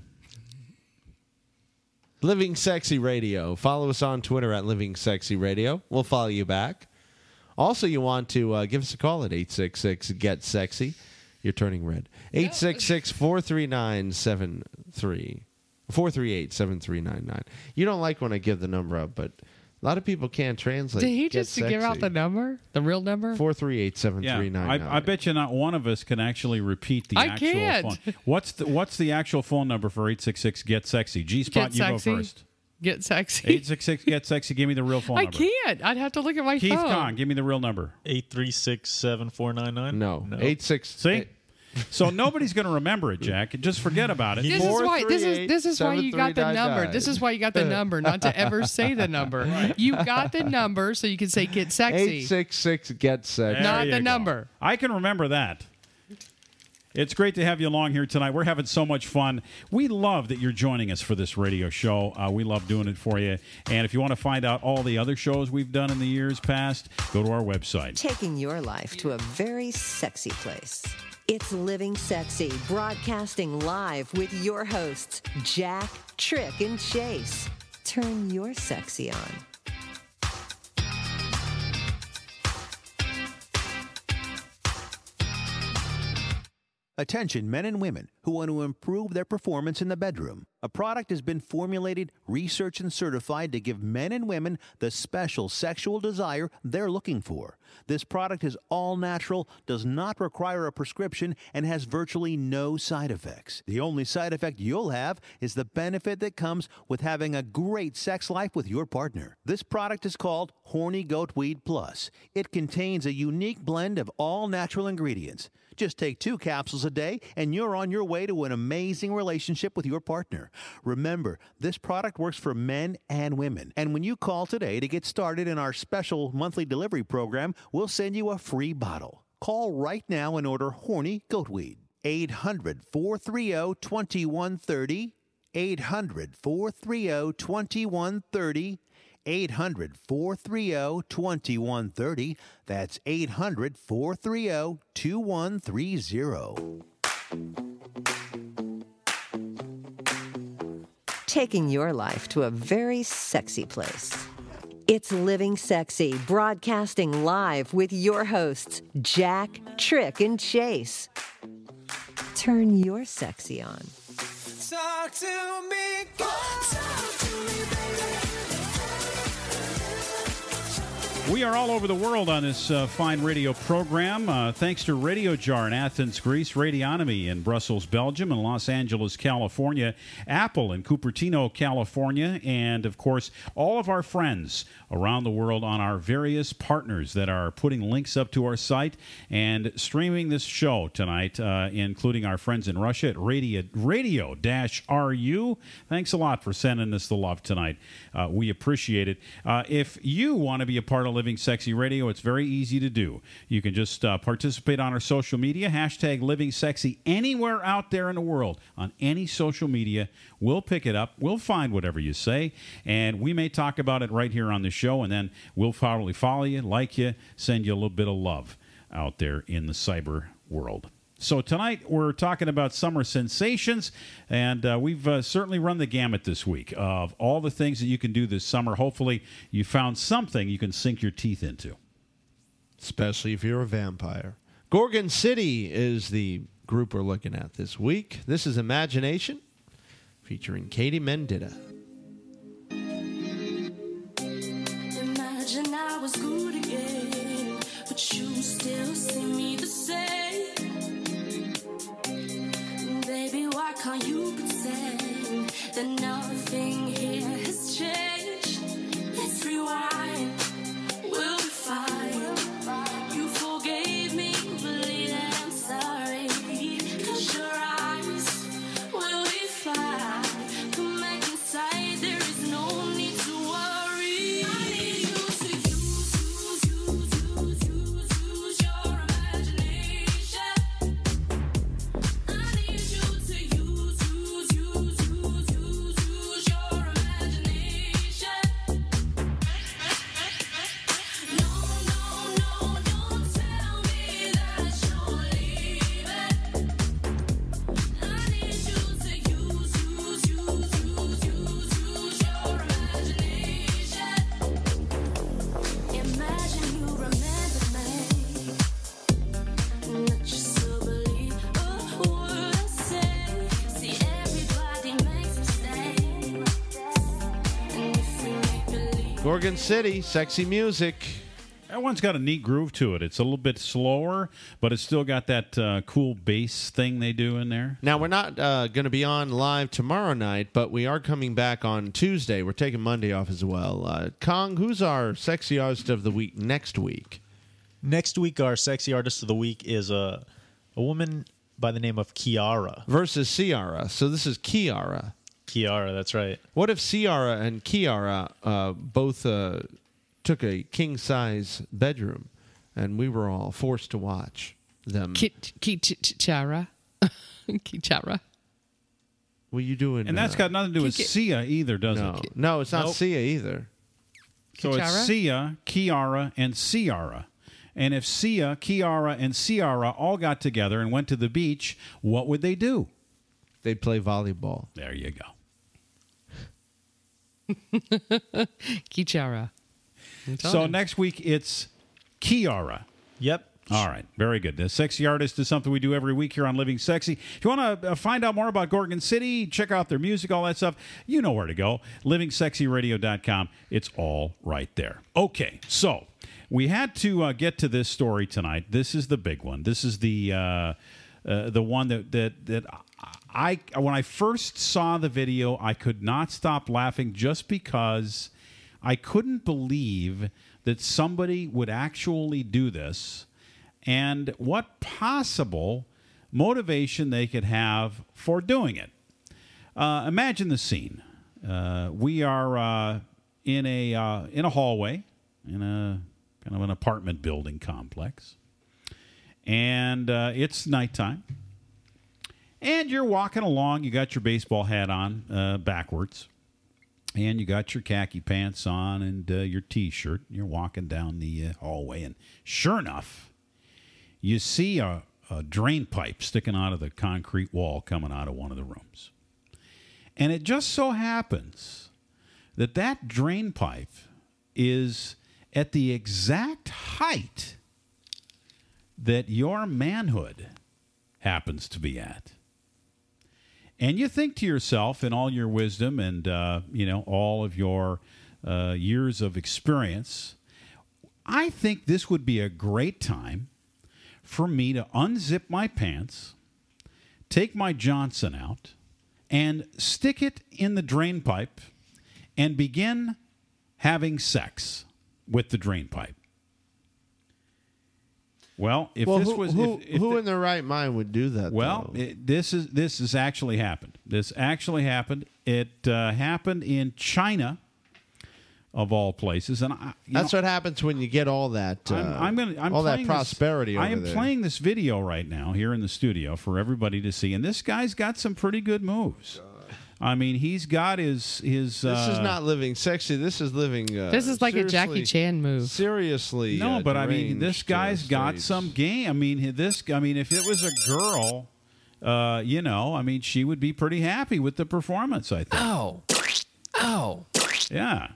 [SPEAKER 4] Living Sexy Radio. Follow us on Twitter at Living Sexy Radio. We'll follow you back. Also, you want to uh, give us a call at 866 Get Sexy. You're turning red. 866 439 438 7399. You don't like when I give the number up, but a lot of people can't translate.
[SPEAKER 2] Did he
[SPEAKER 4] Get
[SPEAKER 2] just give out
[SPEAKER 4] Sexy.
[SPEAKER 2] the number, the real number?
[SPEAKER 4] 438
[SPEAKER 3] Yeah,
[SPEAKER 4] 7399.
[SPEAKER 3] I, I bet you not one of us can actually repeat the
[SPEAKER 2] I
[SPEAKER 3] actual phone.
[SPEAKER 2] can't.
[SPEAKER 3] What's the What's the actual phone number for eight six six Get Sexy? G Spot,
[SPEAKER 2] Get
[SPEAKER 3] you
[SPEAKER 2] sexy.
[SPEAKER 3] go first.
[SPEAKER 2] Get sexy.
[SPEAKER 3] Eight six six Get Sexy. Give me the real phone
[SPEAKER 2] I
[SPEAKER 3] number.
[SPEAKER 2] can't. I'd have to look at my
[SPEAKER 3] Keith
[SPEAKER 2] phone.
[SPEAKER 3] Kong, give me the real number.
[SPEAKER 8] Eight three six seven four nine nine.
[SPEAKER 4] No, eight six.
[SPEAKER 3] See, so nobody's going to remember it, Jack. Just forget about it.
[SPEAKER 2] This is why. This is this is why you got the
[SPEAKER 3] 438-7399.
[SPEAKER 2] number. This is why you got the number. Not to ever say the number. You got the number, so you can say get sexy.
[SPEAKER 4] 866 Get Sexy.
[SPEAKER 2] Not the
[SPEAKER 3] go.
[SPEAKER 2] number.
[SPEAKER 3] I can remember that. It's great to have you along here tonight. We're having so much fun. We love that you're joining us for this radio show. Uh, we love doing it for you. And if you want to find out all the other shows we've done in the years past, go to our website.
[SPEAKER 1] Taking your life to a very sexy place. It's Living Sexy, broadcasting live with your hosts, Jack, Trick, and Chase. Turn your sexy on.
[SPEAKER 18] Attention men and women who want to improve their performance in the bedroom. A product has been formulated, researched, and certified to give men and women the special sexual desire they're looking for. This product is all natural, does not require a prescription, and has virtually no side effects. The only side effect you'll have is the benefit that comes with having a great sex life with your partner. This product is called Horny Goat Weed Plus. It contains a unique blend of all natural ingredients. Just take two capsules a day and you're on your way to an amazing relationship with your partner. Remember, this product works for men and women. And when you call today to get started in our special monthly delivery program, we'll send you a free bottle. Call right now and order Horny Goatweed. 800 430 2130. 800 430 2130. 800 430 2130. oh. That's 800 430 2130.
[SPEAKER 1] Taking your life to a very sexy place. It's Living Sexy, broadcasting live with your hosts, Jack, Trick, and Chase. Turn your sexy on.
[SPEAKER 5] Talk to me, girl. Talk to me,
[SPEAKER 3] We are all over the world on this uh, fine radio program. Uh, thanks to Radio Jar in Athens, Greece, Radionomy in Brussels, Belgium, and Los Angeles, California, Apple in Cupertino, California, and of course, all of our friends around the world on our various partners that are putting links up to our site and streaming this show tonight, uh, including our friends in Russia at Radio Radio Dash RU. Thanks a lot for sending us the love tonight. Uh, we appreciate it. Uh, if you want to be a part of Living Sexy Radio, it's very easy to do. You can just uh, participate on our social media, hashtag Living Sexy anywhere out there in the world, on any social media. We'll pick it up. We'll find whatever you say, and we may talk about it right here on the show, and then we'll probably follow you, like you, send you a little bit of love out there in the cyber world. So tonight we're talking about summer sensations, and uh, we've uh, certainly run the gamut this week of all the things that you can do this summer. Hopefully, you found something you can sink your teeth into.
[SPEAKER 4] especially if you're a vampire. Gorgon City is the group we're looking at this week. This is Imagination featuring Katie Mendita.
[SPEAKER 19] Imagine I was good again, but you still see me the same. Baby, why can't you pretend that nothing here has changed? Let's rewind, we'll be fine. You forgave me, believe that I'm sorry. Close your eyes, we'll be fine. Come back inside, there is no need to worry. I need you to use, use, use, use, use, use your imagination. I need you to use, use.
[SPEAKER 4] Gorgon City, sexy music.
[SPEAKER 3] That one's got a neat groove to it. It's a little bit slower, but it's still got that uh, cool bass thing they do in there.
[SPEAKER 4] Now, we're not uh, going to be on live tomorrow night, but we are coming back on Tuesday. We're taking Monday off as well. Uh, Kong, who's our sexy artist of the week next week?
[SPEAKER 8] Next week, our sexy artist of the week is a a woman by the name of Kiara.
[SPEAKER 4] Versus Ciara. So this is Kiara.
[SPEAKER 8] Kiara, that's right.
[SPEAKER 4] What if Ciara and Kiara uh, both uh, took a king size bedroom and we were all forced to watch them?
[SPEAKER 2] Kit Ki- Ch- Ch- Chara. Kichara.
[SPEAKER 4] What are you doing? uh,
[SPEAKER 3] And that's got nothing to do with
[SPEAKER 4] Kiki-
[SPEAKER 3] Sia either, does
[SPEAKER 4] No.
[SPEAKER 3] it?
[SPEAKER 4] No, it's not
[SPEAKER 3] Nope.
[SPEAKER 4] Sia either.
[SPEAKER 3] So it's
[SPEAKER 4] Kichara?
[SPEAKER 3] Sia, Kiara, and Ciara. And if Sia, Kiara, and Ciara all got together and went to the beach, what would they do?
[SPEAKER 4] They'd play volleyball.
[SPEAKER 3] There you go.
[SPEAKER 2] Kichara. I'm telling
[SPEAKER 3] So
[SPEAKER 2] you.
[SPEAKER 3] next week it's Kiara.
[SPEAKER 8] Yep.
[SPEAKER 3] All right. Very good. The Sexy Artist is something we do every week here on Living Sexy. If you want to find out more about Gorgon City, check out their music, all that stuff, you know where to go. LivingSexyRadio.com. It's all right there. Okay. So we had to uh, get to this story tonight. This is the big one. This is the. Uh, uh, the one that that that I when I first saw the video, I could not stop laughing just because I couldn't believe that somebody would actually do this and what possible motivation they could have for doing it. Uh, imagine the scene. Uh, we are uh, in a uh, in a hallway in a kind of an apartment building complex, and uh, it's nighttime. And you're walking along. You got your baseball hat on uh, backwards, and you got your khaki pants on and uh, your t-shirt. You're walking down the uh, hallway, and sure enough, you see a, a drain pipe sticking out of the concrete wall coming out of one of the rooms. And it just so happens that that drain pipe is at the exact height that your manhood happens to be at. And you think to yourself, in all your wisdom and uh, you know all of your uh, years of experience, I think this would be a great time for me to unzip my pants, take my Johnson out, and stick it in the drain pipe and begin having sex with the drain pipe. Well, if
[SPEAKER 4] well,
[SPEAKER 3] this
[SPEAKER 4] who,
[SPEAKER 3] was
[SPEAKER 4] who,
[SPEAKER 3] if, if
[SPEAKER 4] who
[SPEAKER 3] thi-
[SPEAKER 4] in their right mind would do that?
[SPEAKER 3] well, it, this is this has actually happened. This actually happened. It uh, happened in China, of all places, and I, you
[SPEAKER 4] That's
[SPEAKER 3] know,
[SPEAKER 4] what happens when you get all that. Uh,
[SPEAKER 3] I'm, I'm gonna I'm
[SPEAKER 4] all that
[SPEAKER 3] playing this-
[SPEAKER 4] prosperity.
[SPEAKER 3] I
[SPEAKER 4] over
[SPEAKER 3] am
[SPEAKER 4] there.
[SPEAKER 3] playing this video right now here in the studio for everybody to see, and this guy's got some pretty good moves. I mean, he's got his his.
[SPEAKER 4] This is
[SPEAKER 3] uh,
[SPEAKER 4] not living sexy. This is living. Uh,
[SPEAKER 2] This is like a Jackie
[SPEAKER 4] seriously-
[SPEAKER 2] Chan move.
[SPEAKER 4] Seriously.
[SPEAKER 3] No,
[SPEAKER 4] uh,
[SPEAKER 3] but I mean,
[SPEAKER 4] deranged,
[SPEAKER 3] this
[SPEAKER 4] uh,
[SPEAKER 3] guy's got
[SPEAKER 4] states.
[SPEAKER 3] some game. I mean, he- this. I mean, if it was a girl, uh, you know, I mean, she would be pretty happy with the performance. I think.
[SPEAKER 2] Oh. Oh.
[SPEAKER 3] Yeah.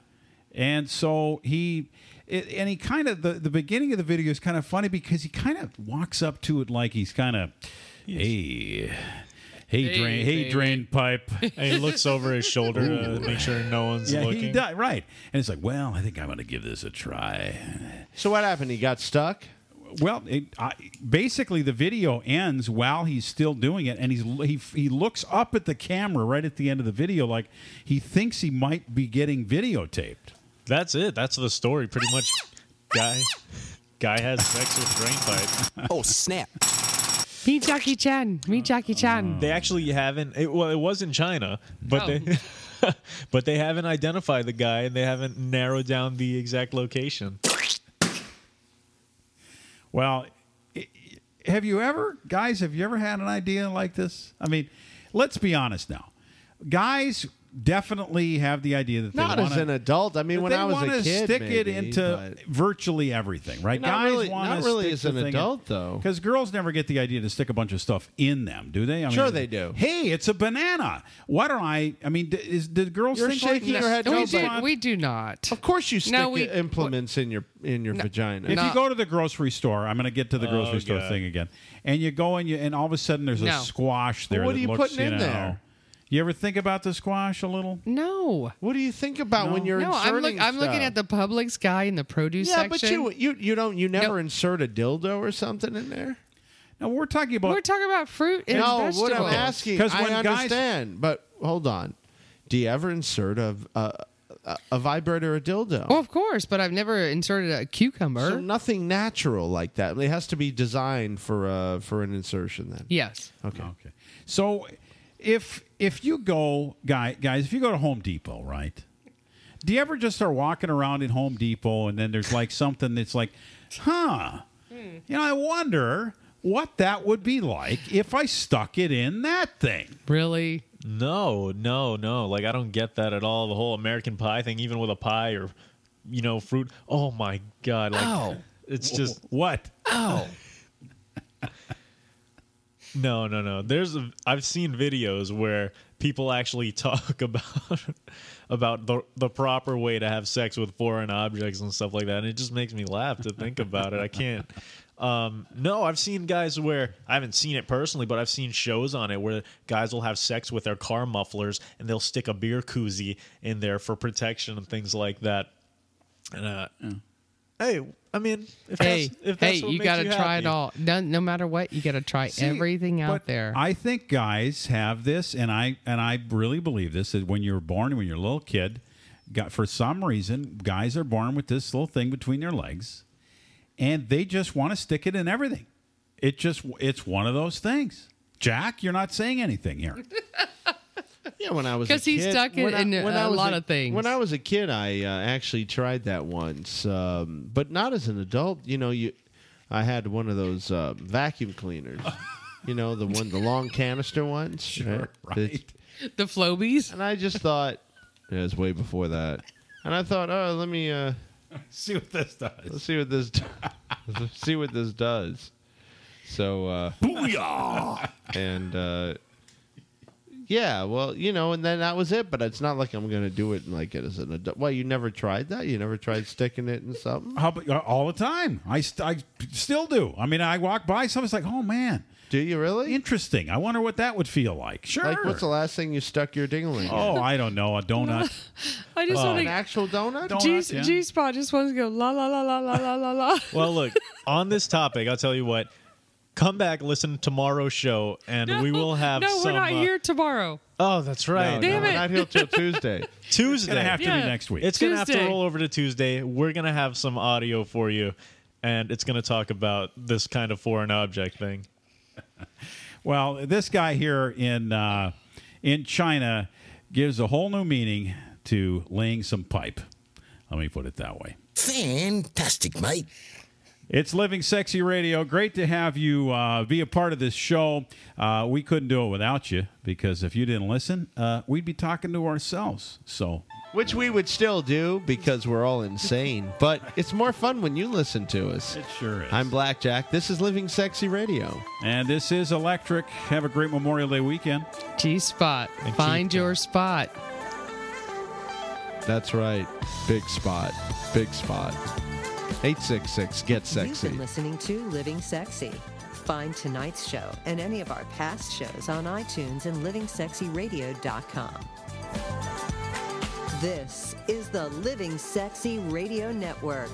[SPEAKER 3] And so he it, and he kind of the, the beginning of the video is kind of funny because he kind of walks up to it like he's kind of hey hey,
[SPEAKER 8] Hey,
[SPEAKER 3] drain
[SPEAKER 8] baby."
[SPEAKER 3] hey drain pipe.
[SPEAKER 8] And he looks over his shoulder to make sure no one's
[SPEAKER 3] yeah,
[SPEAKER 8] looking.
[SPEAKER 3] he does right. And it's like, well, I think I'm going to give this a try.
[SPEAKER 4] So what happened? He got stuck.
[SPEAKER 3] Well, it, I, basically the video ends while he's still doing it, and he's he he looks up at the camera right at the end of the video, like he thinks he might be getting videotaped.
[SPEAKER 8] That's it. That's the story, pretty much. Guy, guy has sex with drain pipe. Oh snap!
[SPEAKER 2] Me Jackie Chan. Me Jackie Chan.
[SPEAKER 8] Mm. They actually haven't. It, well, it was in China, but
[SPEAKER 2] Oh.
[SPEAKER 8] they, but they haven't identified the guy and they haven't narrowed down the exact location.
[SPEAKER 3] Well, i- i- have you ever, guys, have you ever had an idea like this? I mean, let's be honest now. Guys definitely have the idea that they
[SPEAKER 4] Not
[SPEAKER 3] want
[SPEAKER 4] as an adult. I mean, when I was a kid,
[SPEAKER 3] stick it
[SPEAKER 4] maybe,
[SPEAKER 3] into virtually everything, right?
[SPEAKER 4] Not
[SPEAKER 3] guys
[SPEAKER 4] really- not really as an adult, though.
[SPEAKER 3] because girls never get the idea to stick a bunch of stuff in them, do they? I
[SPEAKER 4] Sure they do.
[SPEAKER 3] Hey, it's a banana. Why don't I? I mean, d- is did girls
[SPEAKER 4] You're
[SPEAKER 3] think
[SPEAKER 4] shaking
[SPEAKER 3] like
[SPEAKER 4] your head
[SPEAKER 3] this?
[SPEAKER 2] we,
[SPEAKER 4] no,
[SPEAKER 2] do,
[SPEAKER 4] but-
[SPEAKER 2] we do not.
[SPEAKER 4] Of course, you stick
[SPEAKER 2] No, we-
[SPEAKER 4] your implements in your in your vagina.
[SPEAKER 3] If
[SPEAKER 2] No.
[SPEAKER 3] you go to the grocery store, I'm going to get to the
[SPEAKER 4] Oh,
[SPEAKER 3] grocery store
[SPEAKER 8] God.
[SPEAKER 3] thing again, and you go and you and all of a sudden there's a
[SPEAKER 2] No.
[SPEAKER 3] squash there.
[SPEAKER 4] Well, what
[SPEAKER 3] that
[SPEAKER 4] are you
[SPEAKER 3] looks,
[SPEAKER 4] putting in
[SPEAKER 3] know,
[SPEAKER 4] there?
[SPEAKER 3] You ever think about the squash a little?
[SPEAKER 2] No.
[SPEAKER 4] What do you think about when you're
[SPEAKER 2] no, I'm,
[SPEAKER 4] inserting
[SPEAKER 2] I'm looking
[SPEAKER 4] stuff?
[SPEAKER 2] at the Publix guy in the produce
[SPEAKER 4] yeah, but
[SPEAKER 2] section.
[SPEAKER 4] you you you don't you never insert a dildo or something in there.
[SPEAKER 3] No, we're talking about
[SPEAKER 2] We're talking about fruit and
[SPEAKER 4] no,
[SPEAKER 2] vegetables.
[SPEAKER 4] what I'm asking,
[SPEAKER 3] 'Cause
[SPEAKER 4] I
[SPEAKER 3] when guys-
[SPEAKER 4] understand, but hold on. Do you ever insert a a, a, a vibrator or a dildo?
[SPEAKER 2] Well, Oh, of course, but I've never inserted a cucumber.
[SPEAKER 4] So nothing natural like that. It has to be designed for uh, for an insertion then.
[SPEAKER 2] Yes.
[SPEAKER 4] Okay.
[SPEAKER 3] Okay. So if if you go guy guys, if you go to Home Depot, right? Do you ever just start walking around in Home Depot and then there's like something that's like, huh?
[SPEAKER 2] Hmm.
[SPEAKER 3] You know, I wonder what that would be like if I stuck it in that thing.
[SPEAKER 2] Really?
[SPEAKER 8] No, no, no. Like I don't get that at all. The whole American pie thing, even with a pie or you know fruit. Oh my god! Like
[SPEAKER 2] Ow.
[SPEAKER 8] it's just
[SPEAKER 3] what?
[SPEAKER 2] Oh.
[SPEAKER 8] No, no, no. There's a, I've seen videos where people actually talk about about the the proper way to have sex with foreign objects and stuff like that, and it just makes me laugh to think about it. I can't. Um, no, I've seen guys where I haven't seen it personally, but I've seen shows on it where guys will have sex with their car mufflers and they'll stick a beer koozie in there for protection and things like that. And uh, hey, I mean, if
[SPEAKER 2] Hey,
[SPEAKER 8] that's, if
[SPEAKER 2] hey,
[SPEAKER 8] that's what
[SPEAKER 2] you
[SPEAKER 8] makes
[SPEAKER 2] got to try
[SPEAKER 8] happy.
[SPEAKER 2] it all. No, no matter what, you got to try
[SPEAKER 3] See,
[SPEAKER 2] everything out
[SPEAKER 3] but
[SPEAKER 2] there.
[SPEAKER 3] I think guys have this, and I and I really believe this that when you're born, when you're a little kid, got for some reason, guys are born with this little thing between their legs, and they just want to stick it in everything. It just it's one of those things. Jack, you're not saying anything here.
[SPEAKER 4] Yeah, when I was
[SPEAKER 2] 'Cause
[SPEAKER 4] a
[SPEAKER 2] he
[SPEAKER 4] kid-
[SPEAKER 2] stuck it
[SPEAKER 4] when I-
[SPEAKER 2] in a-
[SPEAKER 4] when I
[SPEAKER 2] a
[SPEAKER 4] was
[SPEAKER 2] lot of things.
[SPEAKER 4] When I was a kid, I uh, actually tried that once, um, but not as an adult. You know, you I had one of those uh, vacuum cleaners. you know, the one, the long canister ones. Sure,
[SPEAKER 3] right.
[SPEAKER 2] the Flobies.
[SPEAKER 4] And I just thought yeah, it was way before that. And I thought, oh, let me uh,
[SPEAKER 3] See what this does.
[SPEAKER 4] let's see what this let's see what this does. So, uh, and uh, yeah, well, you know, and then that was it. But it's not like I'm gonna do it like it as an adult. Well, you never tried that. You never tried sticking it in something.
[SPEAKER 3] How about, uh, all the time? I, st- I still do. I mean, I walk by something's like, oh man,
[SPEAKER 4] Do you really?
[SPEAKER 3] interesting. I wonder what that would feel like. Sure.
[SPEAKER 4] Like, what's the last thing you stuck your dingling?
[SPEAKER 3] oh, I don't know. A donut.
[SPEAKER 2] I just
[SPEAKER 3] Oh.
[SPEAKER 2] want
[SPEAKER 4] in? an
[SPEAKER 2] to.
[SPEAKER 4] actual donut.
[SPEAKER 3] Don't-
[SPEAKER 2] G
[SPEAKER 3] yeah.
[SPEAKER 2] G spot just wants to go la la la la la la la la.
[SPEAKER 8] Well, look, on this topic, I'll tell you what. Come back, listen to tomorrow's show, and we will have
[SPEAKER 2] No,
[SPEAKER 8] some.
[SPEAKER 2] we're not
[SPEAKER 8] uh,
[SPEAKER 2] here tomorrow.
[SPEAKER 8] Oh, that's right.
[SPEAKER 4] No,
[SPEAKER 2] Damn
[SPEAKER 4] we're
[SPEAKER 2] it.
[SPEAKER 4] Not here till Tuesday.
[SPEAKER 8] Tuesday.
[SPEAKER 3] gonna have to
[SPEAKER 2] Yeah.
[SPEAKER 3] be next week.
[SPEAKER 8] it's going to have to
[SPEAKER 2] Tuesday.
[SPEAKER 8] roll over to Tuesday. We're going to have some audio for you, and it's going to talk about this kind of foreign object thing.
[SPEAKER 3] Well, this guy here in uh, in China gives a whole new meaning to laying some pipe. Let me put it that way.
[SPEAKER 20] Fantastic, mate.
[SPEAKER 3] It's Living Sexy Radio. Great to have you uh, be a part of this show. Uh, we couldn't do it without you because if you didn't listen, uh, we'd be talking to ourselves. So
[SPEAKER 4] Which we would still do because we're all insane, but it's more fun when you listen to us.
[SPEAKER 3] it sure is.
[SPEAKER 4] I'm Blackjack. This is Living Sexy Radio.
[SPEAKER 3] and this is Electric. Have a great Memorial Day weekend.
[SPEAKER 2] G spot,
[SPEAKER 8] And
[SPEAKER 2] find
[SPEAKER 8] keep
[SPEAKER 2] your spot.
[SPEAKER 4] That's right. Big spot. Big spot. 866 Get
[SPEAKER 1] You've been
[SPEAKER 4] Sexy.
[SPEAKER 1] listening to Living Sexy. Find tonight's show and any of our past shows on iTunes and livingsexyradio.com. This is the Living Sexy Radio Network.